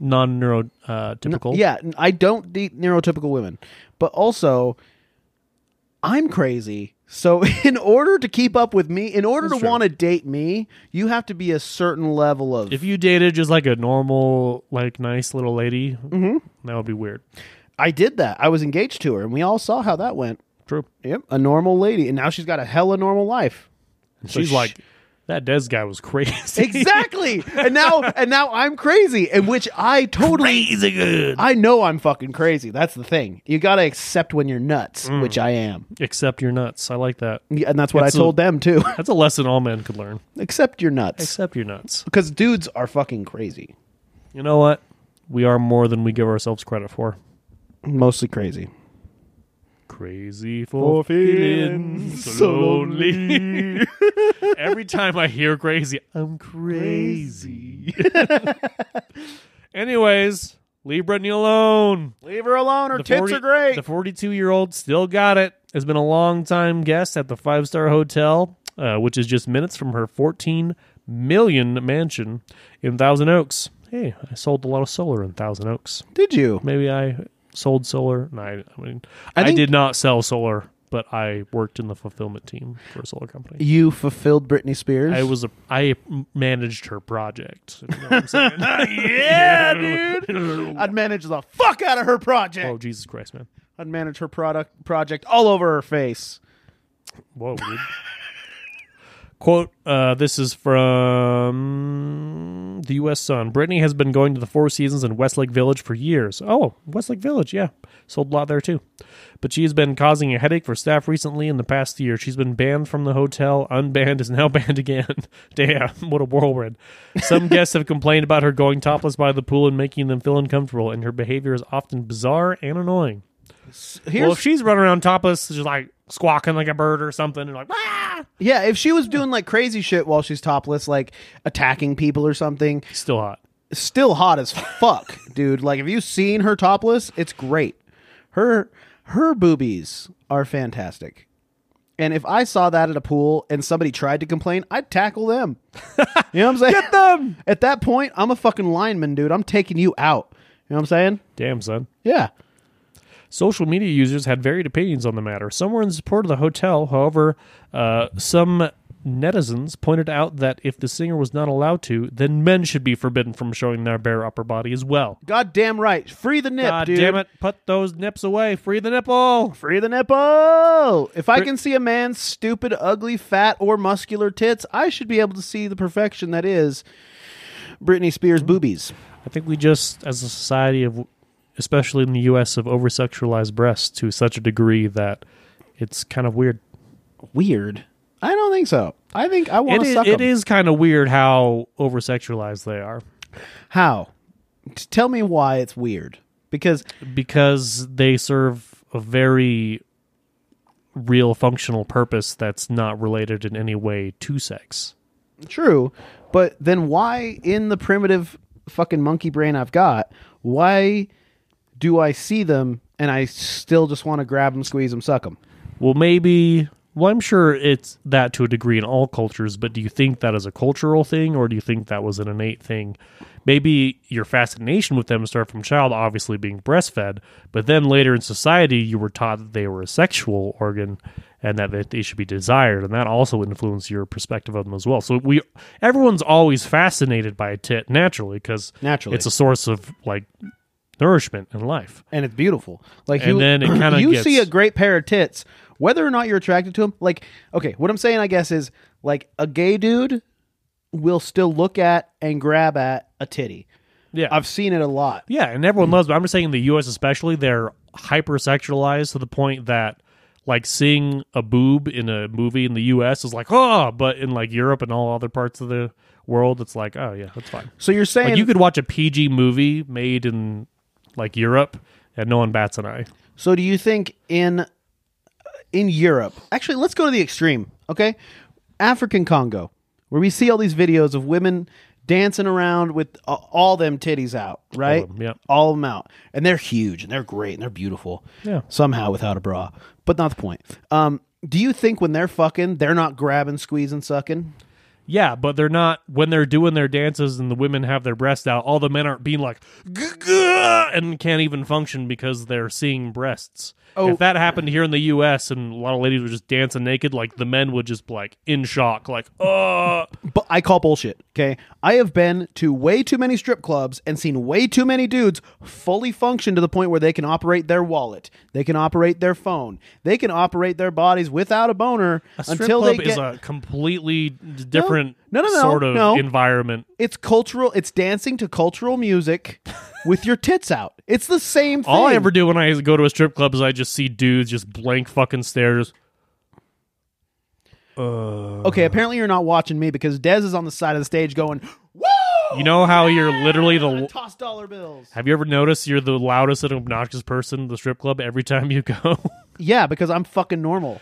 [SPEAKER 1] non neurotypical.
[SPEAKER 2] Yeah, n- I don't date neurotypical women, but also I'm crazy. So (laughs) in order to keep up with me, in order to
[SPEAKER 1] true.
[SPEAKER 2] want to date me, you have to be a certain level of
[SPEAKER 1] If you dated just like a normal, like nice little lady, that would be weird.
[SPEAKER 2] I did that. I was engaged to her, and we all saw how that went.
[SPEAKER 1] True.
[SPEAKER 2] Yep, a normal lady, and now she's got a hella normal life.
[SPEAKER 1] She's
[SPEAKER 2] sh- (laughs)
[SPEAKER 1] like, that Des guy was crazy.
[SPEAKER 2] Exactly, and now and now I'm crazy, and which I totally
[SPEAKER 1] (laughs) crazy good.
[SPEAKER 2] I know I'm fucking crazy. That's the thing. You gotta accept when you're nuts, which I am,
[SPEAKER 1] Except you're nuts. I like that.
[SPEAKER 2] Yeah, and that's what
[SPEAKER 1] It's
[SPEAKER 2] I
[SPEAKER 1] a-
[SPEAKER 2] told them too. (laughs)
[SPEAKER 1] That's a lesson all men could learn.
[SPEAKER 2] accept your nuts,
[SPEAKER 1] Except you're nuts.
[SPEAKER 2] because dudes are fucking crazy,
[SPEAKER 1] You know what? We are more than we give ourselves credit for.
[SPEAKER 2] mostly crazy.
[SPEAKER 1] Crazy for feeling so lonely. (laughs) Every time I hear crazy, I'm (laughs) crazy. Anyways, leave Brittany alone.
[SPEAKER 2] Leave her alone. Her
[SPEAKER 1] The 40 The 42 year old still got it. Has been a long time guest at the five star hotel, uh, which is just minutes from her 14 million mansion in Thousand Oaks. Hey, I sold a lot of solar in Thousand Oaks.
[SPEAKER 2] Did you?
[SPEAKER 1] Maybe I sold solar. No, I, I mean, I,
[SPEAKER 2] think-
[SPEAKER 1] did not sell solar, but I worked in the fulfillment team for a solar company.
[SPEAKER 2] You fulfilled Britney Spears.
[SPEAKER 1] I was a, I managed her project. You know what I'm saying?
[SPEAKER 2] (laughs)
[SPEAKER 1] yeah, dude.
[SPEAKER 2] I'd manage the fuck out of her project.
[SPEAKER 1] oh Jesus Christ, man.
[SPEAKER 2] I'd manage her product project all over her face.
[SPEAKER 1] Whoa, (laughs) dude. Quote, uh, this is from the U.S. Sun. Brittany has been going to the Four Seasons in Westlake Village for years. Oh, Westlake Village, yeah. Sold a lot there too. But she has been causing a headache for staff recently in the past year. She's been banned from the hotel, unbanned, is now (laughs) banned again. Damn, what a whirlwind. Some guests have complained about her going topless by the pool and making them feel uncomfortable, and her behavior is often bizarre and annoying.
[SPEAKER 2] Here's,
[SPEAKER 1] well, if she's running around topless, just like squawking like a bird or something, and like, ah!
[SPEAKER 2] yeah, if she was doing like crazy shit while she's topless, like attacking people or something,
[SPEAKER 1] Still hot.
[SPEAKER 2] still hot as fuck, dude. Like, have you seen her topless? It's great. Her her boobies are fantastic. And if I saw that at a pool and somebody tried to complain, I'd tackle them. You know what I'm
[SPEAKER 1] (laughs)
[SPEAKER 2] saying? Get them. At that point, I'm a fucking lineman, dude. I'm taking you out. You know what I'm saying?
[SPEAKER 1] Damn, son.
[SPEAKER 2] Yeah.
[SPEAKER 1] Social media users had varied opinions on the matter. Some were in support of the hotel, however, uh, some netizens pointed out that if the singer was not allowed to, then men should be forbidden from showing their bare upper body as well.
[SPEAKER 2] God damn right. Free the nip,
[SPEAKER 1] God
[SPEAKER 2] dude.
[SPEAKER 1] damn it! Put those nips away. Free the nipple.
[SPEAKER 2] Free the nipple. If I can see a man's stupid, ugly, fat, or muscular tits, I should be able to see the perfection that is Britney Spears' boobies.
[SPEAKER 1] I think we just, as a society of, especially in the U.S., have over sexualized breasts to such a degree that it's kind of weird.
[SPEAKER 2] weird. I don't think so. I think I want
[SPEAKER 1] It
[SPEAKER 2] to
[SPEAKER 1] is,
[SPEAKER 2] suck
[SPEAKER 1] it
[SPEAKER 2] 'em.
[SPEAKER 1] is kind of weird how over sexualized they are
[SPEAKER 2] How? T- Tell me why it's weird. Because
[SPEAKER 1] because they serve a very real functional purpose that's not related in any way to sex.
[SPEAKER 2] true, but then why in the primitive fucking monkey brain I've got, why do I see them and I still just want to grab them, squeeze them, suck them?
[SPEAKER 1] Well, maybe. Well, I'm sure it's that to a degree in all cultures, but do you think that is a cultural thing or do you think that was an innate thing? Maybe your fascination with them started from child, obviously being breastfed, but then later in society, you were taught that they were a sexual organ and that they- they should be desired, and that also influenced your perspective of them as well. So we, everyone's always fascinated by a tit naturally because
[SPEAKER 2] Naturally.
[SPEAKER 1] it's a source of like nourishment in life.
[SPEAKER 2] And it's beautiful. Like
[SPEAKER 1] And
[SPEAKER 2] you,
[SPEAKER 1] then it kinda
[SPEAKER 2] (clears throat) you
[SPEAKER 1] gets-
[SPEAKER 2] see a great pair of tits, whether or not you're attracted to them. Like, okay, what I'm saying, I guess, is like a gay dude will still look at and grab at a titty.
[SPEAKER 1] Yeah,
[SPEAKER 2] I've seen it a lot.
[SPEAKER 1] Yeah, and everyone loves, but I'm just saying in the U.S. especially, they're hypersexualized to the point that like seeing a boob in a movie in the U.S. is like oh, but in like Europe and all other parts of the world, it's like oh yeah, that's fine.
[SPEAKER 2] So you're saying
[SPEAKER 1] Like you could watch a PG movie made in like Europe and no one bats an eye.
[SPEAKER 2] So do you think in uh, in Europe? Actually, let's go to the extreme, okay? African Congo, where we see all these videos of women dancing around with a- all them titties out, right?
[SPEAKER 1] them, yeah.
[SPEAKER 2] All of them out. And they're huge and they're great and they're beautiful.
[SPEAKER 1] Yeah.
[SPEAKER 2] Somehow without a bra. But not the point. Um do you think when they're fucking, they're not grabbing, squeezing, sucking?
[SPEAKER 1] Yeah, but they're not when they're doing their dances and the women have their breasts out. All the men aren't being like "Gah," and can't even function because they're seeing breasts.
[SPEAKER 2] Oh.
[SPEAKER 1] If that happened here in the U.S. and a lot of ladies were just dancing naked, like the men would just be, like in shock, like oh,
[SPEAKER 2] But I call bullshit. Okay, I have been to way too many strip clubs and seen way too many dudes fully function to the point where they can operate their wallet, they can operate their phone, they can operate their bodies without a boner until
[SPEAKER 1] strip
[SPEAKER 2] they
[SPEAKER 1] club
[SPEAKER 2] get.
[SPEAKER 1] is a completely d- different
[SPEAKER 2] no, no, no,
[SPEAKER 1] sort of
[SPEAKER 2] no.
[SPEAKER 1] environment.
[SPEAKER 2] it's cultural. It's dancing to
[SPEAKER 1] (laughs)
[SPEAKER 2] cultural music with your tits out. It's the same thing.
[SPEAKER 1] All I ever do when I go to a strip club is I just see dudes just blank fucking stares.
[SPEAKER 2] Okay, apparently you're not watching me because Dez is on the side of the stage going, "Woo!"
[SPEAKER 1] You know how you're literally the
[SPEAKER 2] toss dollar bills.
[SPEAKER 1] Have you ever noticed you're the loudest and obnoxious person in the strip club every time you go? (laughs)
[SPEAKER 2] Yeah, because I'm fucking normal.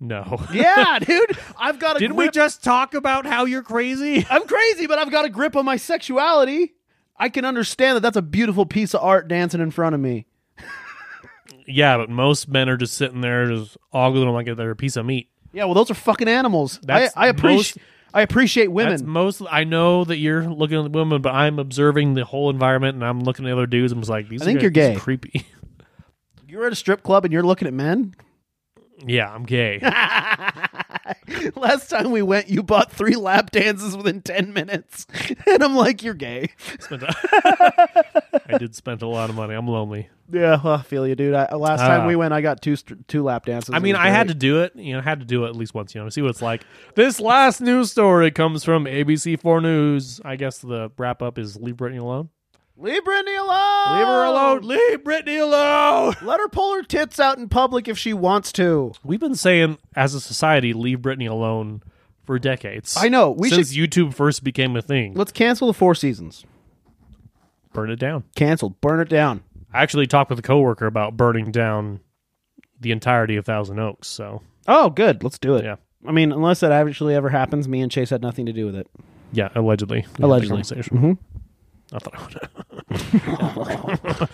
[SPEAKER 1] no.
[SPEAKER 2] Yeah, dude, I've got
[SPEAKER 1] (laughs)
[SPEAKER 2] a
[SPEAKER 1] Didn't we
[SPEAKER 2] grip-
[SPEAKER 1] just talk about how you're crazy? (laughs)
[SPEAKER 2] I'm crazy, but I've got a grip on my sexuality. I can understand that that's a beautiful piece of art dancing in front of me.
[SPEAKER 1] yeah, but most men are just sitting there just ogling like they're a piece of meat.
[SPEAKER 2] Yeah, well, those are fucking animals.
[SPEAKER 1] That's
[SPEAKER 2] I, I appreciate.
[SPEAKER 1] most-
[SPEAKER 2] I appreciate women.
[SPEAKER 1] That's most I know that you're looking at women, but I'm observing the whole environment and I'm looking at other dudes and was like, these
[SPEAKER 2] I
[SPEAKER 1] are
[SPEAKER 2] think
[SPEAKER 1] gonna-
[SPEAKER 2] you're
[SPEAKER 1] these are
[SPEAKER 2] gay.
[SPEAKER 1] creepy. (laughs)
[SPEAKER 2] (laughs) you're at a strip club and you're looking at men.
[SPEAKER 1] (laughs) yeah, I'm gay.
[SPEAKER 8] Last time we went, you bought three lap dances within 10 minutes.
[SPEAKER 2] (laughs)
[SPEAKER 8] And I'm like, you're gay.
[SPEAKER 1] (laughs) I did spend a lot of money. I'm lonely.
[SPEAKER 2] Yeah, well, I feel you, dude. I, last
[SPEAKER 1] Ah.
[SPEAKER 2] time we went, I got two st- two lap dances.
[SPEAKER 1] I mean, I had to do it. You know, I had to do it at least once. You know, see what it's like. This last news story comes from ABC4 News. I guess the wrap up is leave Britney alone.
[SPEAKER 2] leave Brittany alone.
[SPEAKER 1] Leave her alone. Leave Britney alone.
[SPEAKER 2] Let her pull her tits out in public if she wants to.
[SPEAKER 1] We've been saying as a society, leave Britney alone for decades.
[SPEAKER 2] I know. We
[SPEAKER 1] Since YouTube first became a thing,
[SPEAKER 2] Let's cancel the Four Seasons.
[SPEAKER 1] burn it down.
[SPEAKER 2] Canceled. Burn it down.
[SPEAKER 1] I actually talked with a coworker about burning down the entirety of Thousand Oaks. So
[SPEAKER 2] Oh, good. Let's do it.
[SPEAKER 1] Yeah.
[SPEAKER 2] I mean, unless that actually ever happens, me and Chase had nothing to do with it.
[SPEAKER 1] yeah, allegedly. We had that
[SPEAKER 2] Allegedly. Mm-hmm.
[SPEAKER 1] conversation. I thought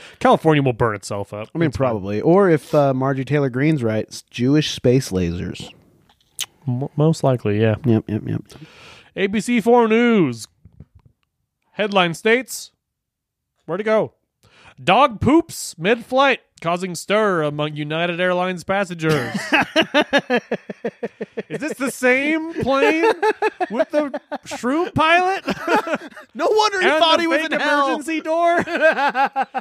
[SPEAKER 1] (laughs) California will burn itself up.
[SPEAKER 2] I mean, probably. Or if uh, Margie Taylor Greene's right, it's Jewish space lasers.
[SPEAKER 1] M- most likely, yeah.
[SPEAKER 2] Yep, yep, yep.
[SPEAKER 1] ABC 4 News. Headline states Where to go? Dog poops mid flight, causing stir among United
[SPEAKER 8] (laughs)
[SPEAKER 1] Airlines passengers. Is this the same plane with the
[SPEAKER 8] (laughs)
[SPEAKER 1] shroom pilot?
[SPEAKER 8] No wonder he
[SPEAKER 1] and
[SPEAKER 8] thought
[SPEAKER 1] the
[SPEAKER 8] he was
[SPEAKER 1] fake
[SPEAKER 8] in hell. (laughs)
[SPEAKER 1] emergency door?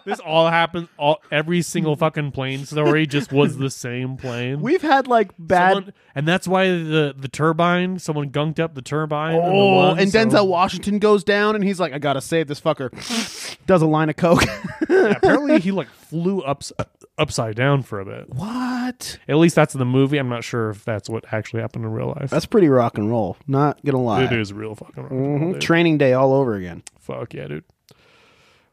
[SPEAKER 1] this all happened. All, every single fucking plane story just was the same plane.
[SPEAKER 2] We've had like bad.
[SPEAKER 1] Someone- and that's why the, the turbine, someone gunked up the turbine. on the
[SPEAKER 2] Oh,
[SPEAKER 1] one,
[SPEAKER 2] and
[SPEAKER 1] so-
[SPEAKER 2] Denzel Washington goes down, and he's like, "I gotta save this fucker." (laughs) Does a line of coke. (laughs)
[SPEAKER 1] Yeah, apparently he like flew ups, upside down for a bit.
[SPEAKER 2] what?
[SPEAKER 1] At least that's in the movie. I'm not sure if that's what actually happened in real life.
[SPEAKER 2] That's pretty rock and roll. Not gonna lie.
[SPEAKER 1] it is real fucking rock and roll,
[SPEAKER 2] Mhm.
[SPEAKER 1] dude.
[SPEAKER 2] Training day all over again.
[SPEAKER 1] Fuck yeah, dude.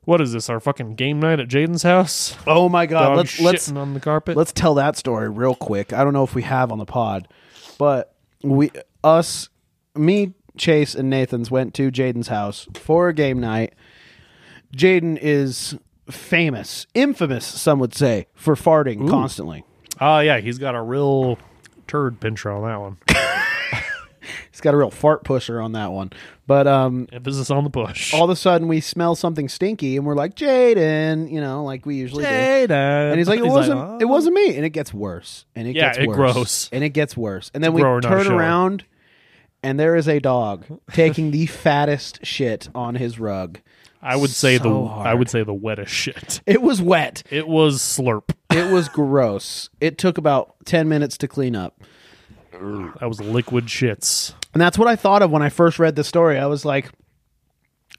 [SPEAKER 1] What is this? Our fucking game night at Jaden's house?
[SPEAKER 2] Oh my god.
[SPEAKER 1] Dog
[SPEAKER 2] let's
[SPEAKER 1] shitting
[SPEAKER 2] let's
[SPEAKER 1] on the carpet.
[SPEAKER 2] let's tell that story real quick. I don't know if we have on the pod, but we us me Chase and Nathan's went to Jaden's house for a game night. Jaden is famous, infamous, some would say, for farting constantly.
[SPEAKER 1] Oh yeah, he's got a real turd pincher on that one.
[SPEAKER 2] He's got a real fart pusher on that one. But um
[SPEAKER 1] Emphasis on the push.
[SPEAKER 2] all of a sudden we smell something stinky and we're like, Jaden, you know, like we usually do.
[SPEAKER 1] Jaden. (laughs)
[SPEAKER 2] And he's like, it
[SPEAKER 1] He's
[SPEAKER 2] wasn't,
[SPEAKER 1] "Oh."
[SPEAKER 2] it wasn't me. And it gets worse. And it
[SPEAKER 1] Yeah,
[SPEAKER 2] gets
[SPEAKER 1] it
[SPEAKER 2] worse.
[SPEAKER 1] grows.
[SPEAKER 2] And it gets worse. And then we
[SPEAKER 1] grower, not a
[SPEAKER 2] turn
[SPEAKER 1] shower.
[SPEAKER 2] around, and there is a dog taking the fattest shit on his rug.
[SPEAKER 1] I would say
[SPEAKER 2] so
[SPEAKER 1] the I
[SPEAKER 2] hard.
[SPEAKER 1] would say the wettest shit.
[SPEAKER 2] It was wet.
[SPEAKER 1] It was slurp.
[SPEAKER 2] It was gross. It took about ten minutes to clean up,
[SPEAKER 1] That was liquid shits.
[SPEAKER 2] and that's what I thought of when I first read the story. I was like,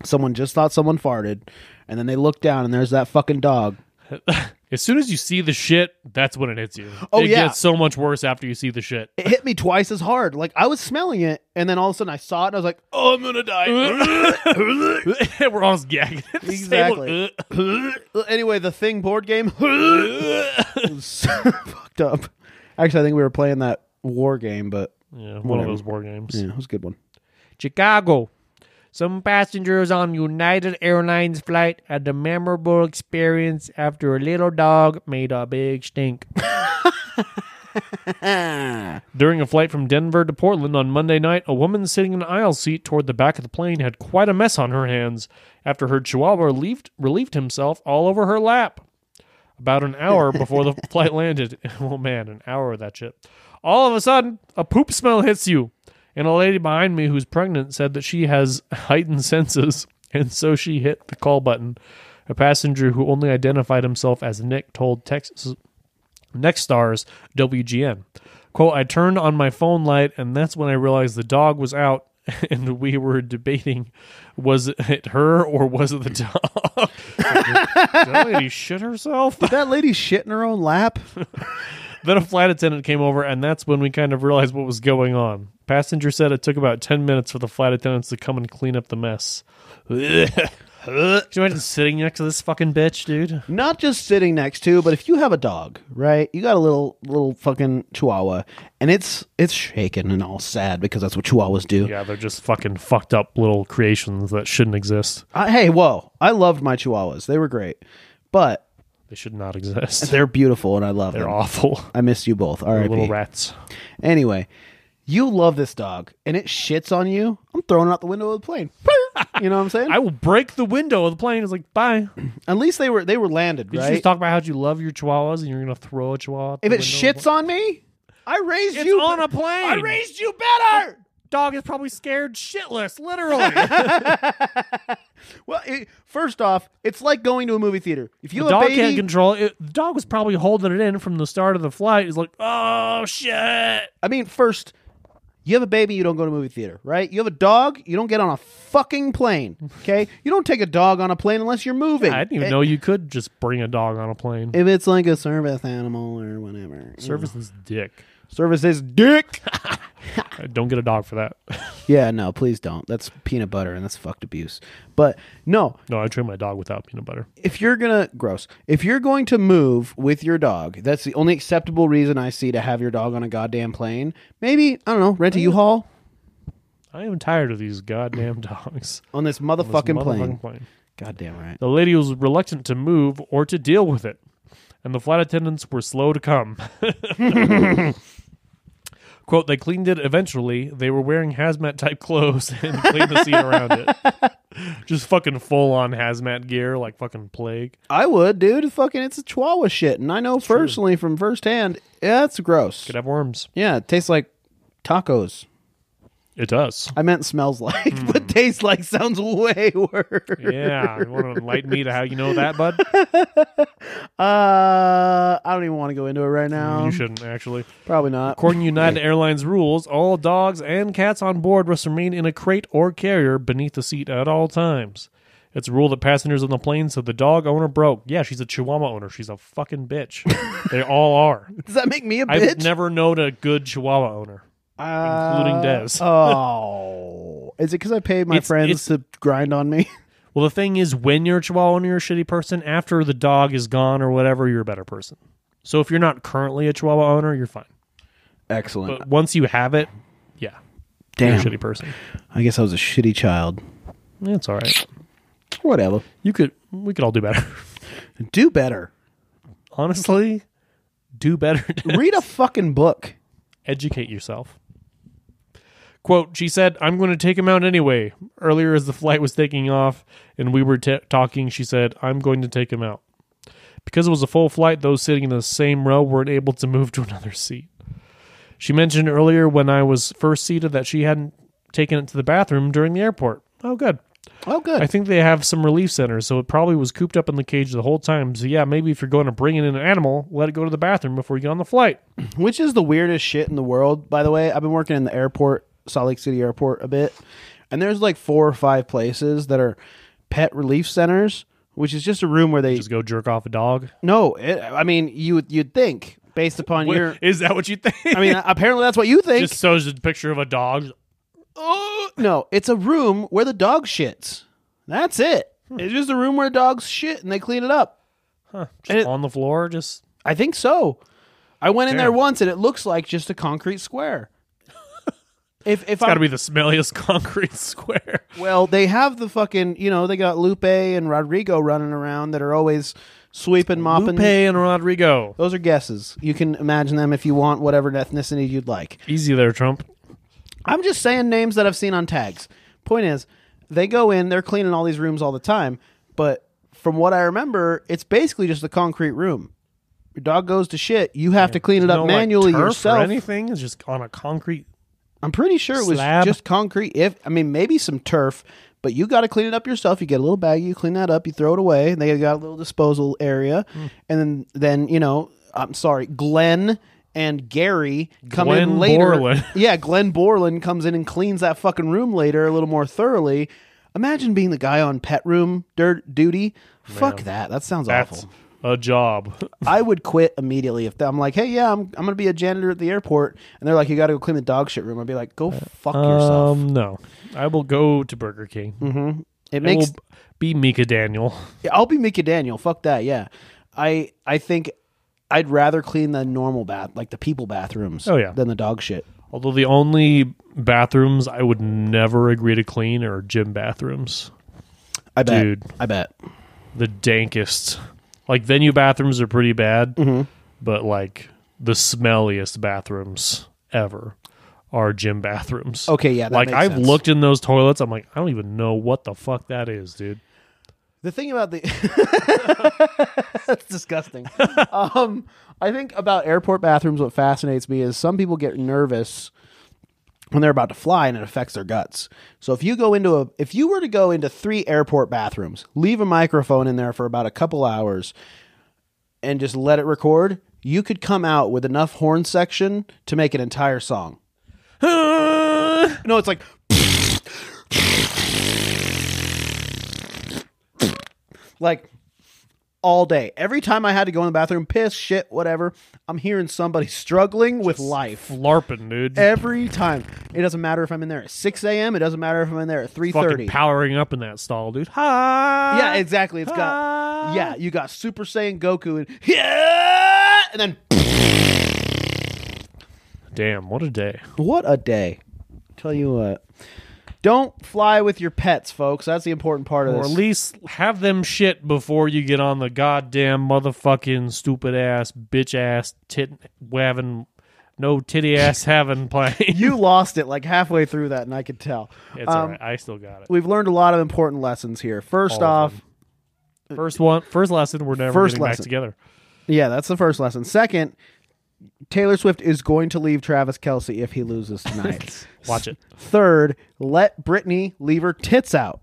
[SPEAKER 2] someone just thought someone farted, and then they looked down, and there's that fucking dog.
[SPEAKER 1] As soon as you see the shit, that's when it hits you.
[SPEAKER 2] Oh,
[SPEAKER 1] it
[SPEAKER 2] yeah.
[SPEAKER 1] gets so much worse after you see the shit.
[SPEAKER 2] It hit me twice as hard. Like I was smelling it, and then all of a sudden I saw it, and I was like, "Oh, I'm gonna die."
[SPEAKER 1] (laughs) We're all gagging. (laughs) at the table.
[SPEAKER 2] Exactly. Well, (coughs) anyway, the thing board game (coughs) was so (laughs) fucked up. Actually, I think we were playing that war game, but
[SPEAKER 1] yeah, one of those board games.
[SPEAKER 2] yeah, it was a good one.
[SPEAKER 9] Chicago. Some passengers on United Airlines flight had a memorable experience after a little dog made a big stink.
[SPEAKER 1] During a flight from Denver to Portland on Monday night, a woman sitting in an aisle seat toward the back of the plane had quite a mess on her hands after her chihuahua relieved, relieved himself all over her lap. About an hour before the flight landed, (laughs) oh man, an hour of that shit. All of a sudden, a poop smell hits you. And a lady behind me who's pregnant said that she has (laughs) heightened senses, (laughs) and so she hit the call button. A passenger who only identified himself as Nick told Texas Next Stars WGN. Quote, I turned on my phone light, and that's when I realized the dog was out, (laughs) and we were debating was it her or was it the dog? Did that lady shit herself?
[SPEAKER 2] That lady shit in her own lap.
[SPEAKER 1] (laughs) then a flight attendant came over, and that's when we kind of realized what was going on. Passenger said it took about 10 minutes for the flight attendants to come and clean up the mess. Can you imagine sitting next to this fucking bitch, dude?
[SPEAKER 2] Not just sitting next to, but if you have a dog, right? You got a little little fucking chihuahua, and it's it's shaken and all sad because that's what chihuahuas do.
[SPEAKER 1] Yeah, they're just fucking fucked up little creations that shouldn't exist.
[SPEAKER 2] I, hey, whoa! I loved my chihuahuas; they were great, but
[SPEAKER 1] They should not (laughs) exist.
[SPEAKER 2] they're beautiful and I love
[SPEAKER 1] They're
[SPEAKER 2] them.
[SPEAKER 1] awful.
[SPEAKER 2] I miss you both. All right,
[SPEAKER 1] little rats.
[SPEAKER 2] Anyway, you love this dog and it shits on you. I'm throwing it out the window of the plane. (laughs) You know what I'm saying?
[SPEAKER 1] I will break the window of the plane. It's like, bye. Did
[SPEAKER 2] At least they were they were landed,
[SPEAKER 1] you just
[SPEAKER 2] right?
[SPEAKER 1] talk about how you love your chihuahuas and you're going to throw a chihuahua? out the
[SPEAKER 2] if it
[SPEAKER 1] window?
[SPEAKER 2] shits on me, I raised
[SPEAKER 1] It's
[SPEAKER 2] you.
[SPEAKER 1] on a plane.
[SPEAKER 2] I raised you better.
[SPEAKER 1] Dog is probably scared shitless, (laughs) literally.
[SPEAKER 2] Well, it, first off, it's like going to a movie theater. If you
[SPEAKER 1] the
[SPEAKER 2] have a
[SPEAKER 1] dog
[SPEAKER 2] baby,
[SPEAKER 1] can't control it. The dog was probably holding it in from the start of the flight. He's like, oh shit.
[SPEAKER 2] I mean, first, you have a baby, you don't go to movie theater, right? You have a dog, you don't get on a fucking plane.
[SPEAKER 1] (laughs)
[SPEAKER 2] Okay, you don't take a dog on a plane unless you're moving. Eh,
[SPEAKER 1] I didn't even know you could just bring a dog on a plane.
[SPEAKER 2] if it's like a service animal or whatever.
[SPEAKER 1] Service is dick.
[SPEAKER 2] Service is dick.
[SPEAKER 1] I don't get a dog for that. (laughs)
[SPEAKER 2] yeah, no, please don't. That's peanut butter and that's fucked abuse. But no,
[SPEAKER 1] no, I train my dog without peanut butter.
[SPEAKER 2] if you're gonna gross, if you're going to move with your dog, that's the only acceptable reason I see to have your dog on a goddamn plane. Maybe I don't know, rent a U-Haul
[SPEAKER 1] I am tired of these goddamn (laughs) dogs.
[SPEAKER 2] on this motherfucking,
[SPEAKER 1] This
[SPEAKER 2] plane.
[SPEAKER 1] motherfucking plane.
[SPEAKER 2] Goddamn right.
[SPEAKER 1] The lady was reluctant to move or to deal with it, and the flight attendants were slow to come. (laughs) Quote, they cleaned it eventually. They were wearing hazmat type clothes (laughs) and cleaned the seat around it. (laughs) Just fucking full on hazmat gear, like fucking plague.
[SPEAKER 2] I would, dude. Fucking, it's a Chihuahua shit, and I know personally from firsthand. Yeah, it's gross.
[SPEAKER 1] Could have worms.
[SPEAKER 2] yeah, it tastes like tacos.
[SPEAKER 1] It does.
[SPEAKER 2] I meant smells (laughs) like, but tastes like sounds (laughs) way worse.
[SPEAKER 1] Yeah. You want to enlighten me to how you know that, (laughs) bud?
[SPEAKER 2] Uh, I don't even want to go into it right now.
[SPEAKER 1] you shouldn't, actually.
[SPEAKER 2] Probably not. (laughs)
[SPEAKER 1] According to United Airlines rules, all dogs and cats on board must remain in a crate or carrier beneath the seat at all times. It's a rule that passengers on the plane said the dog owner broke. Yeah, she's a Chihuahua owner. She's a fucking
[SPEAKER 2] (laughs)
[SPEAKER 1] bitch. they all are.
[SPEAKER 2] Does that make me a
[SPEAKER 1] I've
[SPEAKER 2] bitch?
[SPEAKER 1] never known a good Chihuahua owner,
[SPEAKER 2] Uh,
[SPEAKER 1] including Dez.
[SPEAKER 2] oh, is it because I paid my
[SPEAKER 1] It's-
[SPEAKER 2] friends
[SPEAKER 1] it's-
[SPEAKER 2] to grind on me?
[SPEAKER 1] well, the thing is, when you're a Chihuahua owner, you're a shitty person. After the dog is gone or whatever, you're a better person. So if you're not currently a Chihuahua owner, you're fine.
[SPEAKER 2] Excellent.
[SPEAKER 1] But once you have it, yeah,
[SPEAKER 2] Damn.
[SPEAKER 1] you're a shitty person.
[SPEAKER 2] I guess I was a shitty child.
[SPEAKER 1] It's all right.
[SPEAKER 2] Whatever.
[SPEAKER 1] You could, we could all do better.
[SPEAKER 2] Do better.
[SPEAKER 1] honestly, do better.
[SPEAKER 2] Read a fucking book.
[SPEAKER 1] (laughs) Educate yourself. Quote, she said, I'm going to take him out anyway. Earlier, as the flight was taking off and we were t- talking, she said, I'm going to take him out. Because it was a full flight, those sitting in the same row weren't able to move to another seat. She mentioned earlier when I was first seated that she hadn't taken it to the bathroom during the airport. Oh, good.
[SPEAKER 2] Oh, good.
[SPEAKER 1] I think they have some relief centers, so it probably was cooped up in the cage the whole time. So yeah, maybe if you're going to bring in an animal, let it go to the bathroom before you get on the flight.
[SPEAKER 2] Which is the weirdest shit in the world, by the way. I've been working in the airport, Salt Lake City Airport, a bit, and there's like four or five places that are pet relief centers, which is just a room where they
[SPEAKER 1] Just go jerk off a dog. (laughs)
[SPEAKER 2] no. It, I mean, you would- you'd think based upon your.
[SPEAKER 1] Is that what you think?
[SPEAKER 2] I mean, apparently that's what you
[SPEAKER 1] (laughs)
[SPEAKER 2] think.
[SPEAKER 1] just shows a picture of a dog.
[SPEAKER 2] no, it's a room where the dog shits. That's it.
[SPEAKER 1] Hmm.
[SPEAKER 2] It's just a room where dogs shit and they clean it up.
[SPEAKER 1] Just
[SPEAKER 2] it-
[SPEAKER 1] on the floor, just
[SPEAKER 2] I think so. I went in there
[SPEAKER 1] Damn.
[SPEAKER 2] once and it looks like just a concrete
[SPEAKER 1] (laughs)
[SPEAKER 2] square. if if
[SPEAKER 1] got
[SPEAKER 2] I'm
[SPEAKER 1] to be the smelliest (laughs) concrete square.
[SPEAKER 2] Well, they have the fucking, you know, they got Lupe and Rodrigo running around that are always sweeping, mopping.
[SPEAKER 1] Lupe and Rodrigo.
[SPEAKER 2] Those are guesses. You can imagine them if you want whatever ethnicity you'd like.
[SPEAKER 1] Easy there, Trump.
[SPEAKER 2] I'm just saying names that I've seen on tags. Point is, they go in, they're cleaning all these rooms all the time, but from what I remember, it's basically just a concrete room. Your dog goes to shit, you have to clean it up
[SPEAKER 1] No, like,
[SPEAKER 2] manually
[SPEAKER 1] turf or
[SPEAKER 2] yourself.
[SPEAKER 1] anything is just on a concrete.
[SPEAKER 2] I'm pretty sure it was
[SPEAKER 1] Slab.
[SPEAKER 2] just concrete. If I mean, maybe some turf, but you got to clean it up yourself. You get a little bag, you clean that up, you throw it away. And they got a little disposal area,
[SPEAKER 1] Hmm.
[SPEAKER 2] and then then you know, I'm sorry, Glenn and Gary come in
[SPEAKER 1] Glenn
[SPEAKER 2] later.
[SPEAKER 1] Borland.
[SPEAKER 2] (laughs) Yeah, Glenn Borland comes in and cleans that fucking room later a little more thoroughly. Imagine being the guy on pet room dirt duty. Fuck that. That sounds
[SPEAKER 1] That's
[SPEAKER 2] awful.
[SPEAKER 1] a job.
[SPEAKER 2] I would quit immediately if I'm like, hey, yeah, I'm, I'm going to be a janitor at the airport. And they're like, you got to go clean the dog shit room. I'd be like, go
[SPEAKER 1] Uh,
[SPEAKER 2] fuck yourself.
[SPEAKER 1] Um, no, I will go to Burger King.
[SPEAKER 2] It
[SPEAKER 1] I will
[SPEAKER 2] Mm-hmm. makes
[SPEAKER 1] b- be Mika Daniel.
[SPEAKER 2] I'll be Mickey Daniel. Fuck that. Yeah, I I think I'd rather clean the normal bath, like the people bathrooms.
[SPEAKER 1] Oh, yeah.
[SPEAKER 2] than the dog shit.
[SPEAKER 1] Although the only bathrooms I would never agree to clean are gym bathrooms.
[SPEAKER 2] I bet.
[SPEAKER 1] Dude.
[SPEAKER 2] I bet.
[SPEAKER 1] The dankest. Like venue bathrooms are pretty bad,
[SPEAKER 2] Mm-hmm.
[SPEAKER 1] but like the smelliest bathrooms ever are gym bathrooms.
[SPEAKER 2] Okay, yeah, that
[SPEAKER 1] like
[SPEAKER 2] makes
[SPEAKER 1] I've
[SPEAKER 2] sense.
[SPEAKER 1] looked in those toilets, I'm like, I don't even know what the fuck that is, dude.
[SPEAKER 2] (laughs)
[SPEAKER 1] (laughs)
[SPEAKER 2] The thing about the that's disgusting. um, I think about airport bathrooms, what fascinates me is some people get nervous when they're about to fly and it affects their guts. So if you go into a if you were to go into three airport bathrooms, leave a microphone in there for about a couple hours and just let it record, you could come out with enough horn section to make an entire song. no, it's like like all day. Every time I had to go in the bathroom, piss, shit, whatever, I'm hearing somebody (laughs) struggling with life.
[SPEAKER 1] Larping, dude.
[SPEAKER 2] Every time. It doesn't matter if I'm in there at 6 a.m. It doesn't matter if I'm in there at
[SPEAKER 1] Fucking
[SPEAKER 2] 3.30.
[SPEAKER 1] powering up in that stall, dude. Hi.
[SPEAKER 2] Yeah, exactly. It's
[SPEAKER 1] Ah.
[SPEAKER 2] got, yeah, you got Super Saiyan Goku and, yeah, and then, (clears throat)
[SPEAKER 1] Damn, what a day.
[SPEAKER 2] what a day. Tell you what. Don't fly with your pets, folks. That's the important part of
[SPEAKER 1] Or at
[SPEAKER 2] this.
[SPEAKER 1] least have them shit before you get on the goddamn motherfucking stupid ass, bitch ass, tit waving, no titty
[SPEAKER 2] (laughs)
[SPEAKER 1] ass having plane.
[SPEAKER 2] you lost it like halfway through that, and I could tell.
[SPEAKER 1] it's
[SPEAKER 2] Um,
[SPEAKER 1] all right. I still got it.
[SPEAKER 2] We've learned a lot of important lessons here. First
[SPEAKER 1] All of
[SPEAKER 2] off,
[SPEAKER 1] them. First one, first lesson, we're never
[SPEAKER 2] First
[SPEAKER 1] getting
[SPEAKER 2] lesson.
[SPEAKER 1] back together.
[SPEAKER 2] Yeah, that's the first lesson. Second, Taylor Swift is going to leave Travis Kelsey if he loses
[SPEAKER 1] (laughs)
[SPEAKER 2] tonight.
[SPEAKER 1] Watch it.
[SPEAKER 2] Third, let Britney leave her tits out.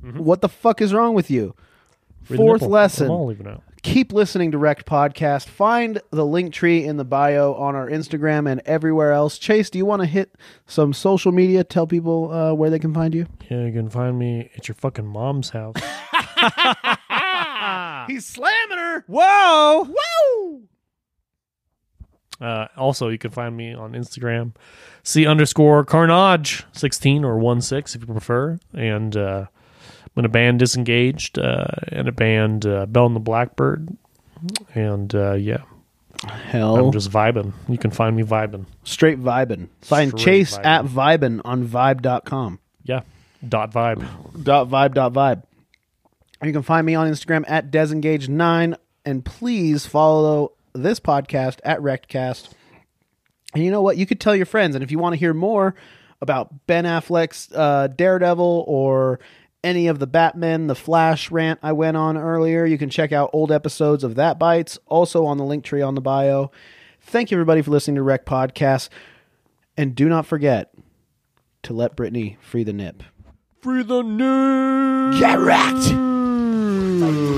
[SPEAKER 2] What the fuck is wrong with you?
[SPEAKER 1] Mm-hmm. Read the
[SPEAKER 2] Fourth
[SPEAKER 1] nipple.
[SPEAKER 2] lesson
[SPEAKER 1] I'm all leaving out.
[SPEAKER 2] keep listening to Wrecked Podcast. Find the link tree in the bio on our Instagram and everywhere else. Chase, do you want to hit some social media? Tell people uh, where they can find you.
[SPEAKER 1] Yeah, you can find me at your fucking mom's house.
[SPEAKER 2] He's slamming her.
[SPEAKER 1] Whoa! Whoa! Uh, also, you can find me on Instagram, c underscore carnage sixteen or one six if you prefer. And uh, I'm in a band disengaged uh, and a band uh, Bell and the Blackbird. And uh, yeah,
[SPEAKER 2] Hell,
[SPEAKER 1] I'm just vibing. You can find me vibing.
[SPEAKER 2] straight vibin'. Find
[SPEAKER 1] Straight
[SPEAKER 2] Chase
[SPEAKER 1] vibin'.
[SPEAKER 2] at vibin on vibe.com.
[SPEAKER 1] Yeah, dot vibe.
[SPEAKER 2] dot vibe dot vibe. You can find me on Instagram at desengage nine, and please follow this podcast at Rectcast. And you know what? You could tell your friends, and if you want to hear more about Ben Affleck's uh, Daredevil or any of the Batman, the Flash rant I went on earlier, you can check out old episodes of That Bites, also on the link tree on the bio. Thank you everybody for listening to Rec Podcast, and do not forget to let Brittany free the nip.
[SPEAKER 1] Free the news.
[SPEAKER 2] Correct.
[SPEAKER 3] Thank